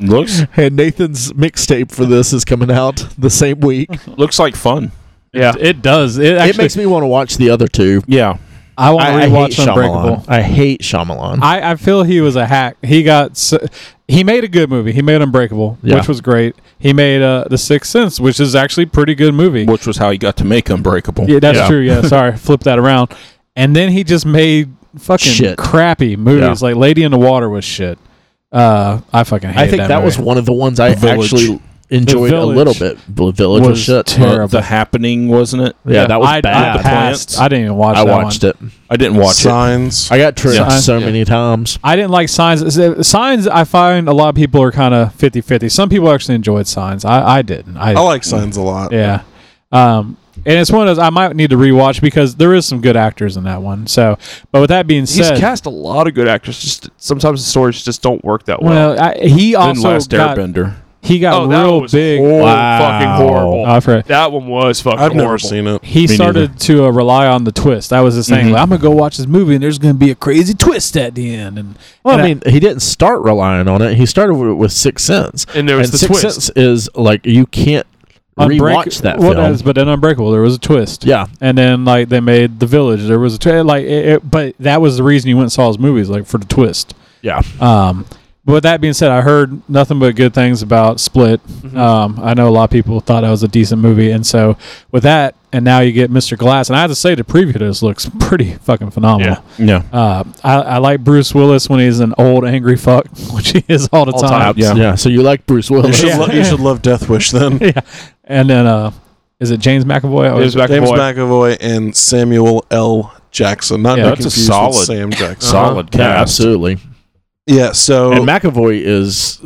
S6: looks
S1: And Nathan's mixtape for this is coming out the same week.
S6: looks like fun.
S4: Yeah.
S3: it does. It
S1: it
S3: actually.
S1: makes me want to watch the other two.
S6: Yeah,
S3: I want to
S1: I, I hate
S3: rewatch
S1: Shyamalan.
S3: Unbreakable.
S1: I hate Shyamalan.
S3: I, I feel he was a hack. He got s he made a good movie. He made Unbreakable,
S1: Yeah.
S3: which was great. He made uh, The Sixth Sense, which is actually a pretty good movie.
S6: which was how he got to make Unbreakable.
S3: Yeah, that's true. Yeah, sorry, flip that around. And then he just made fucking
S1: Shit.
S3: crappy movies. Like Lady in the Water was shit. Uh, I fucking hate
S1: I, think that, was
S3: movie.
S1: one of the ones I
S6: Village.
S1: actually enjoyed a
S3: Village
S1: little bit. The Village was,
S3: was
S1: shit.
S3: terrible.
S6: Uh, the happening wasn't it?
S1: yeah, that was
S3: I,
S1: bad.
S3: I
S6: The
S3: passed.
S6: Plants.
S3: I didn't even watch.
S1: I
S3: that
S1: watched
S3: one.
S1: it.
S6: I didn't watch
S5: Signs.
S1: I got tricked
S6: Yeah.
S1: so many times.
S3: I didn't like Signs. S- Signs, I find a lot of people are kind of 50-50. Some people actually enjoyed Signs. I, I didn't. I,
S1: Oh,
S5: I like signs a lot.
S3: Yeah. Um, and it's one of those I might need to rewatch because there is some good actors in that one. So, but with that being
S4: He's
S3: said,
S4: cast a lot of good actors. Just sometimes the stories just don't work that well.
S3: well, I, he
S6: it. Then
S3: also
S6: Last
S3: got,
S6: Airbender.
S3: he got
S4: oh, that
S3: real
S4: was
S3: big.
S4: horrible, fucking horrible.
S3: I've heard-
S4: that one was fucking.
S5: I've never
S4: horrible.
S5: seen it.
S3: he
S6: Me
S3: started to uh, rely on the twist. That was his thing.
S1: Mm-hmm.
S3: Like, I'm gonna go watch this movie, and there's gonna be a crazy twist at the end. And
S1: Well,
S3: and
S1: I mean, he didn't start relying on it. He started with, with Sixth Sense,
S4: And there was the
S1: Sixth
S4: twist.
S1: Sense is like you can't
S3: Unbreak-
S1: rewatch that
S3: well,
S1: film.
S3: that's- but in Unbreakable, there was a twist.
S1: yeah,
S3: and then like they made The Village. There was a twist. Like, it, it, but that was the reason you went and saw his movies, like for the twist.
S1: yeah.
S3: Um, but with that being said, I heard nothing but good things about Split. Um, I know a lot of people thought that was a decent movie, and so with that, and now you get Mr. Glass, and I have to say the preview to this looks pretty fucking phenomenal.
S6: Yeah,
S3: Uh, I, I like Bruce Willis when he's an old angry fuck, which he is all the
S4: All
S3: time.
S4: time.
S1: yeah,
S6: Yeah.
S1: So you like Bruce
S5: You
S1: Willis?
S5: should,
S3: Yeah.
S5: lo- you should love Death Wish then.
S3: Yeah. And then uh, is it James McAvoy?
S4: It was back
S5: James
S4: boy.
S5: McAvoy and Samuel L. Jackson. Not
S3: Yeah,
S5: to be
S6: that's a
S5: confused with
S6: solid-
S5: Sam Jackson.
S6: solid
S1: Yeah,
S6: cast.
S1: absolutely.
S5: Yeah, so
S1: and McAvoy is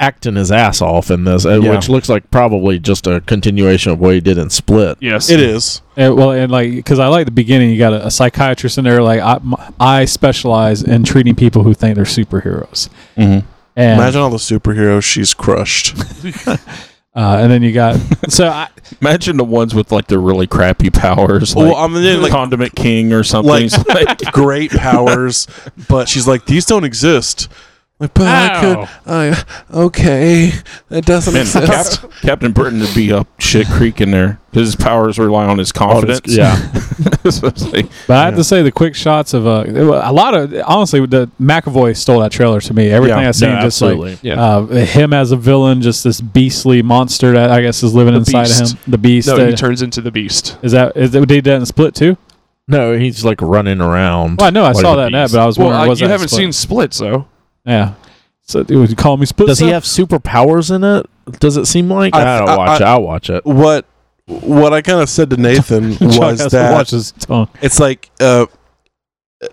S1: acting his ass off in this, uh,
S5: Yeah.
S1: which looks like probably just a continuation of what he did in Split.
S4: Yes.
S5: it is.
S3: And, well, and like, because I like the beginning, you got a, a psychiatrist in there. Like, I, m- I specialize in treating people who think they're superheroes.
S6: Mhm.
S3: And
S5: Imagine all the superheroes she's crushed.
S3: uh, and then you got so I,
S6: Imagine the ones with like the really crappy powers, like
S5: well, I'm in like
S6: Condiment King or something.
S5: Like-
S6: He's like-
S5: great powers, but she's like, these don't exist. Like, but I
S3: Ow.
S5: could. I okay, that doesn't
S6: man,
S5: exist.
S6: Cap- Captain Britain would be up shit creek in there. His powers rely on his confidence.
S1: Yeah.
S6: So it's like-
S3: But I have to say, the quick shots of uh, a lot of honestly, the McAvoy stole that trailer to me. Everything
S6: Yeah.
S3: I seen,
S1: No,
S3: just
S1: absolutely.
S3: like
S4: Yeah.
S3: uh, him as a villain, just this beastly monster that I guess is living inside of
S4: beast.
S3: him. The beast.
S4: No,
S3: uh,
S4: he turns into the beast.
S3: is that is that, did that in Split too?
S1: no, he's like running around.
S3: Well, I know I
S1: What
S3: saw
S1: is a
S3: that in that,
S1: beast?
S3: but I was
S4: Well,
S3: wondering,
S4: I-
S3: was
S4: you
S3: that in
S4: haven't
S3: Split?
S4: seen Split, though.
S3: Yeah. So it would call me Split.
S1: Does he
S3: Cell?
S1: have superpowers in it? Does it seem like?
S5: I-
S1: I, don't
S5: I-
S1: watch.
S5: I-
S1: I, will watch it.
S5: What what I kind of said to Nathan
S3: Chuck
S5: was
S3: has to
S5: that
S3: watch his tongue.
S5: it's like uh, uh,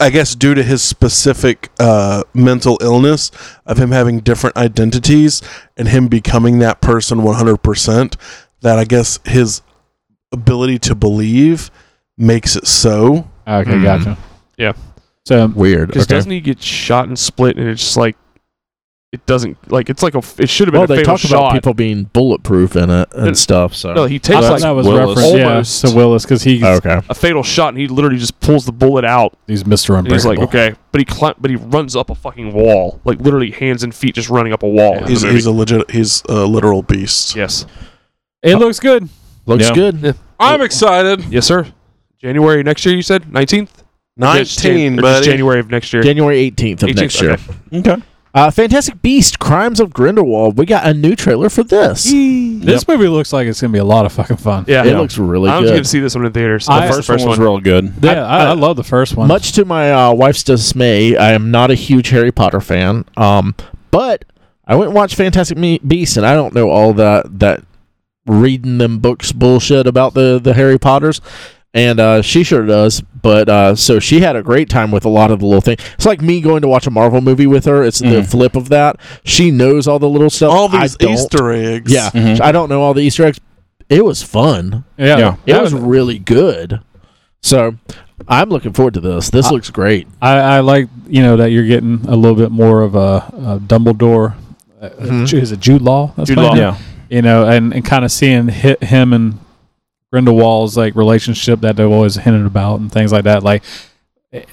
S5: I guess due to his specific uh, mental illness of him having different identities and him becoming that person 100%, that I guess his ability to believe makes it so.
S3: Ah, Okay,
S1: Hmm.
S3: gotcha.
S4: Yeah.
S3: So
S1: Weird.
S4: Because
S1: Okay.
S4: doesn't he get shot and Split, and it's just like it doesn't like it's like a f- it should have been
S1: Well,
S4: a
S1: they
S4: fatal
S1: talk
S4: shot.
S1: about people being bulletproof in it and
S4: No,
S1: stuff. So Oh,
S4: no, he
S3: I
S4: takes
S3: thought
S4: like
S3: that was
S6: Willis.
S3: reference, yeah,
S4: Almost.
S3: to Willis because he's
S1: okay.
S4: a fatal shot, and he literally just pulls the bullet out
S3: he's Mr.
S4: And he's
S3: Unbreakable.
S4: like, okay, but he cli- but he runs up a fucking wall, like literally hands and feet just running up a wall. in
S5: He's,
S4: the movie.
S5: he's a legit, he's a literal beast.
S4: yes,
S3: It looks good.
S1: Looks
S6: Yeah.
S1: good.
S5: I'm excited.
S4: yes, sir. January next year, you said nineteenth.
S5: 19, buddy.
S4: January of next year.
S1: January eighteenth of
S4: 18th,
S1: next year.
S4: okay.
S6: okay.
S1: Uh, Fantastic Beast: Crimes of Grindelwald. We got a new trailer for this. It
S3: This movie looks like it's gonna be a lot of fucking fun.
S4: Yeah,
S1: looks really
S4: I was going
S1: good.
S4: to see this one in theaters.
S3: I-
S6: The first, one was real good.
S3: Yeah, I, I, love the first one.
S1: Much to my uh, wife's dismay, I am not a huge Harry Potter fan. Um, but I went and watched Fantastic Me- Beasts, and I don't know all that that reading them books bullshit about the the Harry Potters. And uh, she sure does, but uh, so she had a great time with a lot of the little things. It's like me going to watch a Marvel movie with her. It's the
S6: Mhm.
S1: flip of that. She knows all the little stuff.
S5: Mm. All
S1: I
S5: these
S1: don't.
S5: Easter eggs.
S1: Yeah,
S6: Mhm.
S1: I don't know all the Easter eggs. It was fun.
S3: yeah,
S6: Yeah.
S1: It
S3: That
S1: was really good. So I'm looking forward to this. This looks great.
S3: I, I like you know that you're getting a little bit more of a, a Dumbledore. uh, Ju- Is it Jude Law? That's
S4: Jude
S3: playing
S4: Law.
S3: him?
S6: Yeah.
S3: You know, and, and kind of seeing hit him and Grindelwald's like relationship that they've always hinted about and things like that. Like, eh,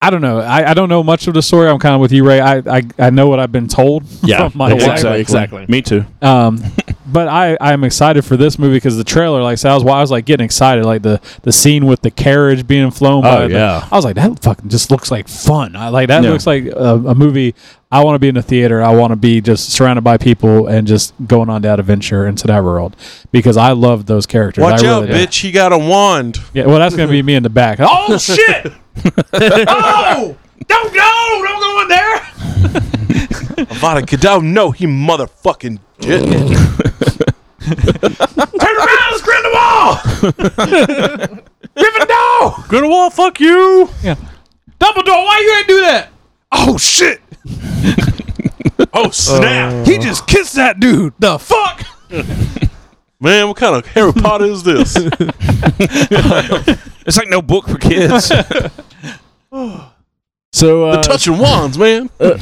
S3: I don't know. I, I don't know much of the story. I'm kind of with you, Ray. I, I I know what I've been told from my wife.
S1: exactly, exactly.
S6: Me too.
S3: Um, but I I'm excited for this movie because the trailer, like, so I was why I was like getting excited, like the the scene with the carriage being flown. by
S1: Oh,
S3: the-
S1: yeah.
S3: I was like that fucking just looks like fun. I like that
S6: Yeah.
S3: looks like a, a movie. I want to be in a theater. I want to be just surrounded by people and just going on that adventure into that world because I love those characters.
S5: Watch
S3: I
S5: out,
S3: really do.
S5: bitch. He got a wand.
S3: Yeah, well, that's gonna be me in the back. Oh shit!
S5: Avada Kedavra. No, he motherfucking didn't.
S3: Grindelwald, fuck you! Yeah. Dumbledore, why you ain't do that?
S5: Oh, shit. oh, snap.
S3: He just kissed that dude. The fuck?
S5: Man, what kind of Harry Potter is this?
S6: It's like no book for kids.
S1: So, uh,
S5: Touching wands, man.
S4: Uh,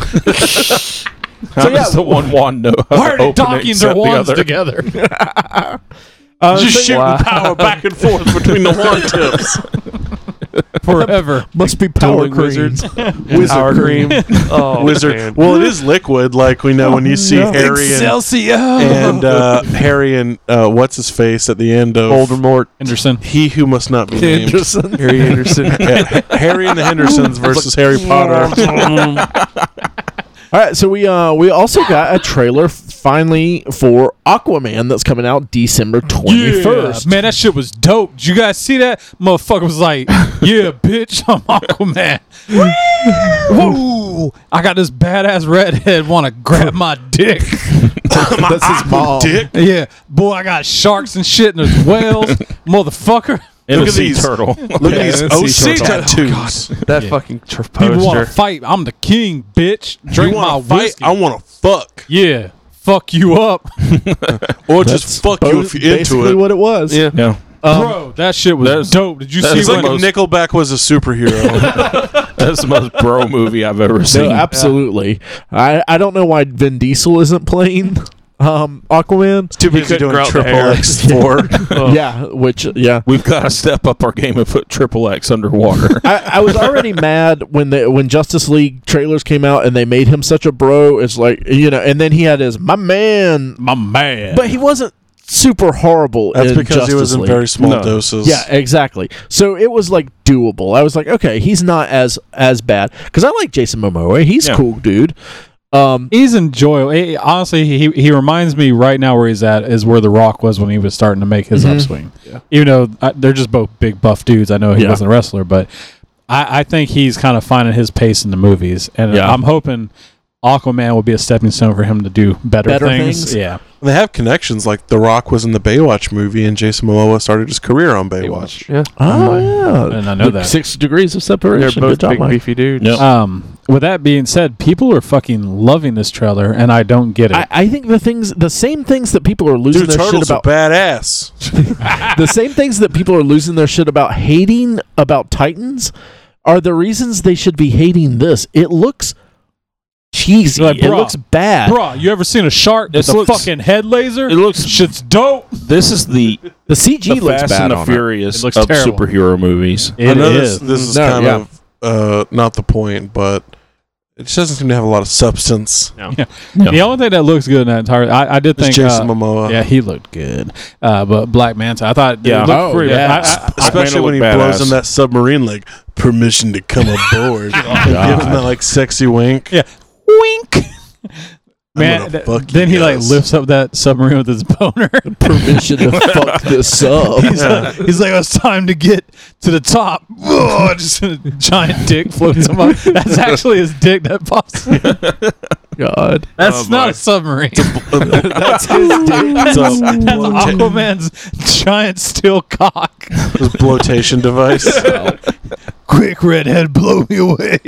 S6: How does the one wand know how
S3: Why are
S6: to
S3: they
S6: open it
S3: docking their
S6: except the
S3: wands
S6: other?
S3: together?
S4: uh,
S5: Just shooting power back and forth between the wand tips.
S3: Forever.
S1: must be power
S4: Dueling wizards.
S1: creams.
S5: Wizard
S4: Power cream. Oh,
S5: Wizard.
S4: man.
S5: Well, it is liquid, like we know when you see Harry and, and uh, Harry and uh, what's his face at the end of
S4: Voldemort.
S3: Anderson.
S5: He Who Must Not Be Named.
S4: Harry Anderson.
S5: Yeah, Harry and the Hendersons versus Harry Potter.
S1: All right, so we uh we also got a trailer finally for Aquaman that's coming out December twenty first.
S3: Man, that shit was dope. Did you guys see that? Motherfucker was like, yeah, bitch, I'm Aquaman. Woo! I got this badass redhead want to grab my dick.
S1: that's his mom.
S5: Dick.
S3: Yeah, boy, I got sharks and shit, and there's whales. Motherfucker.
S6: and
S4: Look
S6: a
S4: at
S6: sea
S4: these.
S6: turtle.
S4: Look
S5: Yeah,
S4: at
S5: that's
S4: these OC
S5: seashore
S4: tattoos. that fucking tr-
S3: People want
S4: poster.
S3: to fight. I'm the king, bitch. Drink
S5: you
S3: my
S5: want to fight?
S3: whiskey.
S5: I want to fuck,
S3: yeah, fuck you up,
S5: or just fuck you if you're into
S1: basically
S5: it.
S1: what it was.
S4: Yeah.
S6: yeah.
S3: bro. That shit was
S6: that's-
S3: dope. Did you
S6: that's
S3: see
S5: It's
S6: the
S5: like
S3: when
S6: most-
S5: Nickelback was a superhero.
S6: That's the most bro movie I've ever
S1: No,
S6: seen.
S1: absolutely. I, I don't know why Vin Diesel isn't playing um, Aquaman.
S5: Too
S4: He
S5: busy
S4: couldn't
S5: doing
S4: grow out the
S5: triple
S4: hair.
S5: X four.
S4: Oh.
S1: Yeah, which yeah.
S6: We've got to step up our game and put Triple X underwater.
S1: I, I was already mad when the when Justice League trailers came out and they made him such a bro. It's like you know, and then he had his my man,
S3: my man.
S1: but he wasn't super horrible.
S5: That's
S1: in
S5: because he
S1: Justice
S5: was in
S1: League.
S5: very small
S6: No.
S5: doses.
S1: Yeah, exactly. So it was like doable. I was like, okay, he's not as as bad because I like Jason Momoa. He's
S6: Yeah.
S1: cool, dude. Um,
S3: He's enjoyable. He- honestly, he he reminds me right now where he's at is where The Rock was when he was starting to make his upswing. Even though I, they're just both big buff dudes, I know he
S1: Yeah.
S3: wasn't a wrestler, but I, I think he's kind of finding his pace in the movies, and
S1: Yeah.
S3: I'm hoping Aquaman will be a stepping stone for him to do better,
S1: Better
S3: things.
S1: things?
S3: Yeah,
S5: And they have connections. Like The Rock was in the Baywatch movie, and Jason Momoa started his career on Baywatch.
S4: Yeah,
S1: oh,
S3: and I know
S1: With
S3: that.
S1: six degrees of
S4: they're
S1: separation.
S4: both
S1: Good job,
S4: big
S1: Mike.
S4: beefy dudes.
S6: Yep.
S3: Um, with that being said, people are fucking loving this trailer, and I don't get it.
S1: I, I think the things, the same things that people are losing
S5: Dude,
S1: their shit
S5: turtles
S1: about,
S5: are badass.
S1: the same things that people are losing their shit about hating about Titans, are the reasons they should be hating this. It looks cheesy.
S3: Like,
S1: it
S3: bruh,
S1: looks bad.
S3: Bruh, you ever seen a shark with
S6: This
S3: a
S6: looks-
S3: fucking head laser?
S6: it looks.
S3: Shit's dope.
S6: This is the,
S1: the CG
S6: the
S1: looks
S6: Fast
S1: bad
S6: and the
S1: on it.
S6: Furious
S3: It looks
S6: of
S3: terrible.
S6: superhero movies.
S3: It
S5: I know
S3: is.
S5: this, this is
S1: No,
S5: kind
S1: yeah.
S5: of uh, not the point, but it just doesn't seem to have a lot of substance.
S3: The only thing that looks good in that entire, I, I did
S5: It's
S3: think.
S5: Jason
S3: uh,
S5: Momoa,
S3: yeah, he looked good. Uh, but Black Manta, I thought. Yeah,
S6: Yeah.
S3: it looked
S1: Oh,
S3: pretty.
S1: yeah.
S3: I- I-
S5: especially
S6: Aquaman
S5: when he
S6: looked
S5: blows
S6: badass.
S5: in that submarine, like permission to come aboard, and gives him that like sexy wink.
S3: Yeah. wink.
S5: I'm
S3: Man,
S5: gonna
S3: th-
S5: fuck you
S3: then he like
S5: guys.
S3: lifts up that submarine with his boner.
S1: Permission to fuck this up.
S3: He's, like, he's like, "Oh, it's time to get to the top. Oh, just a giant dick floats him up. That's actually his dick that pops.
S1: God.
S3: That's
S6: Oh,
S3: not
S6: boy.
S3: a submarine.
S1: That's his dick.
S5: It's a
S3: That's
S5: blowta-
S3: Aquaman's giant steel cock.
S5: blotation device.
S3: Quick, redhead, blow me away.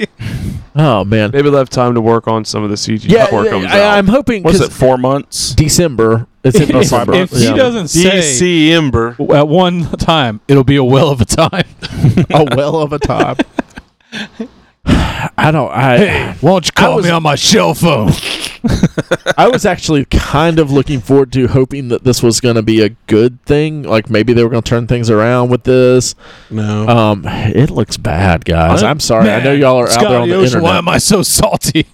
S1: Oh man.
S4: Maybe they'll have time to work on some of the CG
S1: Yeah,
S4: before it comes
S1: I,
S4: out.
S1: I'm hoping
S6: What's it?
S1: because
S6: Four months.
S1: December. It's in
S3: if
S1: December.
S3: if he
S1: Yeah.
S3: doesn't say
S5: DC Ember.
S3: at one time, it'll be a well of a time.
S1: a well of a time. I don't. I
S3: Why don't you call
S1: was-
S3: me on my shell phone?
S1: I was actually kind of looking forward to hoping that this was going to be a good thing. Like maybe they were going to turn things around with this.
S5: No,
S1: Um, it looks bad, guys. I'm sorry. I know y'all are out there on the internet.
S3: Why am I so salty?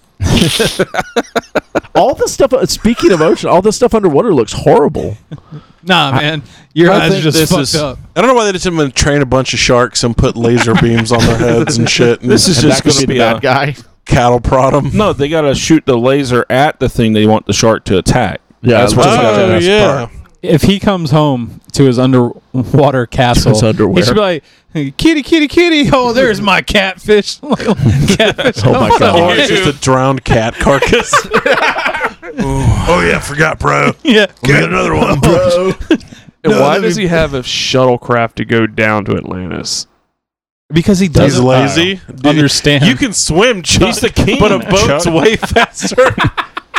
S1: all the stuff. uh, Speaking of ocean, all the stuff underwater looks horrible.
S3: Nah, man, your
S5: I
S3: eyes are
S5: think
S3: just
S5: this
S3: fucked
S5: is-
S3: up.
S5: I don't know why they just didn't train a bunch of sharks and put laser beams on their heads and shit. And
S6: This is
S1: And
S6: just
S1: that could
S6: going to
S1: the
S6: be
S1: bad
S6: a
S1: guy.
S5: cattle prod 'em.
S6: no. They got to shoot the laser at the thing they want the shark to attack.
S1: Yeah,
S6: that's what
S1: it's
S6: it's
S1: like-
S6: gonna
S5: Oh
S6: be.
S5: yeah,
S3: If he comes home to his underwater castle,
S1: His underwear.
S3: he should be like, "Kitty, kitty, kitty! Oh, there's my catfish! catfish!
S1: Oh my
S5: or
S1: god.
S5: it's just a drowned cat carcass. Oh yeah, forgot, bro.
S3: yeah,
S5: Get another one, bro.
S4: and
S5: No,
S4: why
S5: let me-
S4: does he have a shuttlecraft to go down to Atlantis?
S3: because he
S5: He's
S3: doesn't uh,
S5: lazy. Um,
S3: understand.
S5: You can swim, Chuck.
S6: He's the king,
S5: but a boat's
S6: Chuck.
S5: way faster.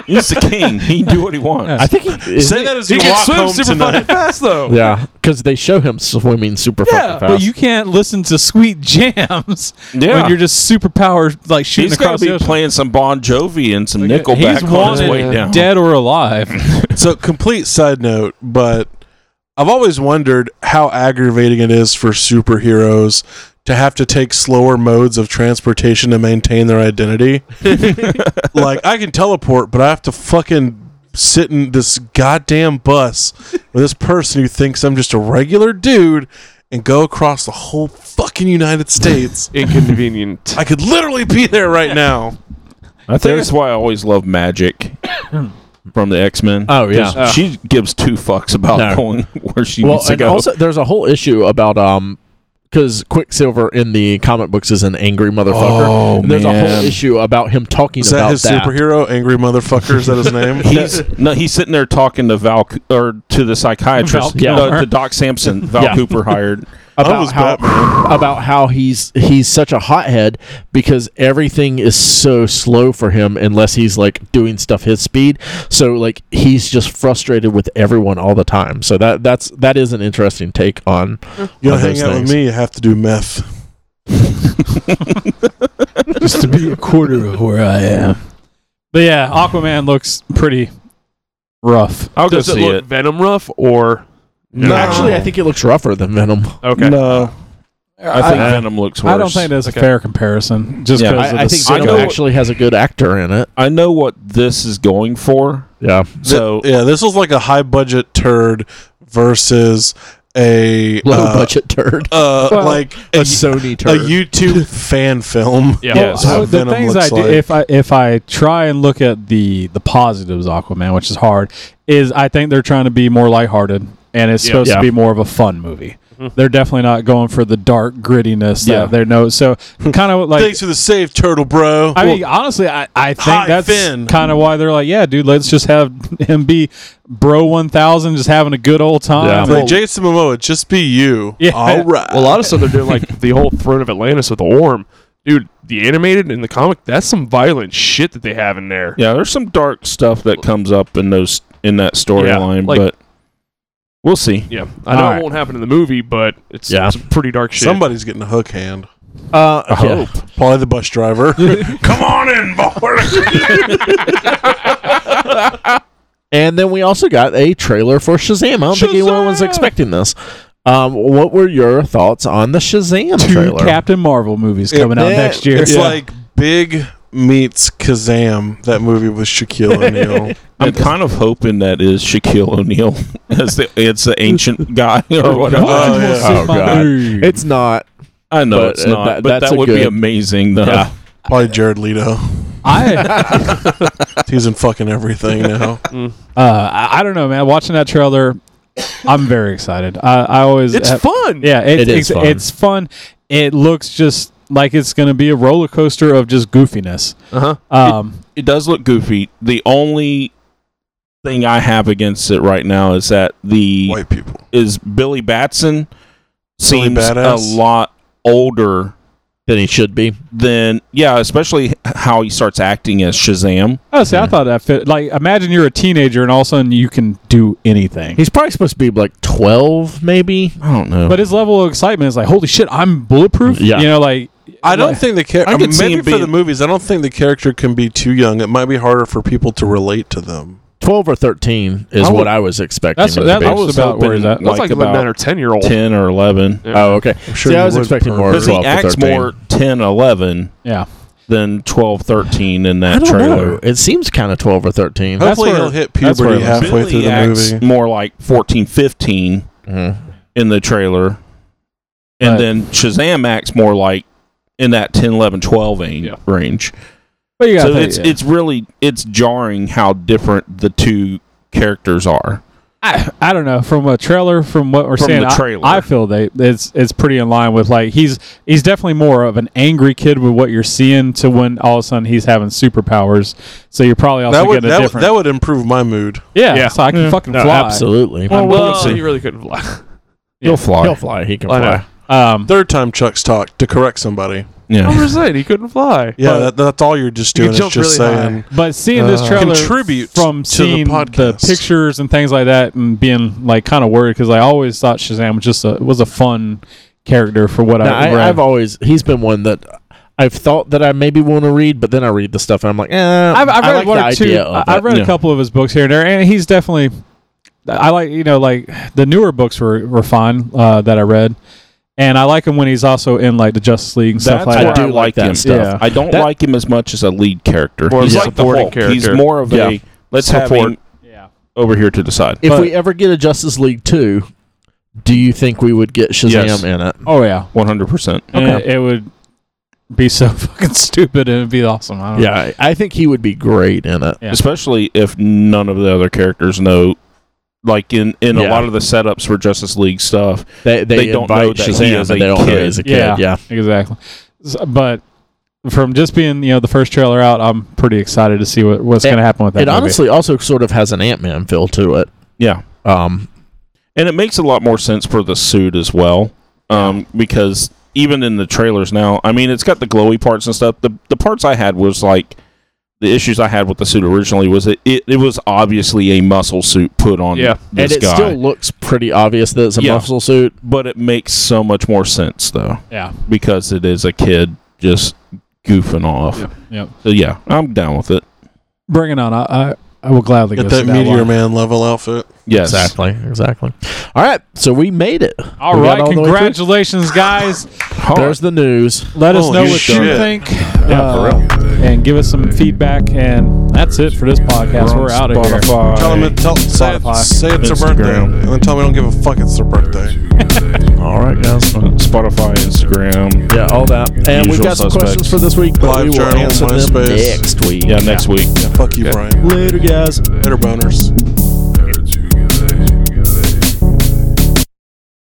S6: He's the king. He can do what he wants.
S1: I think he
S5: Say that as
S4: He
S5: you
S4: can
S5: walk
S4: swim
S5: home
S4: super fucking
S5: tonight.
S4: fast though.
S1: Yeah, because they show him swimming super fucking fast.
S3: but you can't listen to sweet jams
S6: Yeah.
S3: when you're just superpowered, like shooting
S6: He's got
S3: across
S6: to
S3: the
S6: be
S3: ocean.
S6: playing some Bon Jovi and some Nickelback
S3: He's
S6: on his
S3: wanted
S6: way down.
S3: dead or alive.
S5: So, complete side note, but I've always wondered how aggravating it is for superheroes to have to take slower modes of transportation to maintain their identity. like, I can teleport, but I have to fucking sit in this goddamn bus with this person who thinks I'm just a regular dude and go across the whole fucking United States.
S4: Inconvenient.
S5: I could literally be there right now.
S6: I think that's why I always love Magic from the X Men.
S1: Oh, yeah.
S6: she gives two fucks about
S1: No.
S6: going where she
S1: well,
S6: needs to
S1: and
S6: go.
S1: also there's a whole issue about um because Quicksilver in the comic books is an angry motherfucker.
S6: Oh,
S1: and there's a
S6: man.
S1: whole issue about him talking
S5: Is
S1: about
S5: that his superhero? Angry motherfucker, is that his name?
S6: he's no, he's sitting there talking to Val or to the psychiatrist,
S3: Val
S6: uh,
S3: Kilmer.
S6: to Doc Sampson. Val
S1: Yeah.
S6: Cooper hired
S1: about
S5: was
S1: how about how he's he's such a hothead because everything is so slow for him unless he's like doing stuff his speed. So like he's just frustrated with everyone all the time. So that that's that is an interesting take on.
S5: You
S1: on
S5: don't hang
S1: those
S5: out
S1: things.
S5: with me, you have to do meth.
S3: just to be a quarter of where I am. But yeah, Aquaman looks pretty rough.
S6: I'll go
S4: Does it
S6: see
S4: look
S6: it.
S4: Venom rough or
S5: No.
S1: Actually, I think it looks rougher than Venom.
S4: okay?
S5: No.
S6: I think
S3: I,
S6: Venom looks worse.
S3: I don't think that's
S4: Okay.
S3: a fair comparison. Just
S6: Yeah.
S3: because
S1: I, I think
S6: I
S1: Venom
S6: know-
S1: actually has a good actor in it.
S6: I know what this is going for.
S1: Yeah.
S6: So
S5: Yeah, this was like a high budget turd versus a
S1: Low
S5: uh,
S1: budget turd.
S5: Uh,
S3: Well,
S5: like
S1: A
S5: a,
S1: Sony
S5: a
S1: turd.
S5: YouTube fan film.
S4: Yeah.
S6: Yeah.
S5: That's what
S3: Well, the
S5: Venom
S3: things I
S5: looks
S3: do,
S5: like.
S3: if I if I try and look at the the positives of Aquaman, which is hard, is I think they're trying to be more lighthearted and it's
S4: Yeah.
S3: supposed
S1: Yeah.
S3: to be more of a fun movie. They're definitely not going for the dark grittiness
S6: Yeah.
S3: that they know. So kind of like
S5: Thanks for the save, Turtle Bro.
S3: I mean, honestly, I, I
S5: Hi,
S3: think that's
S5: Finn.
S3: kind of why they're like, yeah, dude, let's just have him be bro one thousand, just having a good old time.
S1: Yeah.
S3: And-
S5: like Jason Momoa, just be you.
S3: Yeah.
S5: All right.
S4: Well, a lot of stuff they're doing, like the whole Throne of Atlantis with the Orm, dude. The animated and the comic, that's some violent shit that they have in there.
S6: yeah, there's some dark stuff that comes up in those in that storyline,
S4: like-
S6: but we'll see.
S4: Yeah, I know
S3: All
S4: it
S3: right.
S4: won't happen in the movie, but it's
S1: Yeah.
S4: some pretty dark shit.
S5: Somebody's getting a hook hand.
S1: Uh,
S5: Oh,
S1: yeah.
S5: Probably the bus driver.
S6: Come on in, boy.
S1: And then we also got a trailer for Shazam. I don't think anyone was expecting this. Um, what were your thoughts on the Shazam
S3: two
S1: trailer?
S3: Captain Marvel movies
S5: It-
S3: coming out
S5: that-
S3: next year.
S5: It's like Big meets Kazam, that movie with Shaquille O'Neal.
S6: I'm kind of hoping that is Shaquille O'Neal as the it's the ancient guy or whatever.
S5: God. yeah.
S1: Oh, God. it's not.
S6: I know
S1: But,
S6: it's
S1: uh,
S6: not,
S1: that-
S6: but
S1: that's
S6: that
S1: a
S6: would be
S1: good-
S6: amazing though.
S1: Yeah.
S5: Probably Jared Leto.
S3: I
S5: He's in fucking everything now.
S3: uh, I I don't know, man. Watching that trailer, I'm very excited. I, I always
S4: it's
S3: have-
S4: fun.
S3: Yeah, it,
S1: It is
S3: it's,
S1: fun.
S3: it's fun. It looks just like it's going to be a roller coaster of just goofiness.
S4: Uh-huh.
S3: Um,
S6: It does look goofy. The only thing I have against it right now is that the
S5: White people.
S6: is Billy Batson
S5: Billy
S6: seems a
S5: Badass?
S6: lot older
S1: Then he should be.
S6: than yeah, especially h- how he starts acting as Shazam.
S3: oh, see, I thought that fit. Like, imagine you're a teenager and all of a sudden you can do anything.
S1: He's probably supposed to be like 12, maybe.
S6: I don't know.
S3: But his level of excitement is like, holy shit, I'm bulletproof.
S1: Yeah.
S3: You know, like,
S5: I don't think the
S6: I
S5: character.
S6: could see
S5: Maybe
S6: him
S5: for
S6: being-
S5: the movies, I don't think the character can be too young. It might be harder for people to relate to them.
S1: 12 or 13 is
S3: I would-
S1: what I was expecting.
S3: That's-
S1: it to
S3: that-
S1: be.
S3: I was about where he's at.
S4: that's like, about a nine or ten year old.
S6: ten or eleven.
S1: oh, okay.
S5: sure
S1: See, I
S5: he
S1: was
S5: would
S1: expecting
S5: per-
S1: more
S6: Because he
S1: 12 to
S6: acts
S1: 13.
S6: more 10, 11
S3: yeah.
S6: than 12, 13 in
S1: I
S6: that
S1: don't
S6: trailer.
S1: know. It seems kind of 12 or 13.
S3: That's
S5: Hopefully,
S3: where-
S5: he'll hit
S3: that's where
S5: puberty
S3: it was.
S5: halfway
S6: Billy
S5: through the
S6: acts
S5: movie.
S6: more like 14, 15
S1: Mhm.
S6: in the trailer. And
S3: Right.
S6: then Shazam acts more like in that 10, 11, 12 range.
S4: Yeah.
S6: range.
S3: But you got
S6: so it's it's really it's jarring how different the two characters are.
S3: I, I don't know from a trailer from what we're
S6: From
S3: seeing.
S6: the
S3: I-
S6: trailer.
S3: I, feel they it's it's pretty in line with like he's he's definitely more of an angry kid with what you're seeing to when all of a sudden he's having superpowers. So you're probably also
S5: That would
S3: getting a
S5: that, would
S3: different.
S5: that would improve my mood.
S3: yeah,
S4: Yeah.
S3: so I can
S6: Yeah.
S3: fucking
S1: No,
S3: fly.
S1: absolutely.
S4: Well,
S6: see.
S4: he really couldn't fly.
S6: He'll fly.
S1: He'll fly. He can
S4: I know.
S1: fly.
S3: Um,
S5: Third time Chuck's talk to correct somebody.
S4: I'm
S6: yeah.
S4: just saying he couldn't fly.
S5: Yeah,
S3: But-
S5: that, that's all you're just
S4: You
S5: doing.
S4: can
S5: is
S4: jump
S5: just
S4: really high.
S5: saying.
S3: but seeing this
S5: Uh,
S3: trailer
S5: contribute
S3: from
S5: to the
S3: seeing the,
S5: podcast.
S3: pictures and things like that and being like kind of worried because I always thought Shazam was just a was a fun character for what
S1: Now,
S3: I read.
S1: I, I've always he's been one that I've thought that I maybe want to read, but then I read the stuff and I'm like, eh,
S3: I've, I've
S1: I
S3: read
S1: like
S3: one
S1: the
S3: or two.
S1: idea of
S3: I-
S1: it.
S3: I've read
S6: yeah.
S3: a couple of his books here and there, and he's definitely. I like you know like the newer books were were fine uh, that I read, and I like him when he's also in like the Justice League and stuff
S6: That's
S3: like
S6: where I,
S3: that.
S1: do
S6: do
S1: like
S6: like
S1: that
S6: him.
S1: stuff.
S3: Yeah.
S6: I don't
S1: That-
S6: like him as much as a lead character.
S4: More of
S6: He's
S4: a
S6: like the
S4: supporting
S6: Hulk. He's
S4: character.
S6: more of
S1: Yeah.
S6: a let's have
S4: Support.
S6: him over here to the side.
S1: If
S3: But-
S1: we ever get a Justice League 2, do you think we would get Shazam
S6: Yes.
S1: in it?
S3: Oh yeah,
S6: One hundred percent.
S3: And it would be so fucking stupid, and it'd be awesome. I don't know.
S1: Yeah, I think he would be great in it.
S3: Yeah.
S6: Especially if none of the other characters know, like in in
S1: Yeah.
S6: a lot of the setups for Justice League stuff.
S1: They, they,
S6: They don't
S1: invite
S6: know that he
S1: Shazam,
S6: is
S1: and
S6: a
S1: they don't know
S6: kid.
S1: he's a kid. Yeah.
S3: Yeah. exactly. So- but from just being you know the first trailer out, I'm pretty excited to see what, what's
S1: It-
S3: going to happen with that.
S1: It
S3: movie.
S1: honestly also sort of has an Ant Man feel to it.
S6: Yeah,
S1: Um,
S6: and it makes a lot more sense for the suit as well. um, because even in the trailers now, I mean, it's got the glowy parts and stuff. The the parts I had was like the issues I had with the suit originally was it it, it was obviously a muscle suit put on
S4: Yeah.
S1: and
S6: this
S1: it
S6: guy,
S1: still looks pretty obvious that it's a
S6: Yeah.
S1: muscle suit.
S6: but it makes so much more sense though
S3: Yeah.
S6: because it is a kid just goofing off.
S3: Yep.
S6: So yeah, I'm down with it.
S3: Bring it on. I I, I will gladly
S5: Get
S3: go
S5: that
S3: see that
S5: Meteor
S3: one.
S5: Man level outfit.
S6: Yes,
S1: exactly. All right, so we made it.
S3: All
S1: We got
S3: right,
S1: all the way through.
S3: congratulations, guys.
S1: There's the news.
S3: Let us
S5: Holy
S3: know what you
S5: shit.
S3: think. uh, And give us some feedback. And that's it for this podcast. We're out of here.
S5: Tell him it, tell, say, it,
S3: Spotify.
S5: say it's her birthday,
S6: Instagram.
S5: and then tell me I don't give a fuck it's her birthday.
S1: All right, guys.
S6: Spotify, Instagram.
S1: Yeah, all that. And we've
S6: Usual
S1: got some
S6: suspects.
S1: questions for this week, but
S5: Live
S1: we will
S5: Journal,
S1: answer them
S5: MySpace.
S1: next week.
S6: Yeah, next week.
S5: Fuck you, Brian.
S1: Later, guys.
S5: Bitter boners.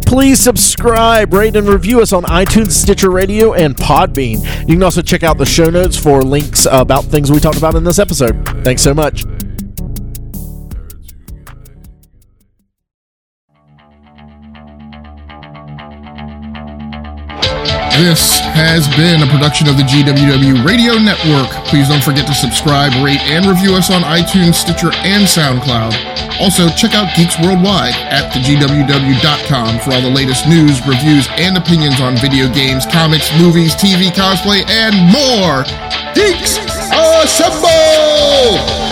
S1: Please subscribe, rate, and review us on iTunes, Stitcher Radio, and Podbean. You can also check out the show notes for links about things we talked about in this episode. Thanks so much.
S8: This has been a production of the GWW Radio Network. Please don't forget to subscribe, rate, and review us on iTunes, Stitcher, and SoundCloud. Also, check out Geeks Worldwide at thegww.com for all the latest news, reviews, and opinions on video games, comics, movies, TV, cosplay, and more. Geeks Assemble!